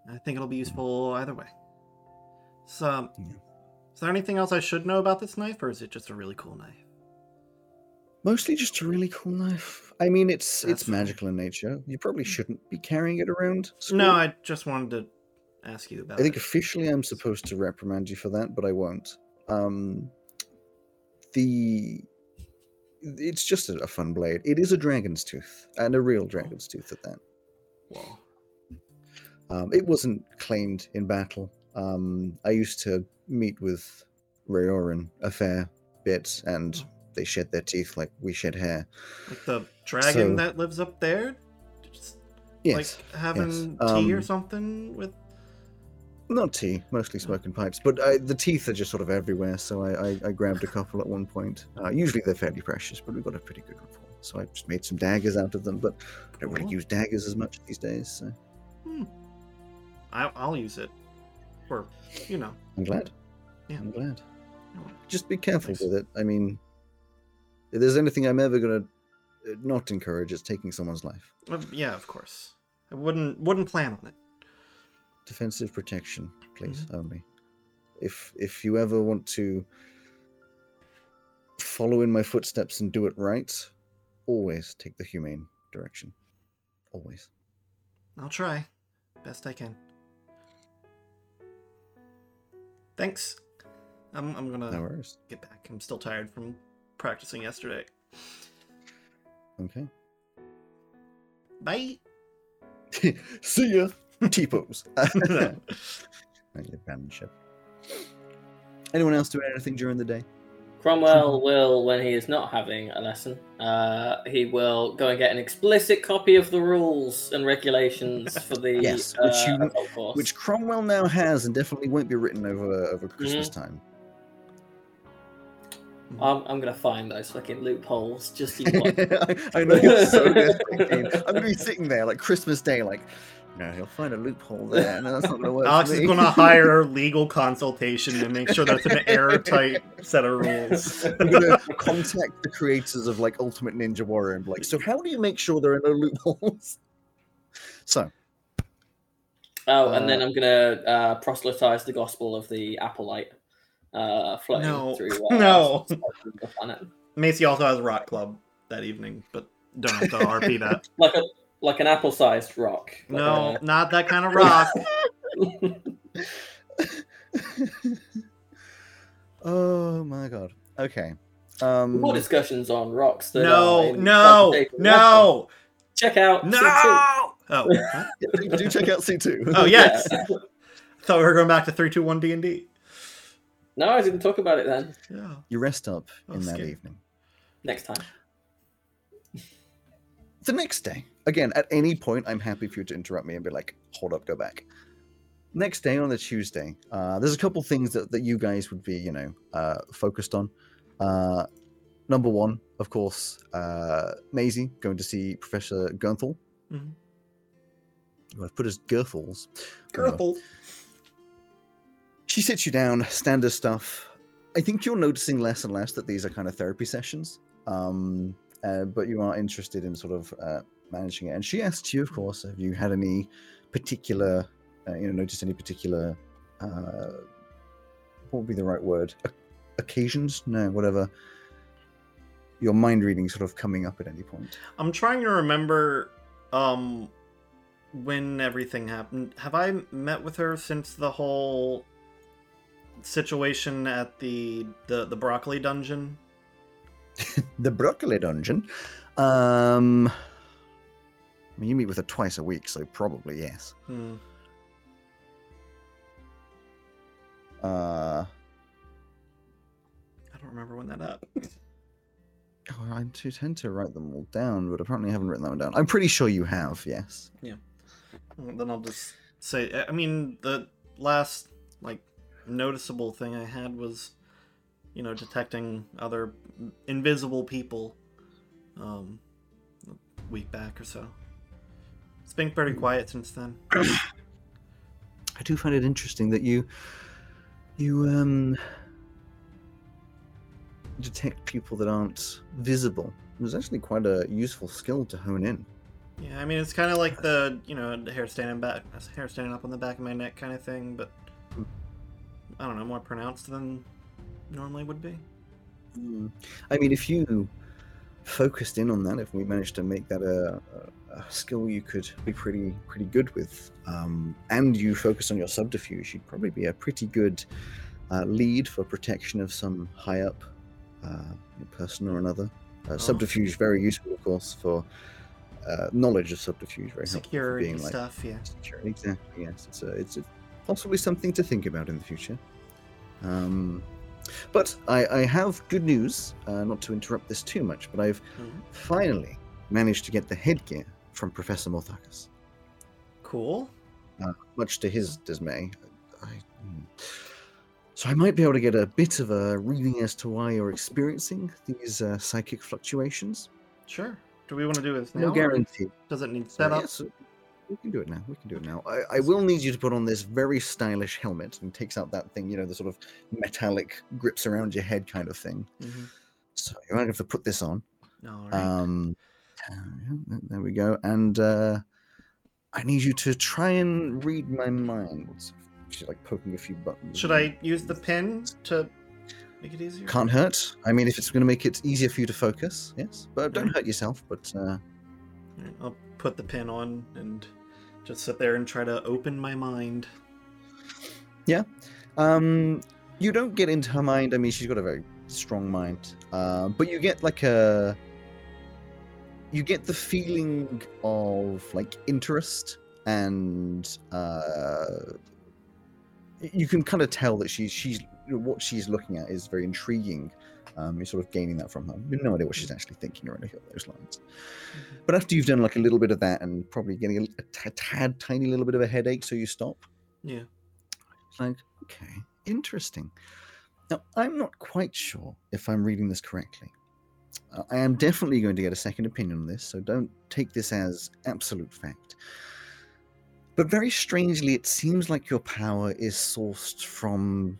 I think it'll be useful either way. So, um,
Yeah.
is there anything else I should know about this knife, or is it just a really cool knife?
Mostly just a really cool knife. I mean, it's
That's
it's
fine.
magical in nature. You probably shouldn't be carrying it around.
No,
school.
I just wanted to ask you about
I think
it.
officially I'm supposed to reprimand you for that, but I won't. Um, the it's just a, a fun blade. It is a dragon's tooth, and a real dragon's tooth at that.
Whoa.
Um, it wasn't claimed in battle. Um, I used to meet with Rayoran a fair bit, and they shed their teeth like we shed hair.
Like the dragon
So-
that lives up there? Just
Yes,
like having
yes.
tea or
Um,
something with
not tea, mostly smoking pipes, but I, the teeth are just sort of everywhere. So I, I, I grabbed a couple at one point. Uh, usually they're fairly precious, but we got a pretty good one for. 'em. So I just made some daggers out of them, but I don't really
Cool.
use daggers as much these days. So
I, I'll use it. Or, you know,
I'm glad.
Yeah.
I'm glad.
No.
Just be careful
Nice.
with it. I mean, if there's anything I'm ever gonna uh, not encourage, it's taking someone's life.
uh, yeah, of course. I wouldn't wouldn't plan on it.
defensive protection, please only. If if you ever want to follow in my footsteps and do it right, always take the humane direction. Always.
I'll try, best I can. Thanks. I'm I'm gonna
No worries.
get back. I'm still tired from practicing yesterday.
Okay.
Bye.
See ya. T pose.
No.
Anyone else do anything during the day?
Cromwell will, when he is not having a lesson, uh, he will go and get an explicit copy of the rules and regulations for the
Yes,
uh,
which you-
occult course.
Which Cromwell now has and definitely won't be written over over Christmas
Mm.
time.
I'm, I'm gonna find those fucking loopholes. Just you watch.
I, I know you're so desperate. I'm gonna be sitting there like Christmas Day, like, no, he'll find a loophole there. No, that's not gonna work. for
Alex is
me."
gonna hire legal consultation to make sure that's an airtight set of rules.
I'm gonna contact the creators of like Ultimate Ninja Warrior and be like, so how do you make sure there are no loopholes? So,
oh, and then
Uh,
I'm gonna uh, proselytize the gospel of the Applelite uh, floating
No.
through. Uh,
No.
the planet.
Macy also has a rock club that evening, but don't have to RP that.
like a like an apple-sized rock. Like
No,
a-
not that kind of rock.
oh my god. Okay.
more
Um,
discussions on rocks. That are
Mm. No,
in
no,
Consultation Wrestling.
no,
Check out. C2.
no. Oh, what?
do check out C two.
oh yes. Thought we were going back to three, two, one, D and D.
No, I didn't talk about it then.
Yeah.
You rest up
Oh,
in that
skip.
evening.
Next time.
the next day again at any point i'm happy for you to interrupt me and be like hold up go back next day on the tuesday uh, there's a couple things that, that you guys would be you know uh, focused on uh, number one of course uh, Maisie going to see professor gunthal
Mhm.
who i've put as girthals Uh,
Girl.
she sits you down, standard stuff. I think you're noticing less and less that these are kind of therapy sessions, um, uh, but you are interested in sort of uh, managing it. And she asked you, of course, have you had any particular, uh, you know, noticed any particular, uh, what would be the right word? O- occasions? No, whatever. Your mind reading sort of coming up at any point.
I'm trying to remember um when everything happened. Have I met with her since the whole situation at the the, the broccoli dungeon?
The broccoli dungeon. Um, I mean, you meet with her twice a week, so probably yes.
Hmm.
Uh,
I don't remember when that happened.
oh, I do tend to write them all down, but apparently I haven't written that one down. I'm pretty sure you have, yes.
Well, then I'll just say. I- I mean, the last like noticeable thing I had was, you know, detecting other invisible people, um, a week back or so. It's been pretty quiet since then.
I do find it interesting that you you um detect people that aren't visible. It was actually quite a useful skill to hone in.
Yeah, I mean, it's kind of like the you know the hair standing back, hair standing up on the back of my neck kind of thing, but I don't know, more
Hmm.
pronounced than normally would be.
Mm. I mean, if you focused in on that, if we manage to make that a, a, a skill you could be pretty pretty good with, um, and you focus on your subterfuge, you'd probably be a pretty good uh, lead for protection of some high up uh, person or another. Uh, Subterfuge very useful, of course, for uh, knowledge of subterfuge. Very helpful for
Security
being, like,
stuff, yeah.
Sure, Exactly. Yes, it's a, it's a, possibly something to think about in the future. Um, but I, I have good news. Uh, not to interrupt this too much, but I've
Mhm.
finally managed to get the headgear from Professor Morthakis.
Cool.
Much to his dismay, I, hmm. so I might be able to get a bit of a reading as to why you're experiencing these uh, psychic fluctuations.
Sure. Do we want to do this now?
No
or
guarantee.
Does it need
So,
setup?
yes, we can do it now. We can do it now. I, I will need you to put on this very stylish helmet and takes out that thing, you know, the sort of metallic grips around your head kind of thing.
Mhm.
So you're going to have to put this on.
All right.
Um, uh, yeah, th- there we go. And uh, I need you to try and read my mind. What's- She's like poking a few buttons.
Should
and-
I use the pin to make it easier?
Can't hurt. I mean, if it's going to make it easier for you to focus, yes. But don't hurt yourself. But uh,
Alright, I'll put the pin on and just sit there and try to open my mind.
Um, you don't get into her mind. I mean, she's got a very strong mind, uh, but you get like a you get the feeling of like interest, and uh, y- you can kind of tell that she's she's what she's looking at is very intriguing. Um, you're sort of gaining that from her. You have no idea what she's actually thinking or anything along those lines. But after you've done like a little bit of that and probably getting a, a t- tad tiny little bit of a headache, so you stop.
Yeah.
It's like, okay, interesting. Now, I'm not quite sure if I'm reading this correctly. Uh, I am definitely going to get a second opinion on this, so don't take this as absolute fact. But very strangely, it seems like your power is sourced from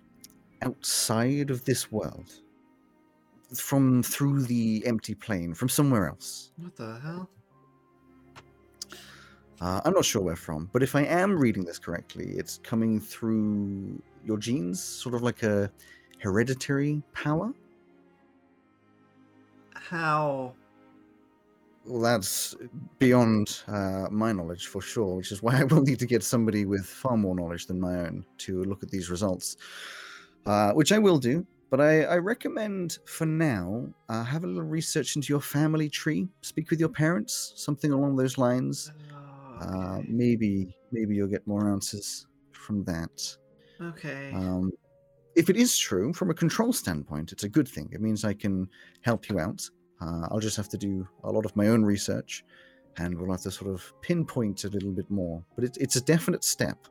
outside of this world, from through the empty plane, from somewhere else.
What the hell?
Uh, I'm not sure where from, but if I am reading this correctly, it's coming through your genes, sort of like a hereditary power.
How?
Well, that's beyond uh, my knowledge for sure, which is why I will need to get somebody with far more knowledge than my own to look at these results, uh, which I will do. But I, I recommend for now uh, have a little research into your family tree, speak with your parents, something along those lines. Uh,
Okay.
maybe maybe you'll get more answers from that.
okay.
Um, if it is true from a control standpoint, it's a good thing. It means I can help you out. Uh, I'll just have to do a lot of my own research, and we'll have to sort of pinpoint a little bit more. But it, it's a definite step.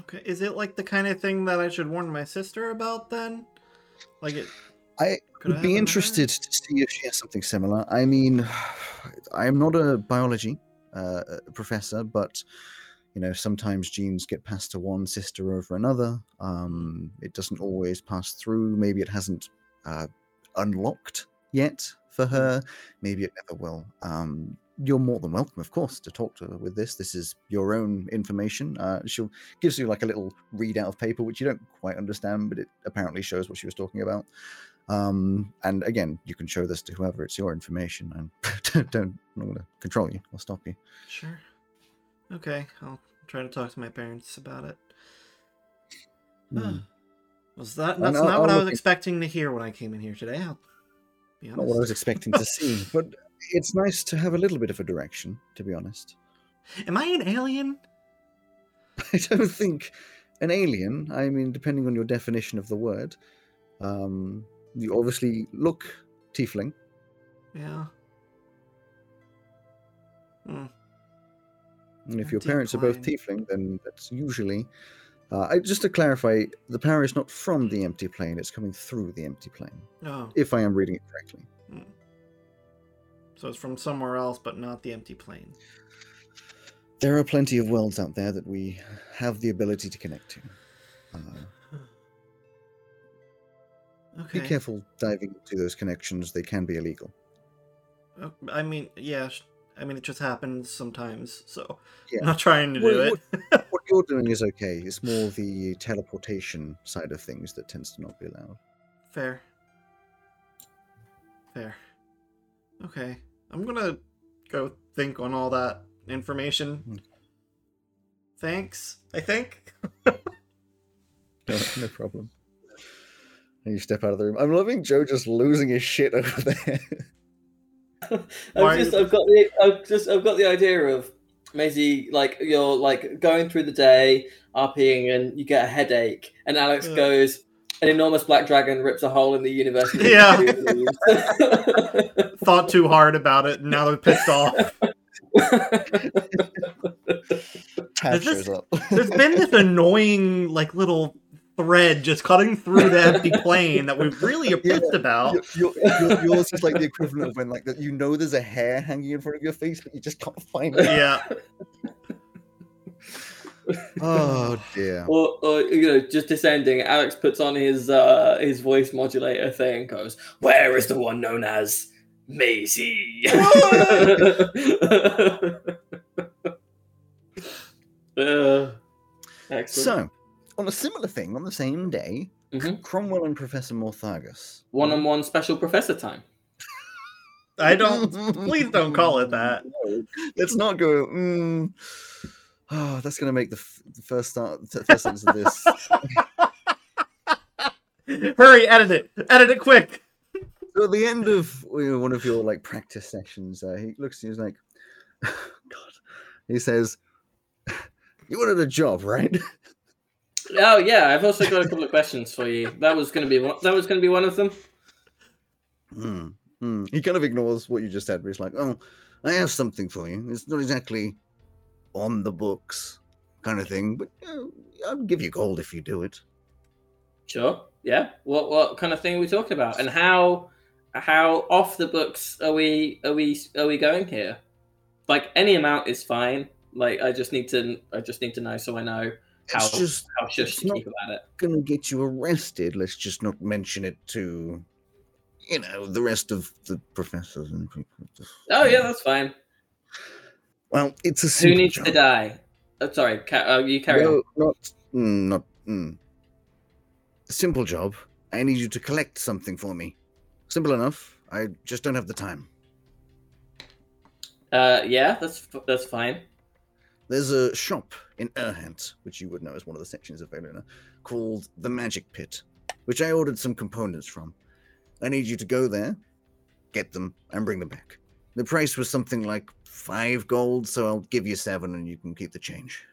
okay. Is it like the kind of thing that I should warn my sister about then? Like it.
I
could
Would be
happen to her?
interested to see if she has something similar. I mean, I'm not a biology uh, professor, but you know, sometimes genes get passed to one sister over another. Um, it doesn't always pass through. Maybe it hasn't uh, unlocked yet for her. Maybe it never will. Um, you're more than welcome, of course, to talk to her with this. This is your own information. Uh, she'll gives you like a little readout of paper, which you don't quite understand, but it apparently shows what she was talking about. Um, and again, you can show this to whoever. It's your information, and don't, don't I'm not gonna control you or stop you.
Sure. Okay. I'll try to talk to my parents about it.
Hmm.
Huh. Was that?
And
That's
I'll-
not what
I'll
I
look
was
in-
expecting to hear when I came in here today. I'll be honest.
Not what I was expecting to see, but it's nice to have a little bit of a direction, to be honest.
Am I an alien?
I don't think an alien. I mean, depending on your definition of the word, um, you obviously look tiefling.
Yeah. Hmm.
And if
I'm
your parents are both
deepline.
tiefling, then that's usually. Uh, I, just to clarify, the power is not from the empty plane; it's coming through the empty plane.
Oh,
If I am reading it correctly.
so it's from somewhere else, but not the empty plane.
There are plenty of worlds out there that we have the ability to connect to. Uh,
Okay.
Be careful diving into those connections, they can be illegal.
Oh, I mean, yeah. sh- I mean, it just happens sometimes. So
Yeah.
I'm not trying to
Well,
do
it
it.
What you're doing is okay, it's more the teleportation side of things that tends to not be allowed.
Fair. Fair. Okay. I'm gonna go think on all that
Hmm.
information. Thanks. I think.
No, no problem. And you step out of the room. I'm loving Joe just losing his shit over there.
Why-
I've just I've got the I've just I've got the idea of Maisie like you're like going through the day RPing and you get a headache and Alex
Yeah.
goes an enormous black dragon rips a hole in the universe. and
Yeah.
everybody leaves."
Thought too hard about it and now they're pissed off.
Tab
Is this-
shows up.
There's been this annoying like little thread just cutting through the empty plane that we really are
Yeah.
pissed about.
Your- your- your- yours is like the equivalent of when like that you know there's a hair hanging in front of your face, but you just can't find it.
Yeah.
Oh dear.
or, or you know just descending. Alex puts on his uh his voice modulator thing and goes, "Where is the one known as Maisie?" uh, excellent.
So, on a similar thing, on the same day,
Mm-hmm.
Mhm.
Cromwell and Professor Morthagus.
one-on-one special professor time.
I don't please don't call it that.
No, let's not go. Mm, oh, that's going to make the, f- the first start, the first sentence of this.
Hurry, edit it. Edit it quick.
So at the end of you know, one of your like practice sessions, uh, he looks and he's like, "God," he says, "You wanted a job, right?"
Oh yeah, I've also got a couple of questions for you. That was going to be one, that was going to be one of them.
Hmm, hmm. He kind of ignores what you just said, but he's like, "Oh, I have something for you. It's not exactly on the books, kind of thing, but you know, I'll give you gold if you do it."
Sure. Yeah. What what kind of thing are we talking about? And how how off the books are we are we are we going here? Like any amount is fine. Like I just need to I just need to know so I know
It's
How-
just
how shush
It's
to
not-
keep about it.
gonna get you arrested. Let's just not mention it to, you know, the rest of the professors and people.
Oh yeah, that's fine.
Well, it's a
Who
simple
needs
job.
to die? Oh, sorry, ca- oh, you carry
no,
on.
not mm, not mm. simple job. I need you to collect something for me. Simple enough. I just don't have the time.
Uh, yeah, that's f- that's fine.
There's a shop in Erhant, which you would know as one of the sections of Valona, called the Magic Pit, which I ordered some components from. I need you to go there, get them, and bring them back. The price was something like five gold, so I'll give you seven and you can keep the change.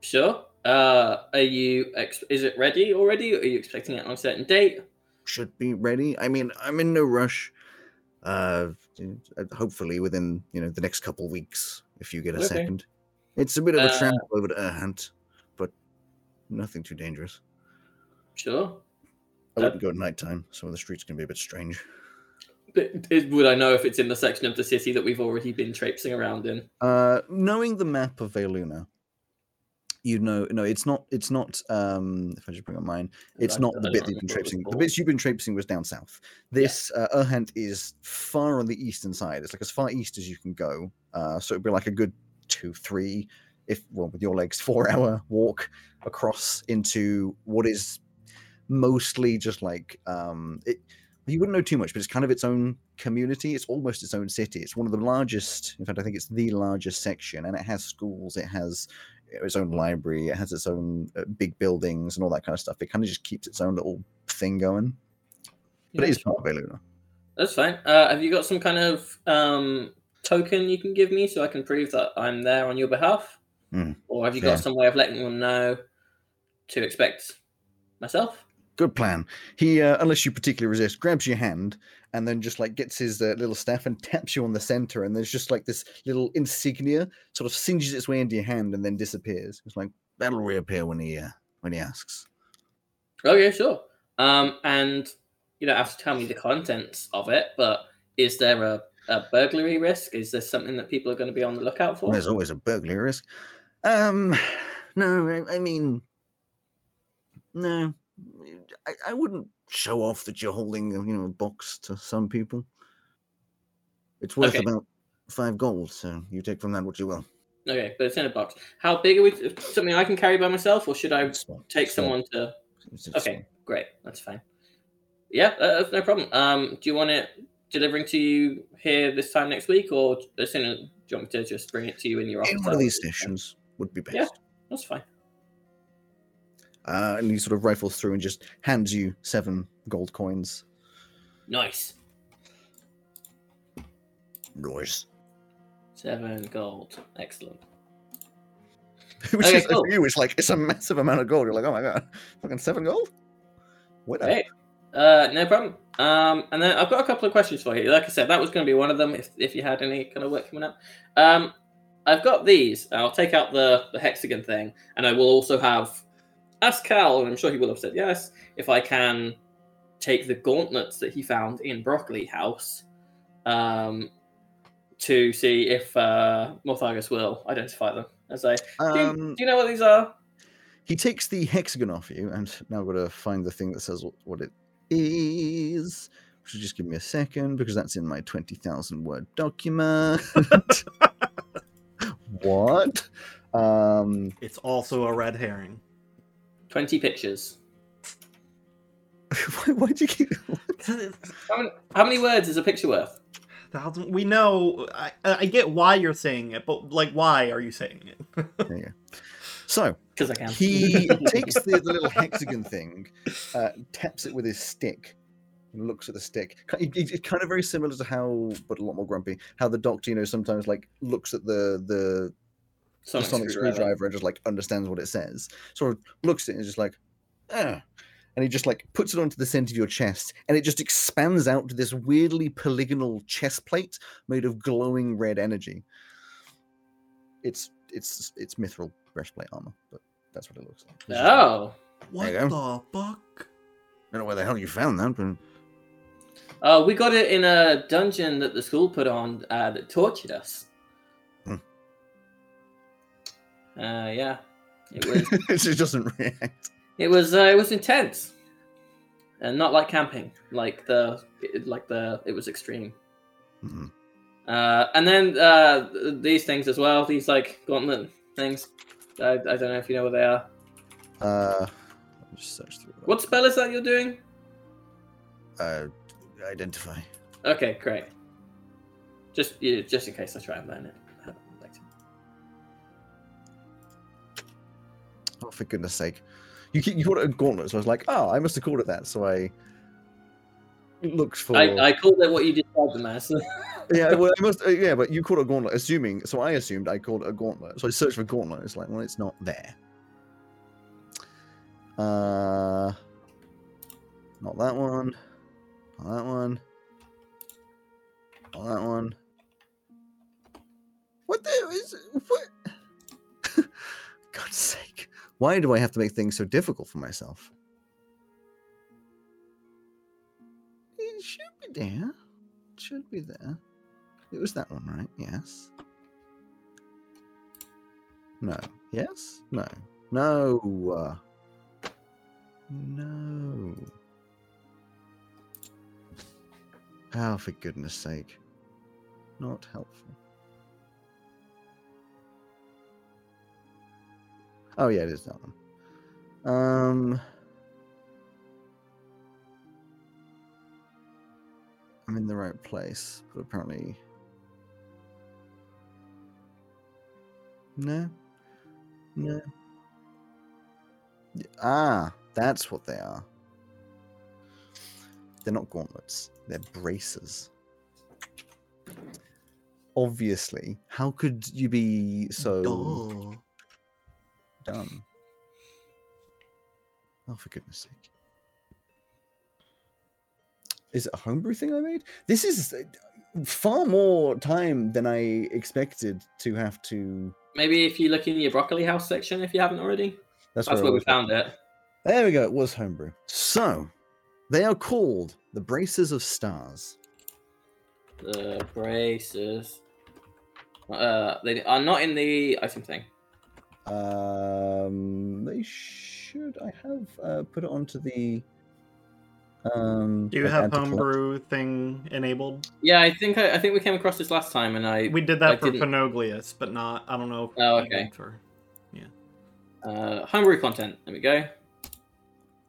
Sure. Uh, are you? Ex- is it ready already? Are you expecting it on a certain date?
Should be ready. I mean, I'm in no rush. Uh, hopefully within you know the next couple weeks, if you get a
Okay.
second. It's a bit of a
Uh,
tramp over to Erhant, but nothing too dangerous.
Sure.
I
Uh,
wouldn't go at night time. Some of the streets can be a bit strange.
But is- would I know if it's in the section of the city that we've already been traipsing around in?
Uh, knowing the map of Veluna, you know, no, it's not. It's not. Um, if I should bring up mine, it's
I-
not
I
the
don't
bit that you've been
remember what it was
traipsing. The
called.
bits you've been traipsing was down south. This uh, Erhant is far on the eastern side. It's like as far east as you can go. Uh, so it'd be like a good two, three, if well, with your legs, four-hour walk across into what is mostly just like um, it. You wouldn't know too much, but it's kind of its own community. It's almost its own city. It's one of the largest. In fact, I think it's the largest section, and it has schools. It has its own library. It has its own uh, big buildings and all that kind of stuff. It kind of just keeps its own little thing going. But it is part of Eluna.
That's fine. Uh, have you got some kind of um, token you can give me so I can prove that I'm there on your behalf?
Hmm,
Or have you
yeah.
got some way of letting them know to expect myself?
Good plan. He, uh, unless you particularly resist, grabs your hand and then just like gets his uh, little staff and taps you on the center. And there's just like this little insignia sort of singes its way into your hand and then disappears. It's like that'll reappear when he uh, when he asks.
Okay, Oh, sure. Um, and you don't have to tell me the contents of it, but is there a, a burglary risk? Is there something that people are going to be on the lookout for?
There's always a burglary risk. Um, no, I, I mean, no, I, I wouldn't show off that you're holding, you know, a box to some people. It's worth
Okay.
about five gold, so you take from that what you will.
Okay, but it's in a box. How big are we? Something I can carry by myself, or should I
It's small,
take
it's small,
someone to
it's- it's
Okay, great. That's fine. Yeah, uh, that's no problem. Um, do you want it delivering to you here this time next week, or as soon as do you want me to just bring it to you in your office?
In one of these sessions would be best.
Yeah. That's fine.
Uh, and he sort of rifles through and just hands you seven gold coins.
Nice.
Noise.
Seven gold. Excellent.
Which
Okay,
is
cool.
for you, it's like it's a massive amount of gold. You're like, oh my god, fucking seven gold. What? up?
Hey, uh, no problem. Um, and then I've got a couple of questions for you. Like I said, that was going to be one of them. If, if you had any kind of work coming up, um, I've got these. I'll take out the the hexagon thing, and I will also have ask Cal, and I'm sure he will have said yes if I can take the gauntlets that he found in Broccoli House. Um, to see if uh, Morthagus will identify them as a. Do, you-
Um,
do you know what these are?
he takes the hexagon off you, and now I've got to find the thing that says wh- what it is. Which will just give me a second because that's in my twenty thousand word document. what? Um,
It's also a red herring.
Twenty pictures.
why, why do you keep?
How many, how many words is a picture worth?
Thousand- we know. I, I get why you're saying it, but like, why are you saying it?
So
Because I can.
he takes the, the little hexagon thing, uh, taps it with his stick, and looks at the stick. Ki- it- it- It's kind of very similar to how, but a lot more grumpy, how the doctor, you know, sometimes like looks at the the, the
Sonic
sonic
screwdriver.
screwdriver and just like understands what it says. Sort of looks at it and is just like, ah. And he just like puts it onto the center of your chest, and it just expands out to this weirdly polygonal chest plate made of glowing red energy. It's it's it's mithril breastplate armor, but that's what it looks like. It's just-
Oh,
What
There you
the fuck?
I don't know where the hell you found that, but
uh, we got it in a dungeon that the school put on uh, that tortured us.
Hmm.
Uh, yeah, it was.
it just doesn't react.
it was. Uh, it was intense, and not like camping. Like the. it- Like the. It was extreme.
Mhm.
Uh, and then uh, th- these things as well. These like gauntlet things. I, I don't know if you know what they are.
Uh, I'll just search through. that.
What spell is that you're doing?
Uh, identify.
Okay, great. Just yeah, just in case I try and learn it. Like,
Oh, for goodness sake! You keep, you called it a gauntlet, so I was like, oh, I must have called it that. So I looked for.
I, I called it what you described them as.
Yeah, well, I must. uh, yeah, but you called it a gauntlet, assuming. So I assumed I called it a gauntlet. So I searched for gauntlet. It's like, well, it's not there. Uh, not that one. Not that one. Not that one. What the is what? God's sake! Why do I have to make things so difficult for myself? It should be there should be there. It was that one, right? Yes. No. Yes? No. No. uh, No. Oh, for goodness sake. Not helpful. Oh, yeah, it is that one. Um. I'm in the right place, but apparently. No. No. Y- Ah, that's what they are. They're not gauntlets, they're braces. Obviously, how could you be so
Duh.
dumb? Oh, for goodness sake. Is it a homebrew thing I made? This is uh, far more time than I expected to have to.
Maybe if you look in your broccoli house section, if you haven't already, that's
I
where we
was-
found it.
There we go. It was homebrew. So they are called the Braces of Stars.
The braces. Uh, they are not in the item thing.
Um, they should. I have uh, put it onto the. Um,
Do you
like,
have
add to collect.
homebrew thing enabled?
Yeah, I think I, I think we came across this last time, and I
We did
I
that for
didn't.
Panoglius, but not. I don't know. If
Oh,
we did
okay.
For
uh, homebrew content. There we go.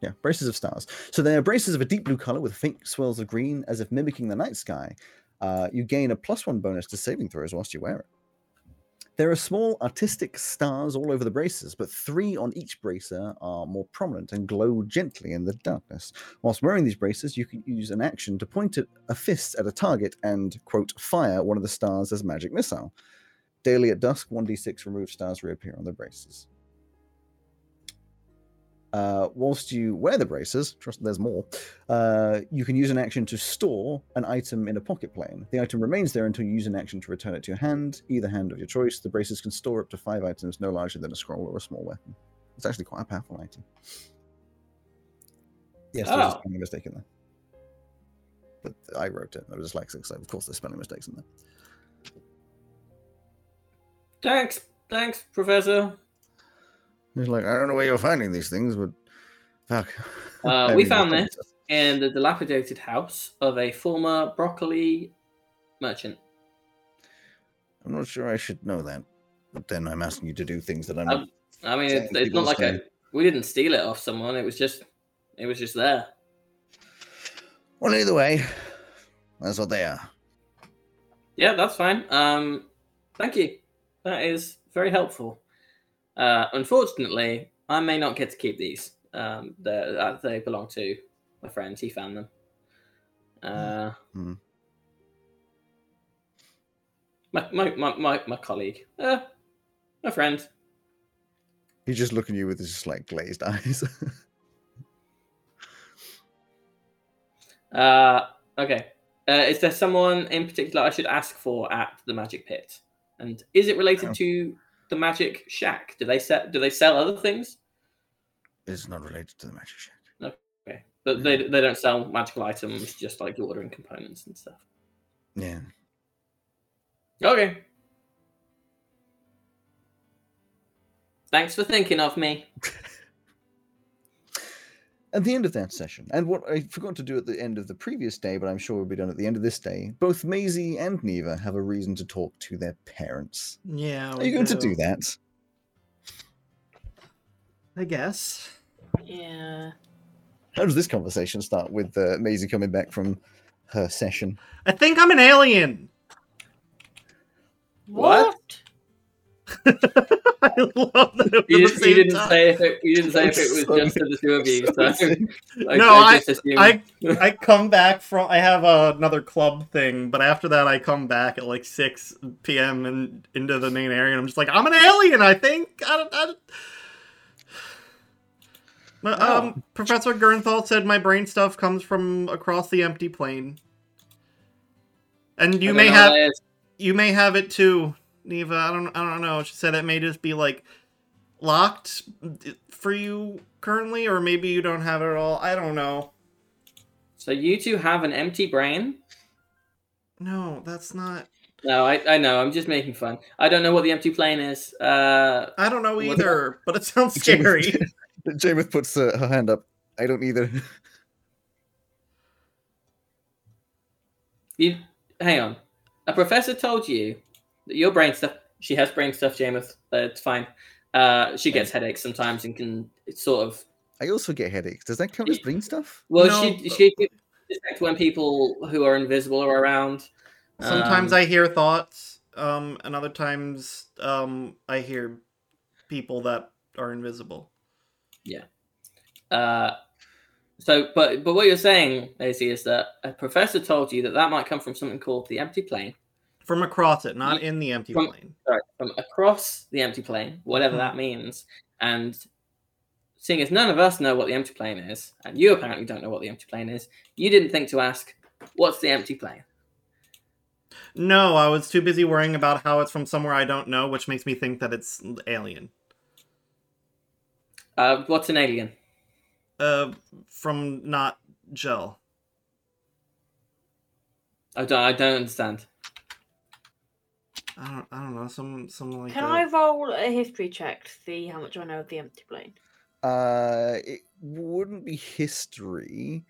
Yeah, braces of stars. So they are braces of a deep blue color with faint swirls of green, as if mimicking the night sky. Uh, you gain a plus one bonus to saving throws whilst you wear it. There are small artistic stars all over the braces, but three on each bracer are more prominent and glow gently in the darkness. Whilst wearing these braces, you can use an action to point a- a fist at a target and, quote, fire one of the stars as a magic missile. Daily at dusk, 1d6 removed stars reappear on the braces. Uh, whilst you wear the braces, trust there's more, uh, you can use an action to store an item in a pocket plane. The item remains there until you use an action to return it to your hand, either hand of your choice. The braces can store up to five items no larger than a scroll or a small weapon. It's actually quite a powerful item. Yes, there's a
Oh.
spelling mistake in there. But I wrote it. I was dyslexic, so of course there's spelling mistakes in there.
Thanks, thanks, Professor.
He's like, I don't know where you're finding these things, but fuck.
Uh,
I
we
mean,
found
nothing.
In the dilapidated house of a former broccoli merchant.
I'm not sure I should know that, but then I'm asking you to do things that I'm.
Um, I mean, it's,
Sounds
it's
people's
not like a, we didn't steal it off someone. It was just, it was just there.
Well, either way, that's what they are.
Yeah, that's fine. Um, thank you. That is very helpful. Uh, unfortunately, I may not get to keep these. Um, they uh, they belong to my friend. He found them. Uh,
Hmm.
my, my, my, my, my colleague. Uh, my friend.
He's just looking at you with his just like glazed eyes.
Uh, okay. Uh, is there someone in particular I should ask for at the Magic Pit? And is it related
No.
to the Magic Shack? Do they sell? Do they sell other things?
it's not related to the magic shack.
Okay, but
Hmm.
they they don't sell magical items, just like you're ordering components and stuff.
Yeah.
Okay. Thanks for thinking of me.
At the end of that session, and what I forgot to do at the end of the previous day, but I'm sure will be done at the end of this day, both Maisie and Neva have a reason to talk to their parents.
Yeah.
Are you going to
Oh,
do that?
I guess.
Yeah.
How does this conversation start with uh, Maisie coming back from her session?
I think I'm an alien.
What?
I love that. It
You, didn't-
was the
you
same
didn't
time.
say if it, you didn't say if it was
So-
just for the two of you. So I,
No,
I just assumed-
I I come back from I have uh, another club thing, but after that I come back at like six p.m. and into the main area, and I'm just like, I'm an alien. I think. I don't. I don't... But,
Oh.
Um, Professor Gernthal said my brain stuff comes from across the empty plane, and
I
you
don't
may
know
have
what that is.
you may have it too, Neva. I don't I don't know. She said it may just be like locked for you currently, or maybe you don't have it at all. I don't know.
So you two have an empty brain.
No, that's not.
No, I, I know. I'm just making fun. I don't know what the empty plane is. Uh,
I don't know
What-
either, but it sounds scary.
Jameth puts uh, her hand up. I don't either.
You hang on. A professor told you that your brain stuff. She has brain stuff, Jameth. Uh, it's fine. Uh, she gets headaches sometimes and can it's sort of.
I also get headaches. Does that count as brain stuff?
Well,
No,
she she can detect when people who are invisible are around.
Sometimes
Um,
I hear thoughts, um, and other times um, I hear people that are invisible.
I. Uh, so, but but what you're saying, Lacey, is that a professor told you that that might come from something called the empty plane,
From across it, not in the empty
From-
plane.
sorry, from across the empty plane, whatever that means. And seeing as none of us know what the empty plane is, and you apparently don't know what the empty plane is, you didn't think to ask, what's the empty plane?
No, I was too busy worrying about how it's from somewhere I don't know, which makes me think that it's alien.
Uh, what's an alien?
Uh, from not gel.
I don't, I don't understand.
I don't. I don't know. Some. Someone like
Can
that.
I roll a history check to see how much I know of the empty plane?
Uh, it wouldn't be history.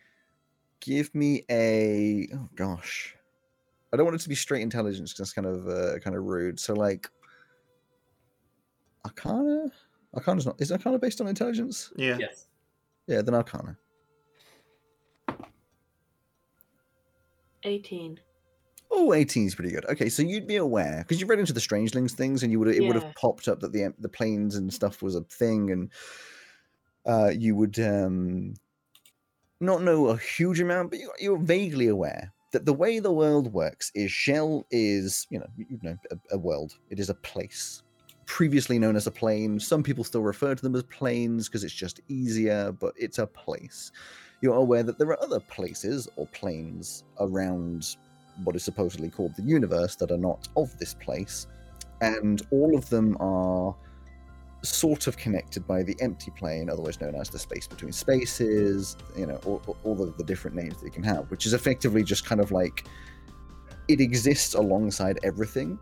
Give me a oh gosh, I don't want it to be straight intelligence because that's kind of uh, kind of rude. So like, Arcana, Arcana's not is Arcana based on intelligence?
Yeah.
Yes.
Yeah, then Arcana.
18.
Oh, 18 is pretty good. Okay, so you'd be aware because you read into the Strangelings things, and you would it would
Yeah.
have popped up that the em- the planes and stuff was a thing, and uh, you would um, not know a huge amount, but you, you're vaguely aware that the way the world works is Shell is you know you know a, a world. It is a place previously known as a plane. Some people still refer to them as planes because it's just easier, but it's a place. You're aware that there are other places or planes around what is supposedly called the universe that are not of this place, and all of them are sort of connected by the empty plane, otherwise known as the space between spaces, you know, all, all- all of the different names that you can have, which is effectively just kind of like it exists alongside everything,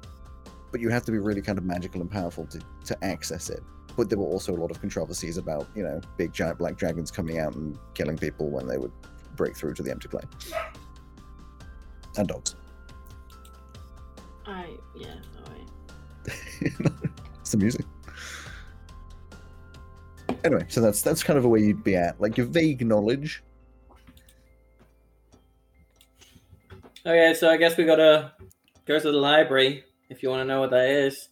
but you have to be really kind of magical and powerful to, to access it. But there were also a lot of controversies about, you know, big giant black dragons coming out and killing people when they would break through to the empty plane. And dogs.
I, yeah, alright.
it's the music. Anyway, so that's that's kind of a way you'd be at, like your vague knowledge.
Okay, so I guess we gotta go to the library if you want to know what that is.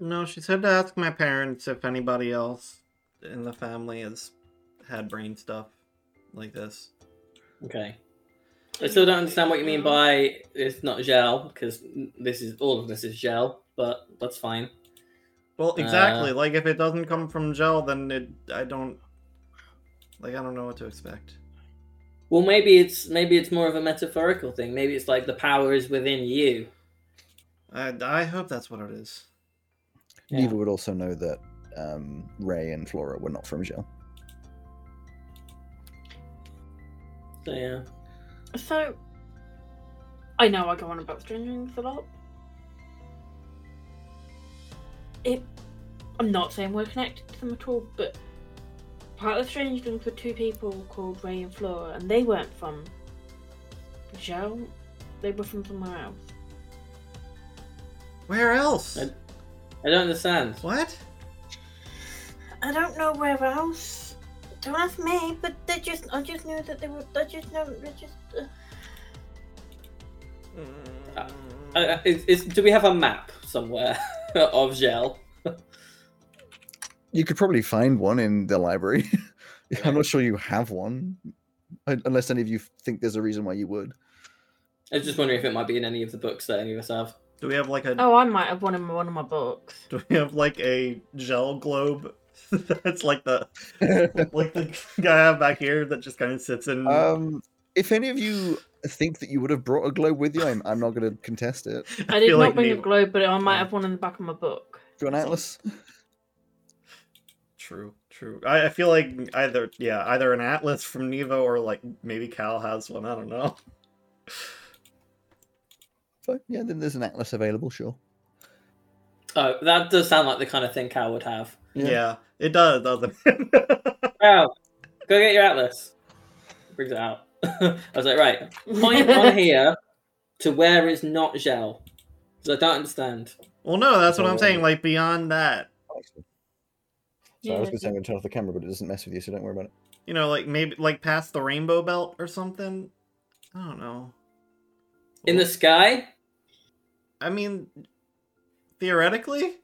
No, she said to ask my parents if anybody else in the family has had brain stuff like this.
Okay. I still don't understand what you mean by it's not gel because this is all of this is gel, but that's fine.
Well, exactly.
Uh.
like if it doesn't come from gel, then it I don't like I don't know what to expect.
Well, maybe it's maybe it's more of a metaphorical thing. Maybe it's like the power is within you.
I I hope that's what it is.
Yeah.
Neva would also know that um, Ray and Flora were not from Gel.
So yeah.
So, I know I go on about Stranger Things a lot. It, I'm not saying we're connected to them at all, but part of Stranger Things were two people called Ray and Flora, and they weren't from Gel. They were from somewhere else.
Where else?
I- I don't understand.
What?
I don't know where else. Don't ask me, but they just, I just knew that they were, I just know, they just, uh,
Uh, Uh, is, is, do we have a map somewhere of gel?
You could probably find one in the library. I'm not sure you have one, un- unless any of you think there's a reason why you would.
I was just wondering if it might be in any of the books that any of us have.
Do we have like a
oh, I might have one in one of my books.
do we have like a gel globe? that's like the like the guy I have back here that just kind of sits in.
um, if any of you think that you would have brought a globe with you, I'm, I'm not going to contest it. Do
I did
feel
not
like
bring a
Nemo-
globe, but I might
Yeah.
have one in the back of my book.
you want Atlas?
True, true. I, I feel like either yeah, either an atlas from Neva or like maybe Cal has one. I don't know.
Fine, yeah, then there's an Atlas available, sure.
Oh, that does sound like the kind of thing Cal would have.
Yeah, it does, doesn't it?
Cal, go get your atlas. Brings it out. I was like, right, point on here to where is not gel. Because I don't understand.
well, no, that's what I'm saying. Like beyond that,
So I was
Yeah,
going to say I'm going to turn off the camera, but it doesn't mess with you, so don't worry about it.
you know, like maybe like past the rainbow belt or something. I don't know.
In the sky?
I mean, theoretically,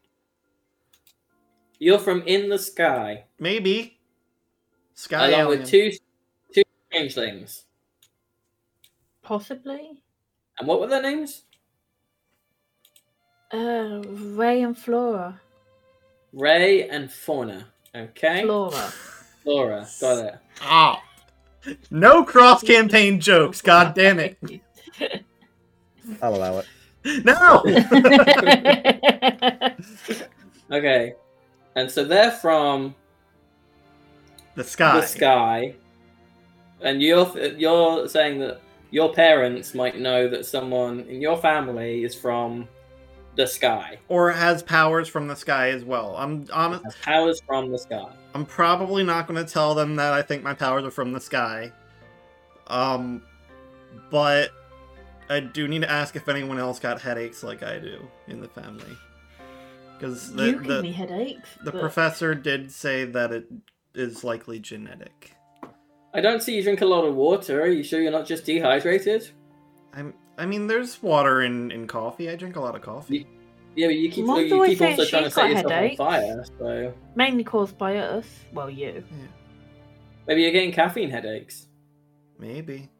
You're from in the sky.
maybe. Sky
along
alien.
with two two changelings.
Possibly.
And what were their names?
Uh, Ray and Flora.
Ray and Fauna. Okay.
Flora.
Flora. Got it.
Ah. No cross campaign jokes. God damn it.
I'll allow it.
No.
Okay. And so they're from
the sky.
the sky, and you're you're saying that your parents might know that someone in your family is from the sky,
Or has powers from the sky as well. I'm honest.
has powers from the sky.
I'm probably not going to tell them that I think my powers are from the sky. Um, but I do need to ask if anyone else got headaches like I do in the family. Because the
you give me
the,
headaches.
the
but
professor did say that it is likely genetic.
I don't see you drink a lot of water. Are you sure you're not just dehydrated?
I'm. I mean, there's water in in coffee. I drink a lot of coffee.
Yeah, but you keep,
Mum's
you
always
keep
saying
also trying to
she's
set
got
yourself
headaches.
on fire, so
Mainly caused by us. Well, you.
maybe you're getting caffeine headaches.
Maybe.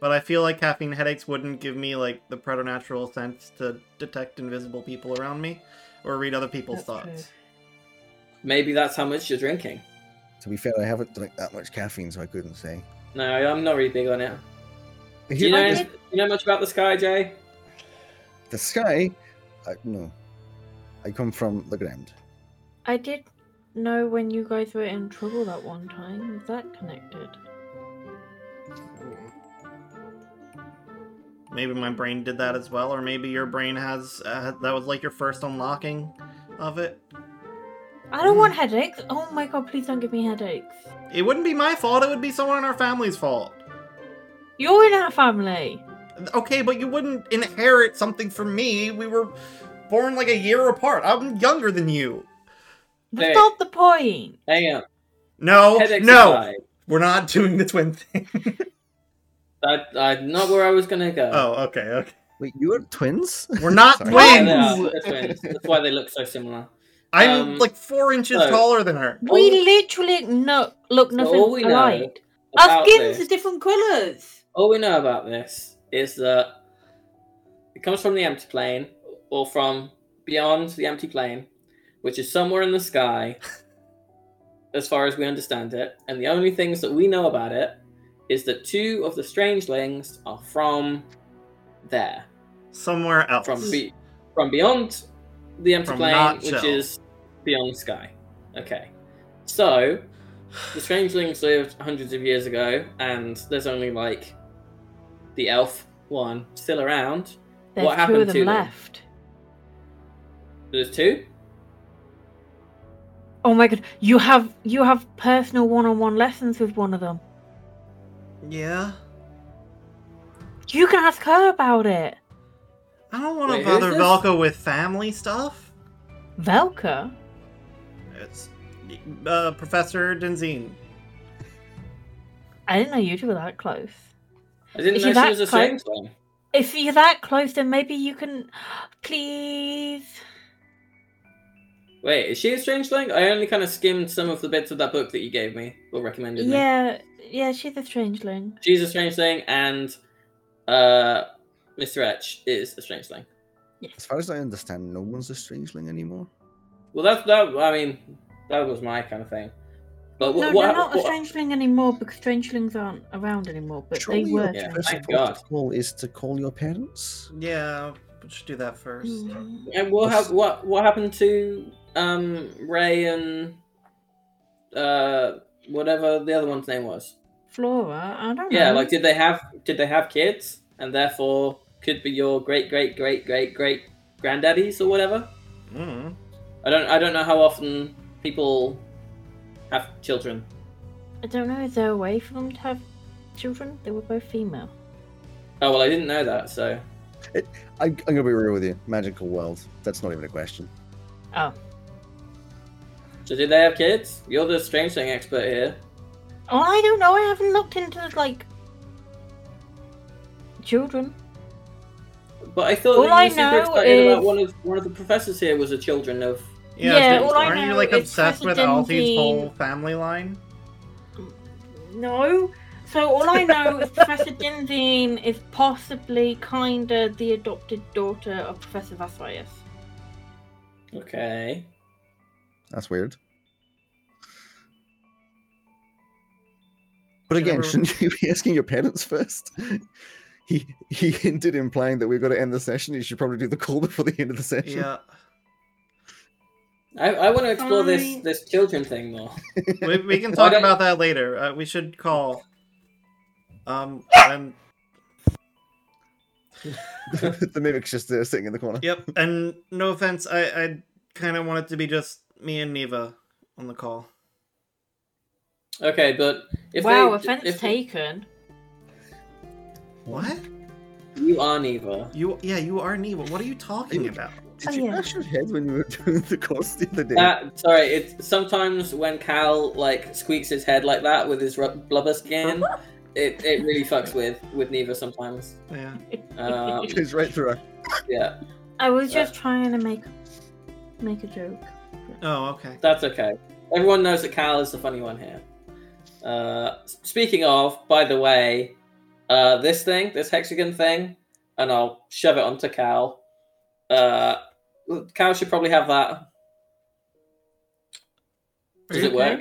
But I feel like caffeine headaches wouldn't give me like the preternatural sense to detect invisible people around me or read other people's
That's true.
thoughts.
Maybe that's how much you're drinking.
To be fair, I haven't drank that much caffeine, so I couldn't say.
No, I'm not really big on it.
If
Do you
you
know,
like
do you know much about the sky, Jay?
the sky, I, no. I come from the ground.
I did know when you guys were in trouble that one time. Is that connected?
Maybe my brain did that as well, or maybe your brain has uh, that was like your first unlocking of it.
I don't
Mm.
want headaches. Oh my god, please don't give me headaches.
It wouldn't be my fault. It would be someone in our family's fault.
You're in our family.
Okay, but you wouldn't inherit something from me. We were born like a year apart. I'm younger than you.
That's
Hey.
not the point.
Hang on.
No,
um, Headaches
Oh, no,
aside,
we're not doing the twin thing.
that, that's not where I was going to go.
oh, okay, okay.
Wait, you are twins?
We're not
Sorry.
Yeah,
twins.
they are.
Twins!
They're twins. That's why they look so similar.
I'm
Um,
like four inches
so-
taller than her.
We
All-
literally no look
So
nothing
all we know
alike. Our
About
skins
this-
are different colours.
all we know about this is that it comes from the empty plane or from beyond the empty plane, which is somewhere in the sky, as far as we understand it. And the only things that we know about it is that two of the strangelings are from there,
Somewhere else.
from be- from beyond the empty
From
plane,
not
which
shell.
is beyond the sky. Okay, so the Strangelings lived hundreds of years ago, and there's only like the elf one still around.
There's
What
two
happened
of them
to them?
left.
There's two.
Oh my god. You have you have personal one on one lessons with one of them.
yeah.
You can ask her about it.
I don't want to
Wait, who's
bother
this?
Velka with family stuff.
Velka?
It's uh, Professor Denzine.
I didn't know you two were that close.
I didn't
Is
know
she
she was a
that close?
Strangling.
If you're that close, then maybe you can please
Wait, is she a Strangeling? I only kind of skimmed some of the bits of that book that you gave me or recommended me.
Yeah, yeah, she's a strangeling.
She's a Strangeling, and uh, Mr. Etch is a Strangeling.
As far as I understand, no one's a strangeling anymore.
Well, that's that. I mean, that was my kind of thing. But what?
no,
what,
they're not a
what-
strangeling anymore because strangelings aren't around anymore, but
Surely
they
your
were.
Yeah,
first
thank
port of
God.
call is to call your parents?
Yeah, we should do that first.
Mm.
And what hap- what what happened to um Ray and uh whatever the other one's name was?
Flora, I don't know.
Yeah, like did they have did they have kids and therefore could be your great great great great great granddaddies or whatever?
Mm.
I don't I don't know how often people have children.
I don't know. Is there a way for them to have children? They were both female.
Oh well, I didn't know that. So
I'm, I'm gonna be real with you. Magical world. That's not even a question.
Oh,
so did they have kids? You're the strange thing expert here.
oh, I don't know. I haven't looked into like children.
But I thought
All
that you
I
were super
know
excited about
is-
one of one of the professors here was a children of
Yeah,
Yeah,
dude,
all I
aren't you
know
like
is
obsessed with
Professor
Althea's
Denzine-
whole family line?
No. So all I know is Professor Dinzine is possibly kinda the adopted daughter of Professor Vasilius.
okay.
That's weird. But
Should
again,
everyone-
shouldn't you be asking your parents first? He he hinted, implying that we've got to end the session. You should probably do the call before the end of the session.
Yeah.
I, I want to explore this
Fine.
this children thing more.
we, we can
Why
talk
don't-
about that later. Uh, we should call. Um, and
the mimic's just uh, sitting in the corner.
yep. And no offense, I I kind of want it to be just me and Neva on the call.
Okay, but if
wow,
they,
offense
if
taken.
What?
you are neither,
You yeah, you are Neva. What are you talking about?
Did
Oh,
you
yeah.
bash your head when you were doing the course the other day?
That sorry, it's sometimes when Cal like squeaks his head like that with his ru- blubber skin, it, it really fucks with with Neva sometimes.
Yeah.
Um,
It goes right through her.
yeah,
I was
Yeah.
just trying to make make a joke.
Oh, okay.
that's okay. Everyone knows that Cal is the funny one here. Uh, s- speaking of, by the way, uh, this thing, this hexagon thing, and I'll shove it onto Cal. Uh, Cal should probably have that. Does
Are
it
you
work?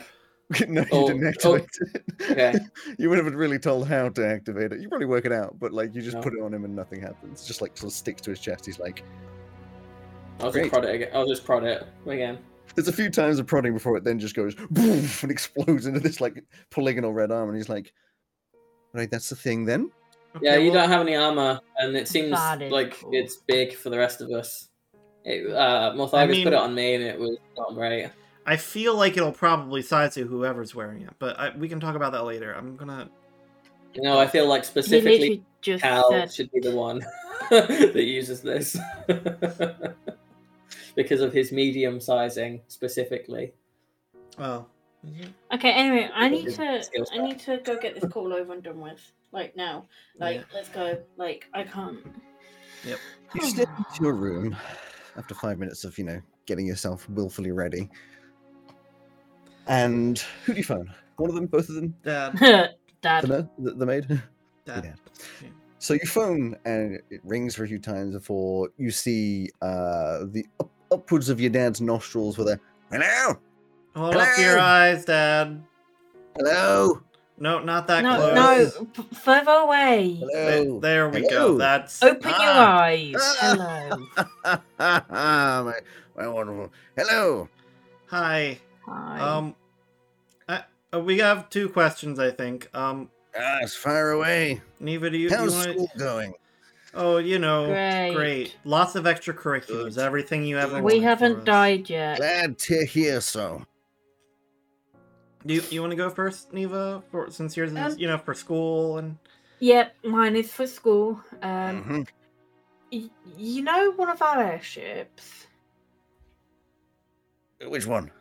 okay?
No, you
Oh,
didn't
oh,
activate it.
okay.
you would have been really told how to activate it. You probably work it out, but like you just
No.
put it on him and nothing happens. Just like sort of sticks to his chest. He's like,
I'll just
Great.
prod it again. I'll just prod it again.
there's a few times of prodding before it then just goes boom and explodes into this like polygonal red arm, and he's like, right, that's the thing then.
Yeah,
Okay,
you
well-
don't have any armor, and it seems
That is
like
cool.
it's big for the rest of us. It, uh, Morthagus
mean-
put it on me, and it was not great.
I feel like it'll probably side to whoever's wearing it, but I, we can talk about that later. I'm gonna.
You know, I feel like
He
specifically
literally just
Cal
said,
should be the one that uses this because of his medium sizing specifically.
Oh.
"Okay, anyway, I need
His
to
skill set.
I need to go get this call over and done with, like now. Like,
Yeah.
let's go. Like, I can't." Oh
Yep.
You slip into your room after five minutes of you know getting yourself willfully ready. And who do you phone? One of them, both of them,
Dad.
the,
Dad.
nu- the, the maid.
Dad.
So you phone and it rings for a few times before you see uh, the up- upwards of your dad's nostrils with a hello,
Hold up to your
Hello?
eyes, Dad.
hello,
No, not that
no,
close.
no, f- further away.
hello.
Th- There we
Hello.
go. That's.
Open your
Ah.
eyes.
Ah.
Hello.
my, my wonderful hello.
Hi.
Hi.
Um, I, uh, we have two questions, I think. Um,
Ah, it's far away.
Neva, do you, do you
How's
want
school going?
Oh, you know,
Great.
great. Lots of extracurriculars.
Good.
Everything you ever.
going
we
wanted
haven't
for us.
died yet.
Glad to hear so.
Do you, you want to go first, Neva? For, since yours is,
Um,
you know, for school and.
Yep, mine is for school. Um,
Mm-hmm.
Mhm.
y- you know, one of our airships.
Which one?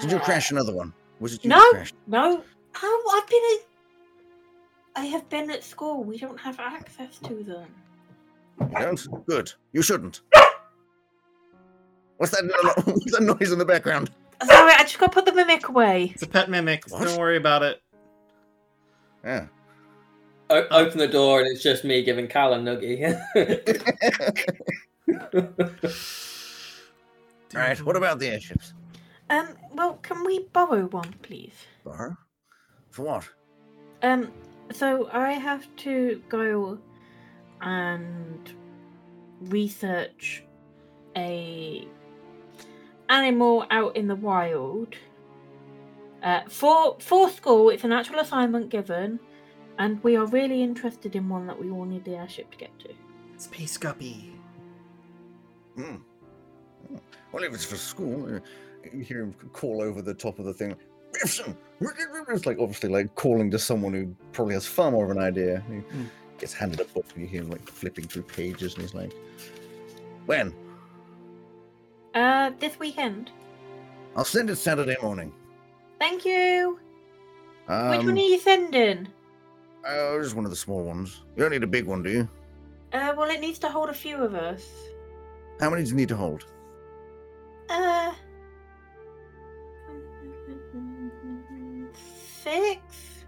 Did you
Uh,
crash another one? Was it you
No.
that crashed?
No. Oh, I've been at. I have been at school. We don't have access to them.
You don't? Good. You shouldn't. What's that, no- what's that noise in the background?
Sorry, I just got to put the mimic away.
It's a pet mimic. so
What?
Don't worry about it.
Yeah.
O- open the door, and it's just me giving Cal a nuggie.
All right. What about the airships?
Um, well, can we borrow one, please?
Bar? For what?
Um, so I have to go and research a animal out in the wild. Uh, for for school, it's an actual assignment given, and we are really interested in one that we all need the airship to get to.
Space guppy.
Hmm. Hmm. Well, if it's for school, uh, you hear him call over the top of the thing. "Rifson! Rifson!" It's like obviously like calling to someone who probably has far more of an idea. He
Hmm.
gets handed a book and you hear him like flipping through pages and he's like, When?
Uh, this weekend.
I'll send it Saturday morning.
Thank you.
Um,
Which one are you sending?
Oh, just one of the small ones. You don't need a big one, do you?
Uh, well, it needs to hold a few of us.
How many do you need to hold?
Uh. Six?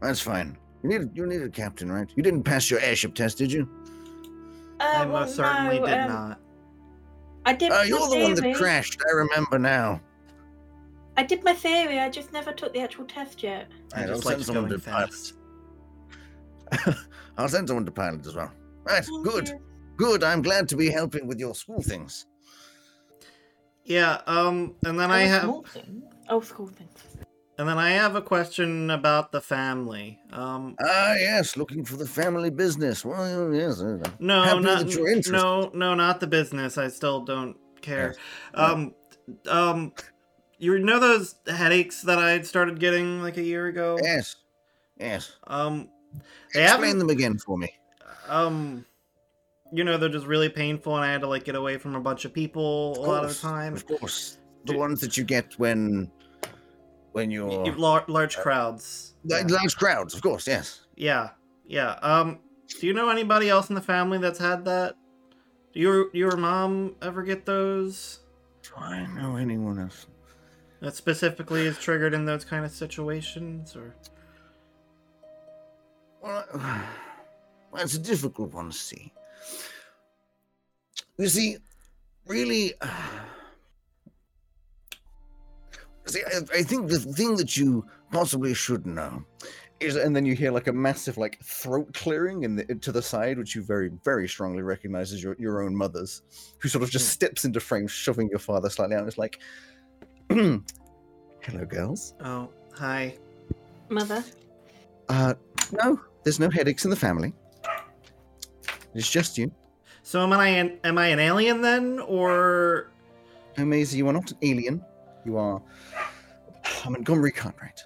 That's fine. You need you need a captain, right? You didn't pass your airship test, did you?
Uh,
I
well,
most certainly
no,
did
um,
not.
I did.
Uh,
my
you're the one that
theory.
crashed. I remember now.
I did my theory. I just never took the actual test yet.
I
Right, I'll
just
send
like
someone
going
to
fast.
pilot. I'll send someone to pilot as well. Right,
Thank
good,
you.
good. I'm glad to be helping with your school things.
Yeah. Um. And then I
Oh,
have.
school things. Oh, school things.
And then I have a question about the family. Um.
Ah, yes, looking for the family business. Well, yes. uh,
No,
Happy
not
that you're interested.
no, no, not the business. I still don't care.
Yeah.
Um, um, you know those headaches that I had started getting like a year ago.
Yes, yes.
Um, they
Explain
haven't.
them again for me.
Um, you know, they're just really painful, and I had to like get away from a bunch of people a lot of the time.
Of course, the
Ju-
ones that you get when when you're
You- lar- large
Uh,
crowds.
Like, large crowds, of course. Yes.
Yeah, yeah. Um, do you know anybody else in the family that's had that? Do your your mom ever get those?
Do I know anyone else?
That specifically is triggered in those kind of situations, or
Well, I- well, it's a difficult one to see. You see, really, see, I, I think the thing that you possibly should know is, and then you hear like a massive like throat clearing in the, to the side, which you very very strongly recognize as your your own mother's, who sort of just steps into frame, shoving your father slightly out. And it's like, hello, girls.
oh, hi.
Mother,
Uh, no, there's no headaches in the family. It's just you.
So am I an am I an alien then, or
No, Maisie, you are not an alien. You are a Montgomery Cartwright.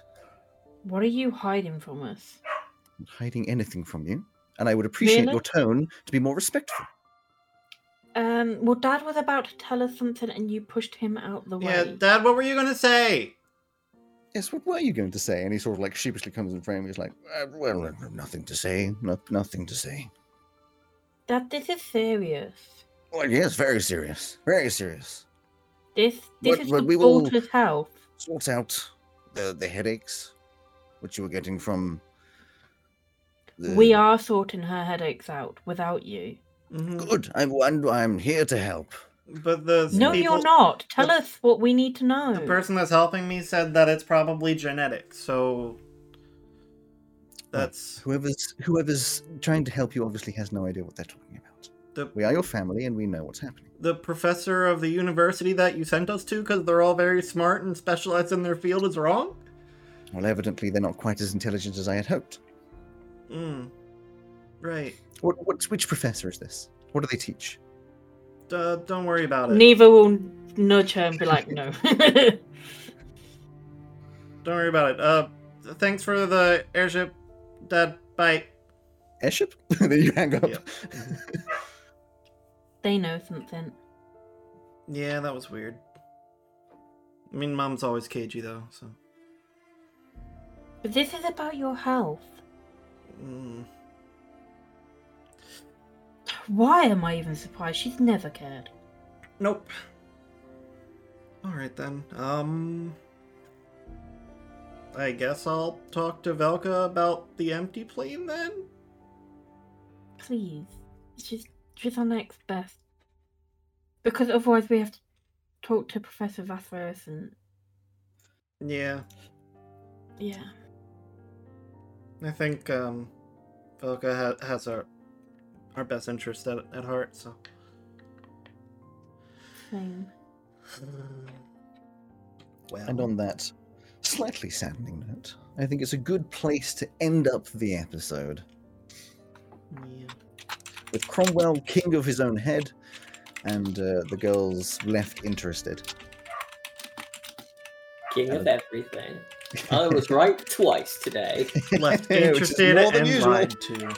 what are you hiding from us?
I'm not hiding anything from you, and I would appreciate
Really?
your tone to be more respectful.
Um, well, Dad was about to tell us something, and you pushed him out the way.
yeah, Dad? What were you gonna say?
Yes, what were you going to say? And he sort of like sheepishly comes in frame. He's like, uh, well, uh, nothing to say. No, nothing to say.
Dad, this is serious.
Well, yes, very serious. Very serious.
This this
But-
is
but
for
we will-
daughter's health.
Sort out the, the headaches, which you were getting from. the-
We are sorting her headaches out without you.
hmm
Good. I'm, I'm here to help.
But the
No,
people-
you're not. Tell
the-
us what we need to know.
The person that's helping me said that it's probably genetic, so that's
Whoever's whoever's trying to help you obviously has no idea what they're talking about.
the
We are your family, and we know what's happening.
the professor of the university that you sent us to because they're all very smart and specialized in their field is wrong.
Well, evidently they're not quite as intelligent as I had hoped.
Mm. Right.
What, what which professor is this? What do they teach?
Uh, don't worry about it.
Neva will nudge her and be like, no.
don't worry about it. Uh, thanks for the airship, Dad. Bye.
Airship? then you hang up.
Yep.
they know something.
Yeah, that was weird. I mean, Mom's always cagey though, so.
But this is about your health.
Mm.
Why am I even surprised? She's never cared.
Nope. All right then. Um I guess I'll talk to Velka about the empty plane then.
Please. She's, she's our next best. Because otherwise we have to talk to Professor Vathros and.
Yeah,
Yeah.
I think um Velka ha- has our our best interest at, at heart, so
Same.
well.
And on that slightly saddening note, I think it's a good place to end up the episode
Yeah.
with Cromwell king of his own head, and uh, the girls left interested.
King of everything. I was right twice today.
Left
Which is
interested
more than
and
usual.
lied to.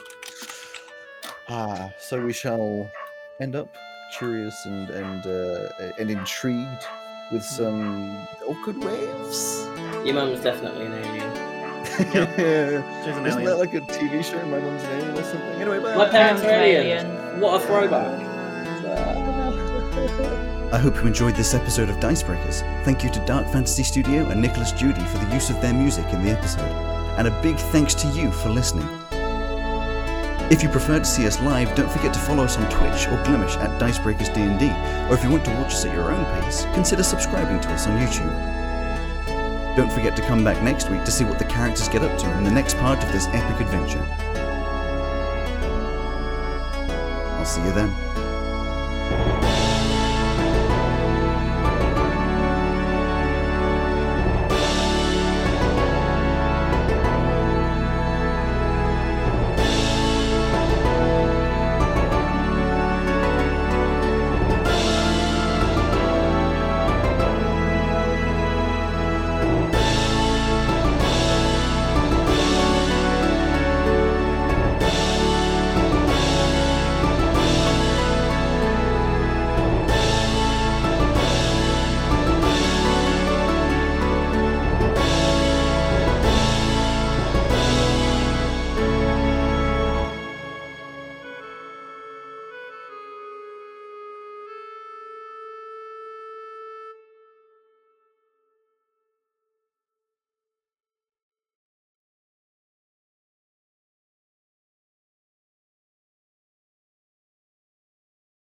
Ah, so we shall end up curious and and uh, and intrigued with some awkward waves.
Your mum's definitely an alien.
She's an
Isn't
alien.
that like a TV show? My mom's an alien or something. Anyway,
My
bye.
parents are
Sounds
aliens.
alien.
What a throwback.
I hope you enjoyed this episode of Dicebreakers. Thank you to Dark Fantasy Studio and Nicholas Judy for the use of their music in the episode, and a big thanks to you for listening. If you prefer to see us live, don't forget to follow us on Twitch or Glimish at Dicebreakers D&D, or if you want to watch us at your own pace, consider subscribing to us on YouTube. Don't forget to come back next week to see what the characters get up to in the next part of this epic adventure. I'll see you then.